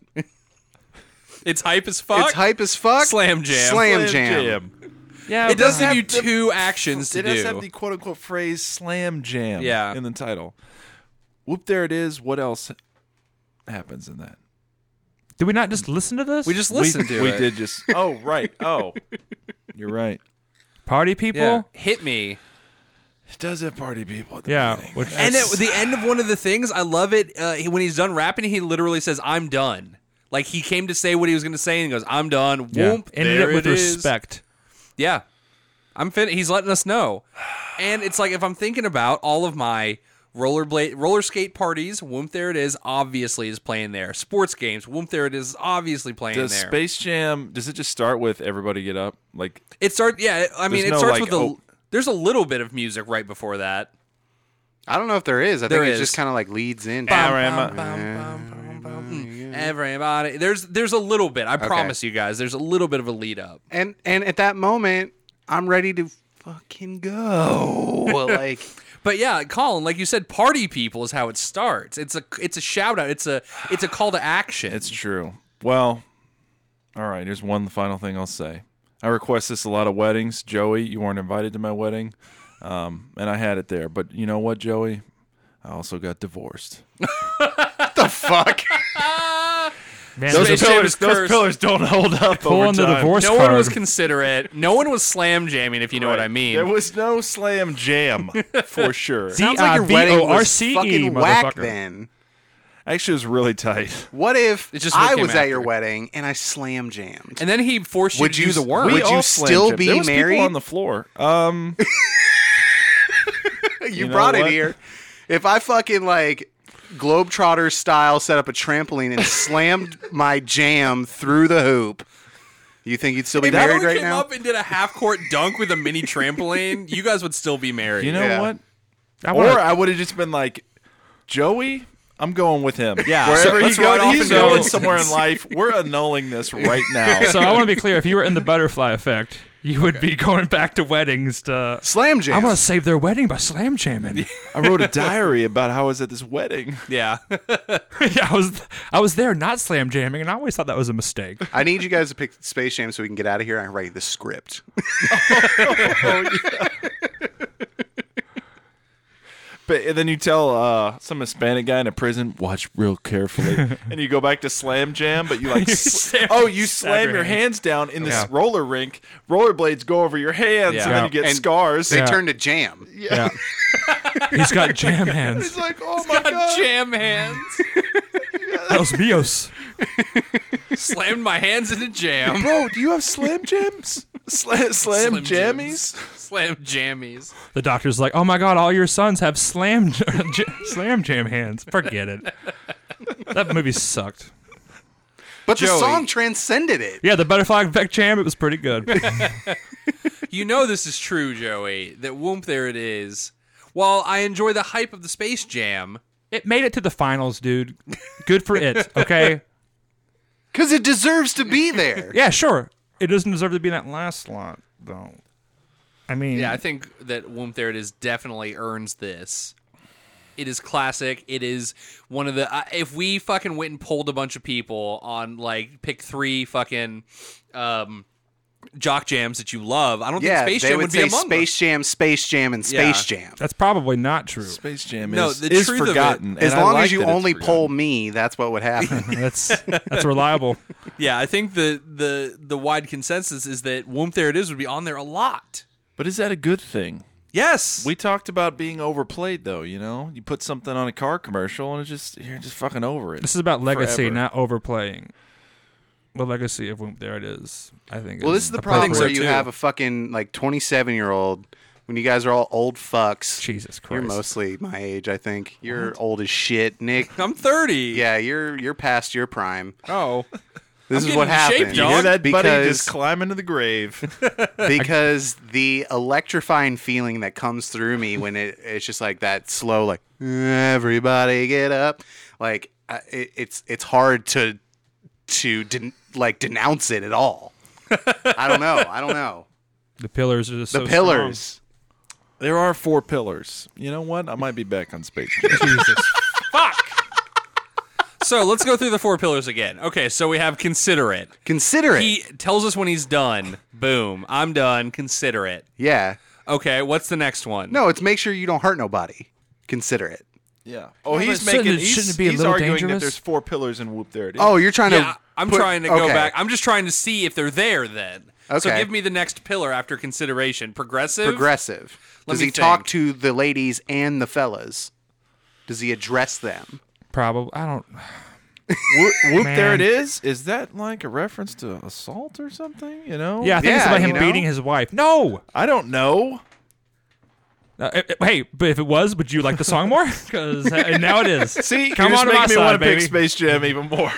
[SPEAKER 1] it's hype as fuck.
[SPEAKER 2] It's hype as fuck.
[SPEAKER 1] Slam jam.
[SPEAKER 2] Slam
[SPEAKER 4] Slam
[SPEAKER 2] jam.
[SPEAKER 3] Yeah.
[SPEAKER 1] It does
[SPEAKER 4] have
[SPEAKER 1] give you
[SPEAKER 4] the-
[SPEAKER 1] two actions to
[SPEAKER 4] it
[SPEAKER 1] do.
[SPEAKER 4] does have the quote unquote phrase slam jam
[SPEAKER 1] Yeah.
[SPEAKER 4] in the title. Whoop, there it is. What else happens in that?
[SPEAKER 3] Did we not just listen to this?
[SPEAKER 1] we just listened
[SPEAKER 4] we,
[SPEAKER 1] to
[SPEAKER 4] we
[SPEAKER 1] it.
[SPEAKER 4] did just. Oh, right. Oh, you're right.
[SPEAKER 3] party people.
[SPEAKER 1] Yeah. Hit me.
[SPEAKER 4] It does have party people. At the
[SPEAKER 3] Yeah,
[SPEAKER 4] beginning.
[SPEAKER 3] which
[SPEAKER 1] And at the end of one of the things, I love it. Uh, he, when he's done rapping, he literally says, "I'm done." Like he came to say what he was going to say, and he goes, "I'm done."
[SPEAKER 3] yeah.
[SPEAKER 1] Whoop.
[SPEAKER 3] ended
[SPEAKER 1] there
[SPEAKER 3] it with
[SPEAKER 1] is.
[SPEAKER 3] respect.
[SPEAKER 1] Yeah. I'm fin. He's letting us know, and it's like if I'm thinking about all of my rollerblade roller skate parties, Whoomp There It Is obviously is playing there. Sports games, Whoomp There It Is is obviously playing
[SPEAKER 4] Does
[SPEAKER 1] there.
[SPEAKER 4] Space Jam? Does it just start with everybody get up? Like
[SPEAKER 1] it starts. Yeah, I mean,
[SPEAKER 4] There's
[SPEAKER 1] it
[SPEAKER 4] no,
[SPEAKER 1] starts
[SPEAKER 4] like,
[SPEAKER 1] with the.
[SPEAKER 4] oh-
[SPEAKER 1] There's a little bit of music right before that.
[SPEAKER 2] I don't know if there is. I
[SPEAKER 1] There
[SPEAKER 2] think
[SPEAKER 1] is.
[SPEAKER 2] it just kind of like leads in.
[SPEAKER 4] Panorama.
[SPEAKER 1] Everybody, there's there's a little bit. I promise you guys, there's a little bit of a lead up.
[SPEAKER 2] And and at that moment, I'm ready to fucking go. like
[SPEAKER 1] But yeah, Colin, like you said, party people is how it starts. It's a it's a shout out. It's a it's a call to action.
[SPEAKER 4] It's true. Well, all right. Here's one final thing I'll say. I request this a lot of weddings. Joey, you weren't invited to my wedding, um, and I had it there. But you know what, Joey? I also got divorced.
[SPEAKER 2] the fuck.
[SPEAKER 3] Man,
[SPEAKER 1] Those
[SPEAKER 3] just
[SPEAKER 1] Space Jam is cursed.
[SPEAKER 4] don't hold up.
[SPEAKER 3] pulling the divorce
[SPEAKER 1] no
[SPEAKER 3] card.
[SPEAKER 1] one was considerate. No one was slam jamming, if you know what I mean.
[SPEAKER 4] There was no slam jam for sure.
[SPEAKER 2] Sounds
[SPEAKER 3] Uh,
[SPEAKER 2] like your wedding was
[SPEAKER 3] D-I-V-O-R-C-E,
[SPEAKER 2] fucking whack
[SPEAKER 3] E, motherfucker.
[SPEAKER 2] then.
[SPEAKER 4] Actually, it was really tight.
[SPEAKER 2] What if
[SPEAKER 1] It just
[SPEAKER 2] I
[SPEAKER 1] came
[SPEAKER 2] was at
[SPEAKER 1] after.
[SPEAKER 2] your wedding and I slam jammed?
[SPEAKER 1] and then he forced you
[SPEAKER 2] Would
[SPEAKER 1] to
[SPEAKER 2] you-
[SPEAKER 1] do the work.
[SPEAKER 2] would
[SPEAKER 4] We
[SPEAKER 2] you
[SPEAKER 4] all slam
[SPEAKER 2] still
[SPEAKER 4] jammed.
[SPEAKER 2] be
[SPEAKER 4] there was people
[SPEAKER 2] married?
[SPEAKER 4] on the floor? Um,
[SPEAKER 2] you,
[SPEAKER 4] know
[SPEAKER 2] brought it
[SPEAKER 4] what?
[SPEAKER 2] here. If I fucking like Globetrotter style set up a trampoline and slammed my jam through the hoop, you think you'd still be
[SPEAKER 1] if everyone
[SPEAKER 2] married right
[SPEAKER 1] came
[SPEAKER 2] now?
[SPEAKER 1] up and did a half court dunk with a mini trampoline, you guys would still be married.
[SPEAKER 4] you know
[SPEAKER 2] Yeah.
[SPEAKER 4] what?
[SPEAKER 3] I
[SPEAKER 4] Or
[SPEAKER 3] wanna-
[SPEAKER 4] I would have just been like, Joey, I'm going with him.
[SPEAKER 1] Yeah.
[SPEAKER 4] Wherever
[SPEAKER 1] So
[SPEAKER 4] he
[SPEAKER 1] let's ride
[SPEAKER 4] goes,
[SPEAKER 1] off
[SPEAKER 4] he's
[SPEAKER 1] and go.
[SPEAKER 4] going somewhere in life. We're annulling this right now.
[SPEAKER 3] so I want to be clear. If you were in the butterfly effect, you would be going back to weddings to.
[SPEAKER 2] Slam jam.
[SPEAKER 3] I want to save their wedding by slam jamming.
[SPEAKER 4] I wrote a diary about how I was at this wedding.
[SPEAKER 1] Yeah.
[SPEAKER 3] yeah, I was I was there not slam jamming, and I always thought that was a mistake.
[SPEAKER 2] I need you guys to pick Space Jam so we can get out of here and write the script.
[SPEAKER 4] But and then you tell uh, some Hispanic guy in a prison, watch real carefully, and you go back to slam jam. But you like, sl-
[SPEAKER 3] slam-
[SPEAKER 4] oh, you
[SPEAKER 3] stab
[SPEAKER 4] slam
[SPEAKER 3] your
[SPEAKER 4] your hands
[SPEAKER 3] hands.
[SPEAKER 4] down in this
[SPEAKER 3] Yeah.
[SPEAKER 4] roller rink. Rollerblades go over your hands,
[SPEAKER 1] Yeah.
[SPEAKER 4] and then you get scars.
[SPEAKER 2] They
[SPEAKER 3] Yeah.
[SPEAKER 2] turn to jam. Yeah.
[SPEAKER 3] Yeah, he's got jam hands.
[SPEAKER 4] It's like, oh my god,
[SPEAKER 1] Jam hands.
[SPEAKER 3] Los míos.
[SPEAKER 1] Slammed my hands into jam.
[SPEAKER 4] bro, do you have slam jams? Sla- slam,
[SPEAKER 1] Slim
[SPEAKER 4] jammies?
[SPEAKER 1] Jims. Slam jammies.
[SPEAKER 3] The doctor's like, oh my god, all your sons have slam j- j- slam jam hands. Forget it. That movie sucked.
[SPEAKER 2] But the
[SPEAKER 4] Joey.
[SPEAKER 2] song transcended it.
[SPEAKER 3] Yeah, the butterfly effect jam. It was pretty good.
[SPEAKER 1] You know this is true, Joey. That whoomp there it is. While I enjoy the hype of the Space Jam,
[SPEAKER 3] It made it to the finals, dude. Good for it. Okay.
[SPEAKER 2] Because it deserves to be there.
[SPEAKER 3] Yeah, sure. It doesn't deserve to be in that last slot, though. I mean,
[SPEAKER 1] yeah, I think that whoomp there it is definitely earns this. It is classic. It is one of the. I if we fucking went and polled a bunch of people on like pick three fucking um, jock jams that you love, I don't
[SPEAKER 2] Yeah,
[SPEAKER 1] think Space
[SPEAKER 2] they
[SPEAKER 1] Jam
[SPEAKER 2] would,
[SPEAKER 1] would,
[SPEAKER 2] say
[SPEAKER 1] be among
[SPEAKER 2] Space Jam, Space Jam, and Space Jam.
[SPEAKER 3] that's probably not true.
[SPEAKER 4] Space Jam
[SPEAKER 1] No,
[SPEAKER 4] is,
[SPEAKER 1] the
[SPEAKER 4] is
[SPEAKER 1] truth of it-
[SPEAKER 4] forgotten. and
[SPEAKER 2] As
[SPEAKER 4] I
[SPEAKER 2] long
[SPEAKER 4] like
[SPEAKER 2] as you
[SPEAKER 4] that it's
[SPEAKER 2] only
[SPEAKER 4] forgotten.
[SPEAKER 2] poll me, that's what would happen.
[SPEAKER 3] That's that's reliable.
[SPEAKER 1] them. Yeah, I think the the the wide consensus is that whoomp there it is would be on there a lot.
[SPEAKER 4] But is that a good thing?
[SPEAKER 1] Yes,
[SPEAKER 4] We talked about being overplayed, though. You know, you put something on a car commercial, and it's just you're just fucking over it.
[SPEAKER 3] This is about legacy,
[SPEAKER 4] Forever.
[SPEAKER 3] not overplaying. The legacy of Wimp, there it is. I think.
[SPEAKER 2] well, this is the problem
[SPEAKER 1] so
[SPEAKER 2] where
[SPEAKER 3] appropriate.
[SPEAKER 2] you
[SPEAKER 1] too.
[SPEAKER 2] have a fucking like 27 year old when you guys are all old fucks.
[SPEAKER 3] Jesus
[SPEAKER 2] You're
[SPEAKER 3] Christ.
[SPEAKER 2] mostly my age, I think. You're old as shit, Nick.
[SPEAKER 1] I'm thirty.
[SPEAKER 2] Yeah, you're you're past your prime.
[SPEAKER 1] Oh.
[SPEAKER 2] This
[SPEAKER 1] I'm
[SPEAKER 2] is what
[SPEAKER 1] getting in shape,
[SPEAKER 2] happened.
[SPEAKER 1] dog. You hear
[SPEAKER 4] buddy
[SPEAKER 2] because
[SPEAKER 4] just climb into the grave.
[SPEAKER 2] because the electrifying feeling that comes through me when it it's just like that slow like everybody get up like I- it, it's it's hard to to den- like denounce it at all i don't know i don't know
[SPEAKER 3] The pillars are just
[SPEAKER 2] the
[SPEAKER 3] so
[SPEAKER 2] pillars
[SPEAKER 4] there are four pillars. You know what? I might be back on space.
[SPEAKER 3] strong. Jesus.
[SPEAKER 1] So let's go through the four pillars again. Okay, so we have considerate.
[SPEAKER 2] consider it
[SPEAKER 1] He tells us when he's done. Boom. I'm done. Consider it.
[SPEAKER 2] yeah
[SPEAKER 1] Okay, what's the next one?
[SPEAKER 2] no it's make sure you don't hurt nobody consider it
[SPEAKER 4] yeah. Oh,
[SPEAKER 3] but
[SPEAKER 4] he's
[SPEAKER 3] shouldn't
[SPEAKER 4] making.
[SPEAKER 3] it-
[SPEAKER 4] he's-
[SPEAKER 3] shouldn't it be a
[SPEAKER 4] he's
[SPEAKER 3] little
[SPEAKER 4] arguing that
[SPEAKER 3] dangerous?
[SPEAKER 4] there's four pillars and whoop there it is.
[SPEAKER 2] oh you're trying
[SPEAKER 1] Yeah,
[SPEAKER 2] to
[SPEAKER 1] I'm
[SPEAKER 2] put-
[SPEAKER 1] trying to go
[SPEAKER 2] okay.
[SPEAKER 1] back. I'm just trying to see if they're there then. So
[SPEAKER 2] Okay.
[SPEAKER 1] give me the next pillar after consideration. Progressive?
[SPEAKER 2] progressive
[SPEAKER 1] Let
[SPEAKER 2] does
[SPEAKER 1] me
[SPEAKER 2] he talk
[SPEAKER 1] think.
[SPEAKER 2] to the ladies and the fellas does he address them
[SPEAKER 3] Probably. I don't.
[SPEAKER 4] Whoop, whoop there
[SPEAKER 3] Man.
[SPEAKER 4] it is. Is that like a reference to assault or something? You know?
[SPEAKER 3] Yeah, I think it's
[SPEAKER 2] Yeah,
[SPEAKER 3] about him
[SPEAKER 2] you know?
[SPEAKER 3] beating his wife. No.
[SPEAKER 4] I don't know.
[SPEAKER 3] Uh, it- it- hey, but if it was, would you like the song more? Because now it is.
[SPEAKER 4] See,
[SPEAKER 3] Come
[SPEAKER 4] you're just
[SPEAKER 3] on to
[SPEAKER 4] making
[SPEAKER 3] my
[SPEAKER 4] me
[SPEAKER 3] side,
[SPEAKER 4] wanna pick
[SPEAKER 3] baby.
[SPEAKER 4] Space Jam even more.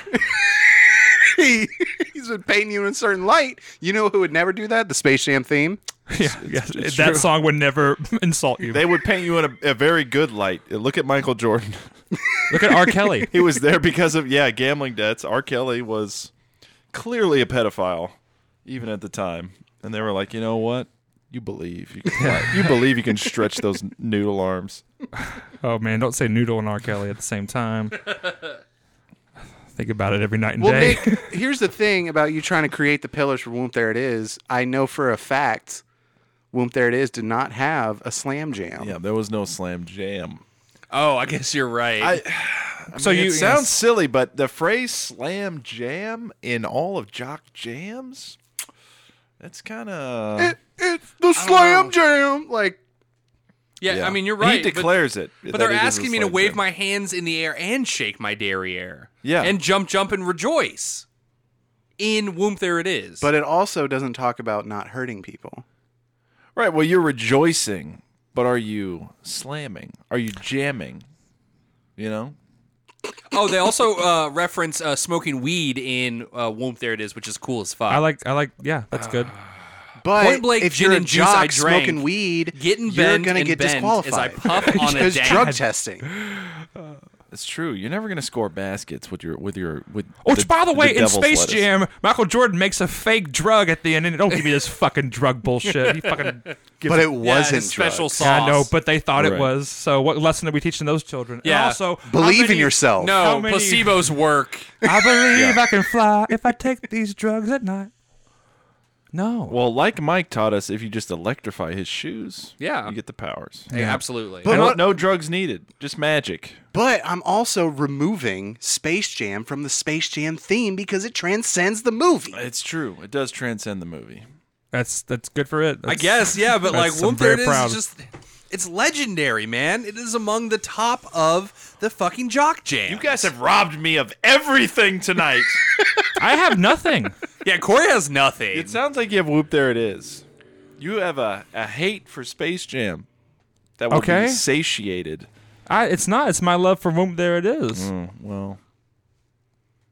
[SPEAKER 2] he, he's been painting you in a certain light. You know who would never do that? The Space Jam theme.
[SPEAKER 3] yeah, yeah, that song would never insult you.
[SPEAKER 4] they would paint you in a, a very good light. Look at Michael Jordan.
[SPEAKER 3] Look at R. Kelly.
[SPEAKER 4] He was there because of yeah, gambling debts. R. Kelly was clearly a pedophile, even at the time. And they were like, you know what? You believe you can fly. you believe you can stretch those noodle arms.
[SPEAKER 3] Oh man, don't say noodle and R. Kelly at the same time. Think about it every night and
[SPEAKER 2] Well,
[SPEAKER 3] day.
[SPEAKER 2] Nick, here's the thing about you trying to create the pillars for Womp There It Is. I know for a fact Womp There It Is did not have a slam jam.
[SPEAKER 4] Yeah, there was no slam jam.
[SPEAKER 1] Oh, I guess you're right.
[SPEAKER 4] I-
[SPEAKER 3] so
[SPEAKER 4] mean,
[SPEAKER 3] you
[SPEAKER 4] it sounds silly, but the phrase "slam jam" in all of Jock Jams, that's kind of
[SPEAKER 2] It- it's the slam jam. Like,
[SPEAKER 1] yeah, I mean you're right.
[SPEAKER 4] He
[SPEAKER 1] but-
[SPEAKER 4] declares it,
[SPEAKER 1] But they're asking me to wave my hands in the air and shake my derriere.
[SPEAKER 4] Yeah.
[SPEAKER 1] And jump, jump, and rejoice. In Womp There It Is.
[SPEAKER 2] but it also doesn't talk about not hurting people.
[SPEAKER 4] right. Well, you're rejoicing, but are you slamming? Are you jamming? You know,
[SPEAKER 1] oh, they also uh, reference uh, smoking weed in uh, Womp There It Is, which is cool as fuck.
[SPEAKER 3] I like, I like, yeah, that's good.
[SPEAKER 2] But
[SPEAKER 1] Point blank,
[SPEAKER 2] if
[SPEAKER 1] gin
[SPEAKER 2] you're a
[SPEAKER 1] and juice I
[SPEAKER 2] jock
[SPEAKER 1] drank.
[SPEAKER 2] smoking weed,
[SPEAKER 1] Getting
[SPEAKER 2] you're
[SPEAKER 1] bent
[SPEAKER 2] gonna
[SPEAKER 1] and
[SPEAKER 2] get
[SPEAKER 1] bent
[SPEAKER 2] disqualified
[SPEAKER 1] as I puff on a
[SPEAKER 2] because
[SPEAKER 1] dad.
[SPEAKER 2] drug testing.
[SPEAKER 4] it's true. You're never going to score baskets with your with your with.
[SPEAKER 3] Oh, Which, by the way, in
[SPEAKER 4] devil's
[SPEAKER 3] Space
[SPEAKER 4] lettuce.
[SPEAKER 3] Jam, Michael Jordan makes a fake drug at the end, and don't give me this fucking drug bullshit. He fucking gives
[SPEAKER 2] But
[SPEAKER 3] a-
[SPEAKER 1] Yeah, his
[SPEAKER 2] it wasn't
[SPEAKER 1] special
[SPEAKER 2] drugs.
[SPEAKER 1] sauce.
[SPEAKER 3] I know, but they thought it
[SPEAKER 4] Right.
[SPEAKER 3] was. So, what lesson did we teach those children? And
[SPEAKER 1] Yeah.
[SPEAKER 3] also, how
[SPEAKER 2] Believe in
[SPEAKER 3] many-
[SPEAKER 2] yourself.
[SPEAKER 3] How
[SPEAKER 1] No,
[SPEAKER 3] many-
[SPEAKER 1] placebos work.
[SPEAKER 3] I believe I can fly if I take these drugs at night. No.
[SPEAKER 4] Well, like Mike taught us, if you just electrify his shoes,
[SPEAKER 1] Yeah.
[SPEAKER 4] you get the powers.
[SPEAKER 1] Yeah, absolutely.
[SPEAKER 2] But
[SPEAKER 4] No-
[SPEAKER 2] what-
[SPEAKER 4] no drugs needed, just magic.
[SPEAKER 2] But I'm also removing Space Jam from the Space Jam theme because it transcends the movie.
[SPEAKER 4] It's true. It does transcend the movie.
[SPEAKER 3] that's that's good for it.
[SPEAKER 1] I guess, yeah, but like
[SPEAKER 3] That's- I'm
[SPEAKER 1] Whoop There It
[SPEAKER 3] very
[SPEAKER 1] Is
[SPEAKER 3] proud.
[SPEAKER 1] is just it's legendary, man. It is among the top of the fucking jock jam.
[SPEAKER 4] guys have robbed me of everything tonight.
[SPEAKER 3] I have nothing.
[SPEAKER 1] yeah, Corey has nothing.
[SPEAKER 4] it sounds like you have whoop. There it is. You have a, a hate for Space Jam that will
[SPEAKER 3] Okay.
[SPEAKER 4] be satiated.
[SPEAKER 3] I, it's not. It's my love for whom there it is.
[SPEAKER 2] Mm,
[SPEAKER 4] Well,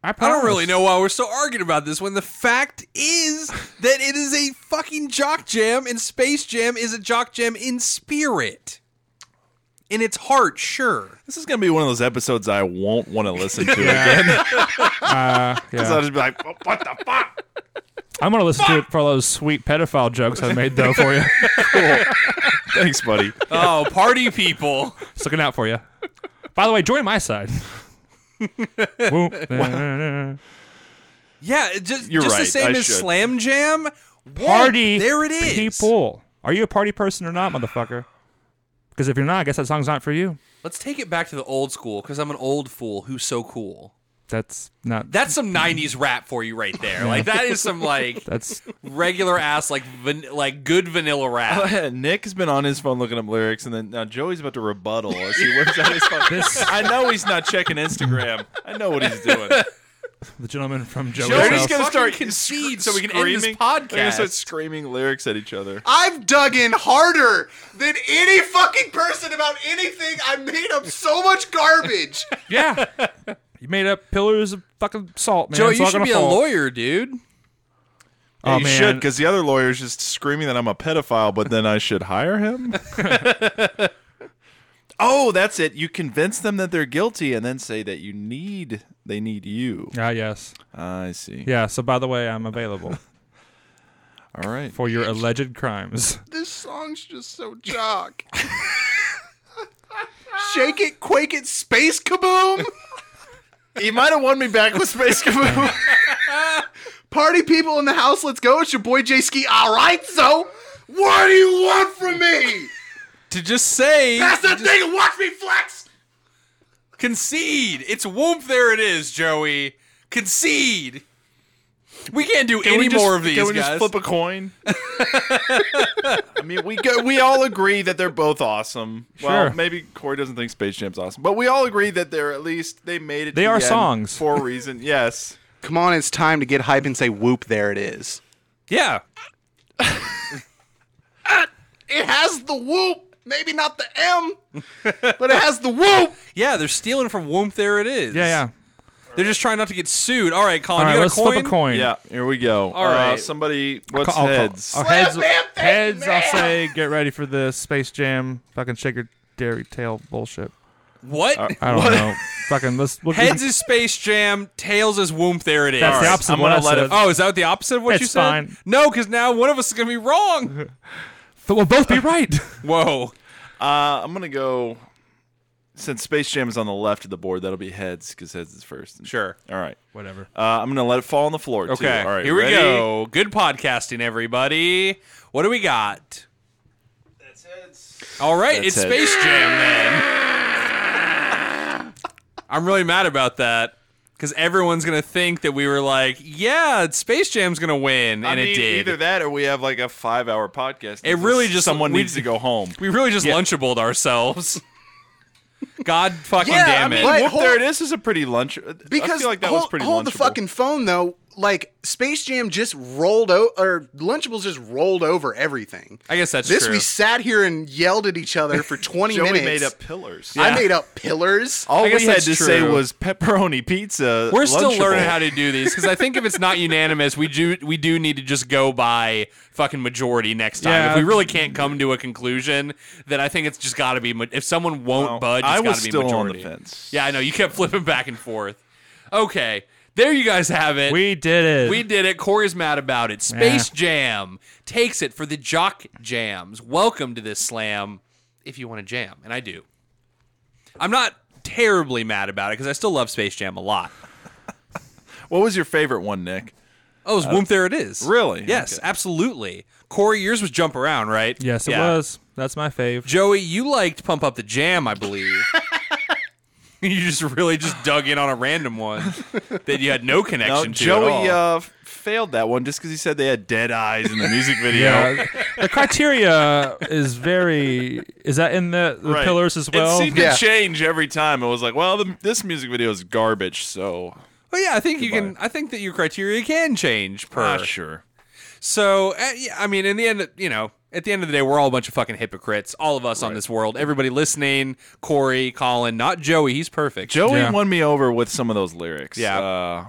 [SPEAKER 3] I,
[SPEAKER 1] I
[SPEAKER 3] promise.
[SPEAKER 1] don't really know why we're still arguing about this when the fact is that it is a fucking jock jam and Space Jam is a jock jam in spirit. In its heart, sure.
[SPEAKER 4] this is gonna be one of those episodes I won't want to listen to again.
[SPEAKER 3] Uh, yeah.
[SPEAKER 4] I'll just be like, "Well, what the fuck?
[SPEAKER 3] I'm gonna listen to it for all those sweet pedophile jokes I made though for you.
[SPEAKER 4] Thanks, buddy.
[SPEAKER 1] Oh, party people.
[SPEAKER 3] It's looking out for you. By the way, join my side. Whoop.
[SPEAKER 1] Yeah, it just,
[SPEAKER 4] You're
[SPEAKER 1] just the
[SPEAKER 4] right,
[SPEAKER 1] same
[SPEAKER 4] I
[SPEAKER 1] as
[SPEAKER 4] should.
[SPEAKER 1] Slam Jam. What?
[SPEAKER 3] Party.
[SPEAKER 1] There it is.
[SPEAKER 3] People, are you a party person or not, motherfucker? Because if you're not, I guess that song's not for you.
[SPEAKER 1] Let's take it back to the old school because I'm an old fool who's so cool.
[SPEAKER 3] That's not.
[SPEAKER 1] That's some '90s rap for you right there. Like that is some like
[SPEAKER 3] That's
[SPEAKER 1] regular ass like van- like good vanilla
[SPEAKER 4] Oh,
[SPEAKER 1] rap.
[SPEAKER 4] Nick's been on his phone looking up lyrics, and then now Joey's about to rebuttal as he whips out his phone. I know he's not checking Instagram. I know what he's doing.
[SPEAKER 3] the gentleman from Joey's
[SPEAKER 1] Joey's
[SPEAKER 3] house.
[SPEAKER 1] just gonna start concede so we can end this
[SPEAKER 4] screaming-
[SPEAKER 1] podcast.
[SPEAKER 4] They're gonna start screaming lyrics at each other.
[SPEAKER 2] I've dug in harder than any fucking person about anything. I made up so much garbage.
[SPEAKER 3] Yeah. You made up pillars of fucking salt, man.
[SPEAKER 1] Joey,
[SPEAKER 3] It's
[SPEAKER 1] you
[SPEAKER 3] all
[SPEAKER 1] should
[SPEAKER 3] gonna
[SPEAKER 1] be
[SPEAKER 3] fall.
[SPEAKER 1] a lawyer, dude.
[SPEAKER 3] Oh,
[SPEAKER 4] you
[SPEAKER 3] man.
[SPEAKER 4] should, because the other lawyer's just screaming that I'm a pedophile, but then I should hire him. oh, that's it. You convince them that they're guilty, and then say that you need they need you.
[SPEAKER 3] Ah, yes.
[SPEAKER 4] I see.
[SPEAKER 3] Yeah, so by the way, I'm available
[SPEAKER 4] All right.
[SPEAKER 3] for your alleged crimes.
[SPEAKER 2] this song's just so jock. Shake it, quake it, space kaboom.
[SPEAKER 4] You might have won me back with Space Kaboom.
[SPEAKER 2] Party people in the house, let's go. It's your boy J Ski. All right, so what do you want from me?
[SPEAKER 1] To just say
[SPEAKER 2] That's the thing. Watch me flex.
[SPEAKER 1] concede. It's whoop. There it is, Joey. Concede. We can't do
[SPEAKER 4] Can
[SPEAKER 1] any
[SPEAKER 4] we just-
[SPEAKER 1] more of these
[SPEAKER 4] Can we
[SPEAKER 1] guys.
[SPEAKER 4] just flip a coin? I mean, we go, we all agree that they're both awesome.
[SPEAKER 3] Sure.
[SPEAKER 4] Well, maybe Corey doesn't think Space Jam's awesome, but we all agree that they're at least they made it.
[SPEAKER 3] They
[SPEAKER 4] to the
[SPEAKER 3] are
[SPEAKER 4] end
[SPEAKER 3] songs.
[SPEAKER 4] for a reason. Yes.
[SPEAKER 2] Come on, it's time to get hype and say whoop, there it is.
[SPEAKER 1] yeah.
[SPEAKER 2] It has the whoop, maybe not the M, but it has the whoop.
[SPEAKER 1] Yeah, they're stealing from Womp. There it is.
[SPEAKER 3] Yeah, yeah.
[SPEAKER 1] They're just trying not to get sued. All right, Colin,
[SPEAKER 3] All
[SPEAKER 1] Oh, you
[SPEAKER 3] right,
[SPEAKER 1] got
[SPEAKER 3] let's
[SPEAKER 1] a coin?
[SPEAKER 3] flip a coin.
[SPEAKER 4] Yeah. Here we go. All right.
[SPEAKER 1] right.
[SPEAKER 4] Somebody, what's
[SPEAKER 3] I'll- I'll-
[SPEAKER 4] heads?
[SPEAKER 3] I'll- heads, heads I'll say, get ready for this Space Jam. Fucking shake your dairy tail bullshit.
[SPEAKER 1] What?
[SPEAKER 3] I don't know. Fucking let's look.
[SPEAKER 1] Heads is Space Jam, tails is Womp. There it is.
[SPEAKER 3] That's
[SPEAKER 1] All
[SPEAKER 3] the
[SPEAKER 1] right.
[SPEAKER 3] opposite
[SPEAKER 4] I'm
[SPEAKER 3] of what
[SPEAKER 4] gonna
[SPEAKER 3] I
[SPEAKER 4] let
[SPEAKER 3] said.
[SPEAKER 4] it-
[SPEAKER 1] Oh, is that the opposite of what
[SPEAKER 3] It's
[SPEAKER 1] you said?
[SPEAKER 3] fine.
[SPEAKER 1] No, because now one of us is going to be wrong.
[SPEAKER 3] But we'll both be right.
[SPEAKER 1] Whoa.
[SPEAKER 4] Uh, I'm gonna go. Since Space Jam is on the left of the board, that'll be heads because heads is first.
[SPEAKER 1] Sure.
[SPEAKER 4] All right.
[SPEAKER 3] Whatever.
[SPEAKER 4] Uh, I'm gonna let it fall on the floor. Too.
[SPEAKER 1] Okay.
[SPEAKER 4] All right.
[SPEAKER 1] Here we
[SPEAKER 4] ready?
[SPEAKER 1] go. Good podcasting, everybody. What do we got? All right, it's
[SPEAKER 4] That's it.
[SPEAKER 1] Space Jam then. I'm really mad about that because everyone's gonna think that we were like, yeah, it's Space Jam's gonna win, and
[SPEAKER 4] I mean,
[SPEAKER 1] it did.
[SPEAKER 4] Either that, or we have like a five-hour podcast.
[SPEAKER 1] It really just-
[SPEAKER 4] someone
[SPEAKER 1] we-
[SPEAKER 4] needs to go home.
[SPEAKER 1] we really just lunchabled ourselves. God fucking damn it!
[SPEAKER 2] But
[SPEAKER 4] Whoop,
[SPEAKER 2] hold-
[SPEAKER 4] there it is. Is a pretty
[SPEAKER 1] uh,
[SPEAKER 4] lunch.
[SPEAKER 2] Because
[SPEAKER 4] I feel like that
[SPEAKER 2] hold,
[SPEAKER 4] was pretty
[SPEAKER 2] hold the
[SPEAKER 4] lunchable.
[SPEAKER 2] fucking phone though. Like Space Jam just rolled over, or Lunchables just rolled over everything.
[SPEAKER 1] I guess that's
[SPEAKER 2] this.
[SPEAKER 1] true.
[SPEAKER 2] We sat here and yelled at each other for twenty
[SPEAKER 4] Joey
[SPEAKER 2] minutes.
[SPEAKER 4] made up pillars.
[SPEAKER 2] I made up pillars.
[SPEAKER 4] All
[SPEAKER 1] I
[SPEAKER 4] we
[SPEAKER 1] guess
[SPEAKER 4] had
[SPEAKER 1] that's
[SPEAKER 4] to say
[SPEAKER 1] true.
[SPEAKER 4] was pepperoni pizza.
[SPEAKER 1] We're still
[SPEAKER 4] Lunchable.
[SPEAKER 1] learning how to do these because I think if it's not unanimous, we do we do need to just go by fucking majority next time.
[SPEAKER 3] Yeah.
[SPEAKER 1] If we really can't come to a conclusion, then I think it's just got to be ma- if someone won't
[SPEAKER 4] Well,
[SPEAKER 1] budge, it's
[SPEAKER 4] I was
[SPEAKER 1] gotta be
[SPEAKER 4] still on
[SPEAKER 1] majority.
[SPEAKER 4] the fence.
[SPEAKER 1] Yeah, I know you kept flipping back and forth. Okay, there you guys have it.
[SPEAKER 3] We did it.
[SPEAKER 1] We did it. Corey's mad about it. Space Jam takes it for the jock jams. Welcome to this slam if you want to jam. And I do. I'm not terribly mad about it because I still love Space Jam a lot.
[SPEAKER 4] What was your favorite one, Nick?
[SPEAKER 1] Oh, it's Whoomp There It Is.
[SPEAKER 4] Uh, Really?
[SPEAKER 1] Yes,
[SPEAKER 4] Okay.
[SPEAKER 1] absolutely. Corey, yours was Jump Around, right?
[SPEAKER 3] Yes, it
[SPEAKER 1] Yeah.
[SPEAKER 3] was. That's my fave.
[SPEAKER 1] Joey, you liked Pump Up the Jam, I believe. you just really just dug in on a random one that you had no connection
[SPEAKER 4] No,
[SPEAKER 1] to. at
[SPEAKER 4] Joey
[SPEAKER 1] all.
[SPEAKER 4] uh, f- failed that one just because he said they had dead eyes in the music video.
[SPEAKER 3] Yeah. the criteria is very. Is that in the, the
[SPEAKER 4] Right.
[SPEAKER 3] pillars as well?
[SPEAKER 4] It seemed
[SPEAKER 2] Yeah.
[SPEAKER 4] to change every time. It was like, well, the, this music video is garbage, so
[SPEAKER 1] Well, yeah, I think you can. I think that your criteria can change per.
[SPEAKER 4] not Ah, sure.
[SPEAKER 1] So, uh, yeah, I mean, in the end, you know, at the end of the day, we're all a bunch of fucking hypocrites. All of us on this world. Everybody listening, Corey, Colin, not Joey. He's perfect.
[SPEAKER 4] Joey
[SPEAKER 3] Yeah.
[SPEAKER 4] won me over with some of those lyrics.
[SPEAKER 1] Yeah.
[SPEAKER 4] Uh,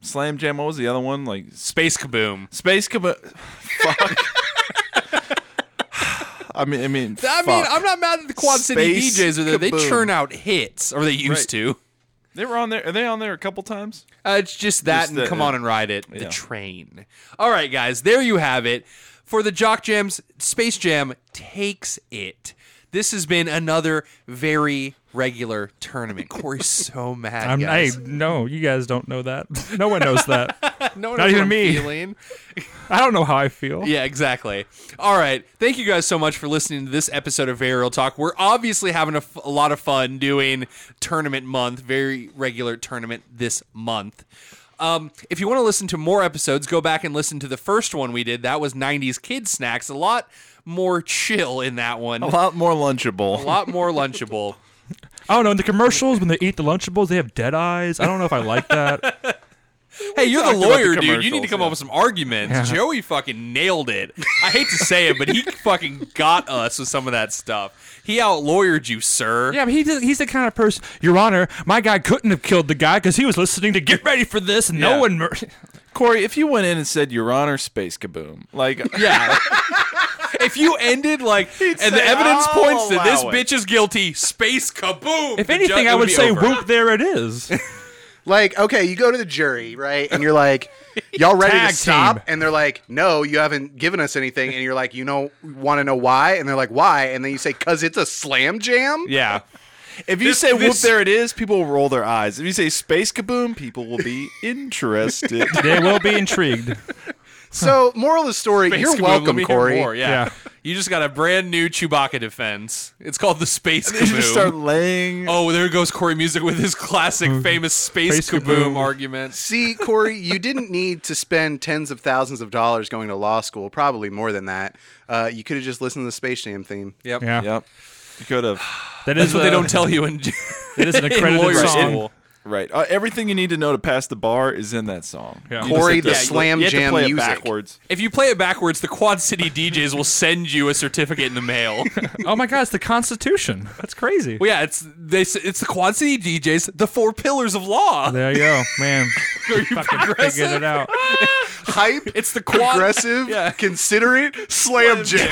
[SPEAKER 4] Slam Jam. What was the other one? Like
[SPEAKER 1] Space Kaboom.
[SPEAKER 4] Space Cab- Fuck. I mean,
[SPEAKER 1] I
[SPEAKER 4] I mean,
[SPEAKER 1] mean,
[SPEAKER 4] fuck.
[SPEAKER 1] I'm not mad that the Quad
[SPEAKER 4] Space
[SPEAKER 1] City DJs are there. They
[SPEAKER 4] Kaboom.
[SPEAKER 1] churn out hits, or they used
[SPEAKER 4] Right.
[SPEAKER 1] to.
[SPEAKER 4] they were on there. Are they on there a couple times?
[SPEAKER 1] Uh, it's just that
[SPEAKER 4] Just
[SPEAKER 1] and
[SPEAKER 4] the-
[SPEAKER 1] come on and ride it. The
[SPEAKER 4] yeah.
[SPEAKER 1] train. All right, guys, there you have it. For the Jock Jams, Space Jam takes it. This has been another very regular tournament. Corey's so mad.
[SPEAKER 3] I'm, hey,
[SPEAKER 1] guys.
[SPEAKER 3] no, you guys don't know that. No one knows that.
[SPEAKER 1] no one
[SPEAKER 3] not
[SPEAKER 1] knows
[SPEAKER 3] even
[SPEAKER 1] what I'm
[SPEAKER 3] me.
[SPEAKER 1] feeling.
[SPEAKER 3] I don't know how I feel.
[SPEAKER 1] Yeah, exactly. All right. Thank you guys so much for listening to this episode of Very Real Talk. We're obviously having a, f- a lot of fun doing tournament month, very regular tournament this month. Um, if you want to listen to more episodes, go back and listen to the first one we did. That was 90s Kid Snacks. A lot more chill in that one,
[SPEAKER 4] A
[SPEAKER 1] a
[SPEAKER 4] lot more lunchable.
[SPEAKER 1] lot more lunchable.
[SPEAKER 3] I don't know. In the commercials, when they eat the Lunchables, they have dead eyes. I don't know if I like that.
[SPEAKER 1] Hey, you're the
[SPEAKER 4] talked about the
[SPEAKER 1] lawyer, dude. You need to
[SPEAKER 4] commercials,
[SPEAKER 1] come
[SPEAKER 4] yeah.
[SPEAKER 1] up with some arguments.
[SPEAKER 3] Yeah.
[SPEAKER 1] Joey fucking nailed it. I hate to say it, but he fucking got us with some of that stuff. He out lawyered you, sir.
[SPEAKER 3] yeah, but he does, he's the kind of person, Your Honor, my guy couldn't have killed the guy because he was listening to Get Ready for This, and
[SPEAKER 4] Yeah.
[SPEAKER 3] no one. Mur-
[SPEAKER 4] Corey, if you went in and said Your Honor, Space Kaboom, like
[SPEAKER 1] Yeah. if you ended like, and the
[SPEAKER 4] say,
[SPEAKER 1] evidence
[SPEAKER 4] "I'll
[SPEAKER 1] points that
[SPEAKER 4] allow
[SPEAKER 1] this
[SPEAKER 4] it."
[SPEAKER 1] bitch is guilty, space kaboom.
[SPEAKER 3] if
[SPEAKER 1] the
[SPEAKER 3] anything,
[SPEAKER 1] ju- it
[SPEAKER 3] I would
[SPEAKER 1] be
[SPEAKER 3] say,
[SPEAKER 1] over.
[SPEAKER 3] whoop, there it is.
[SPEAKER 2] Like, okay, you go to the jury, right? And you're like, y'all ready
[SPEAKER 3] Tag
[SPEAKER 2] to stop?
[SPEAKER 3] team.
[SPEAKER 2] And they're like, no, you haven't given us anything. And you're like, you know, want to know why? And they're like, why? And then you say, cause it's a slam jam.
[SPEAKER 1] Yeah.
[SPEAKER 4] If you
[SPEAKER 1] This-
[SPEAKER 4] say whoop,
[SPEAKER 1] this-
[SPEAKER 4] there it is, people will roll their eyes. If you say space kaboom, people will be interested.
[SPEAKER 3] they will be intrigued.
[SPEAKER 2] So, moral of the story,
[SPEAKER 1] Space
[SPEAKER 2] you're
[SPEAKER 1] Kaboom, let me
[SPEAKER 2] welcome,
[SPEAKER 1] hear
[SPEAKER 2] Corey.
[SPEAKER 1] more, Yeah.
[SPEAKER 3] Yeah.
[SPEAKER 1] You just got a brand new Chewbacca defense. It's called the Space
[SPEAKER 4] You just start
[SPEAKER 1] Kaboom.
[SPEAKER 4] laying.
[SPEAKER 1] Oh, there goes Corey Music with his classic, famous Space,
[SPEAKER 3] Mm-hmm. Space
[SPEAKER 1] kaboom,
[SPEAKER 3] Kaboom.
[SPEAKER 1] argument.
[SPEAKER 2] See, Corey, you didn't need to spend tens of thousands of dollars going to law school, probably more than that. Uh, you could have just listened to the Space Jam theme.
[SPEAKER 1] Yep.
[SPEAKER 3] Yeah.
[SPEAKER 4] Yep. You could have.
[SPEAKER 3] That
[SPEAKER 1] That's
[SPEAKER 3] is
[SPEAKER 1] what
[SPEAKER 3] a-
[SPEAKER 1] they don't tell you in,
[SPEAKER 3] That is an
[SPEAKER 1] in
[SPEAKER 3] accredited
[SPEAKER 1] lawyer
[SPEAKER 3] song.
[SPEAKER 1] school.
[SPEAKER 4] Right. Uh, everything you need to know to pass the bar is in that song.
[SPEAKER 3] Yeah.
[SPEAKER 4] You just
[SPEAKER 2] Corey,
[SPEAKER 4] have
[SPEAKER 2] the
[SPEAKER 4] to-
[SPEAKER 2] slam
[SPEAKER 4] you have to
[SPEAKER 2] jam
[SPEAKER 4] play
[SPEAKER 2] music.
[SPEAKER 4] It backwards.
[SPEAKER 1] If you play it backwards, the Quad City DJs will send you a certificate in the mail.
[SPEAKER 3] Oh my God! It's the Constitution. That's crazy.
[SPEAKER 1] Well, yeah, it's they. s- It's the Quad City DJs, the four pillars of law.
[SPEAKER 3] There you go, man. Fucking figured it out.
[SPEAKER 2] Hype,
[SPEAKER 1] It's the quad.
[SPEAKER 2] progressive,
[SPEAKER 1] Yeah.
[SPEAKER 2] considerate, slam jam.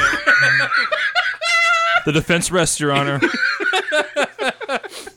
[SPEAKER 3] The defense rests, Your Honor.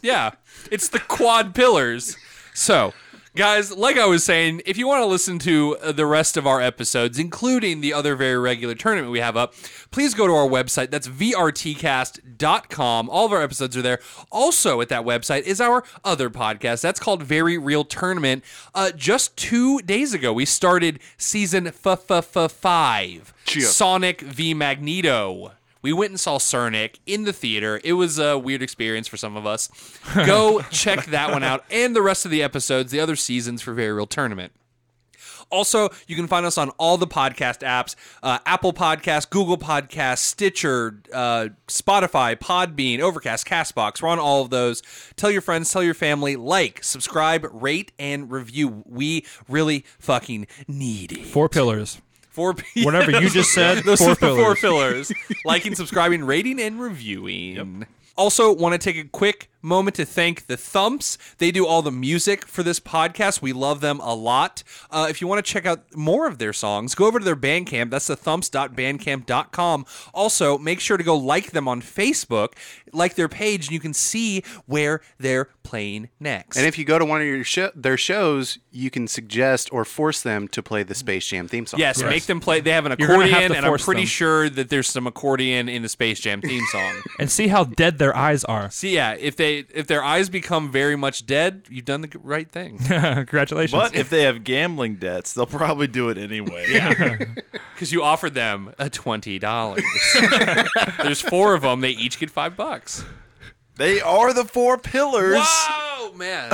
[SPEAKER 1] Yeah, it's the quad pillars. So, guys, like I was saying, if you want to listen to uh, the rest of our episodes, including the other very regular tournament we have up, please go to our website. That's vrtcast.com. All of our episodes are there. Also, at that website is our other podcast. That's called Very Real Tournament. Uh, just two days ago, we started season f- f- f- five
[SPEAKER 2] Cheer.
[SPEAKER 1] Sonic v Magneto. We went and saw Cernic in the theater. It was a weird experience for some of us. Go check that one out and the rest of the episodes, the other seasons for Very Real Tournament. Also, you can find us on all the podcast apps uh, Apple Podcasts, Google Podcasts, Stitcher, uh, Spotify, Podbean, Overcast, Castbox. We're on all of those. Tell your friends, tell your family, like, subscribe, rate, and review. We really fucking need it.
[SPEAKER 3] Four pillars.
[SPEAKER 1] Four p-
[SPEAKER 3] Whatever you just said.
[SPEAKER 1] Those
[SPEAKER 3] four
[SPEAKER 1] are the
[SPEAKER 3] pillars.
[SPEAKER 1] four pillars: liking, subscribing, rating, and reviewing. Also, want to take a quick moment to thank the Thumps. They do all the music for this podcast. We love them a lot. Uh, if you want to check out more of their songs, go over to their Bandcamp. That's the thumps.bandcamp.com. Also, make sure to go like them on Facebook, like their page, and you can see where they're playing next.
[SPEAKER 2] And if you go to one of your sho- their shows, you can suggest or force them to play the Space Jam theme song.
[SPEAKER 1] Yes, make them play. They have an
[SPEAKER 3] gonna have
[SPEAKER 1] accordion,
[SPEAKER 3] to
[SPEAKER 1] and I'm
[SPEAKER 3] force
[SPEAKER 1] pretty
[SPEAKER 3] them.
[SPEAKER 1] sure that there's some accordion in the Space Jam theme song.
[SPEAKER 3] And see how dead their eyes are.
[SPEAKER 1] See, yeah, if they if their eyes become very much dead, you've done the right thing.
[SPEAKER 3] Congratulations.
[SPEAKER 4] But if they have gambling debts, they'll probably do it anyway.
[SPEAKER 1] Because you offered them a twenty dollars. There's four of them. They each get five bucks.
[SPEAKER 4] They are the four pillars.
[SPEAKER 1] Wow, man.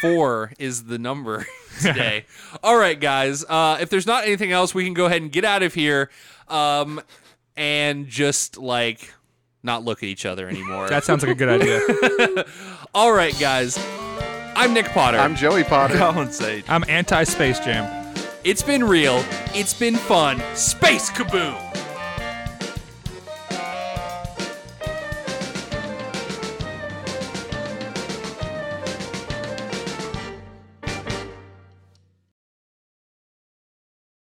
[SPEAKER 1] Four is the number today. All right, guys. Uh, if there's not anything else, we can go ahead and get out of here, um, and just like not look at each other anymore.
[SPEAKER 3] That sounds like a good idea.
[SPEAKER 1] All right, guys. I'm Nick Potter.
[SPEAKER 2] I'm Joey Potter.
[SPEAKER 4] Colin Sage.
[SPEAKER 3] I'm anti Space Jam.
[SPEAKER 1] it's been real. It's been fun. Space kaboom.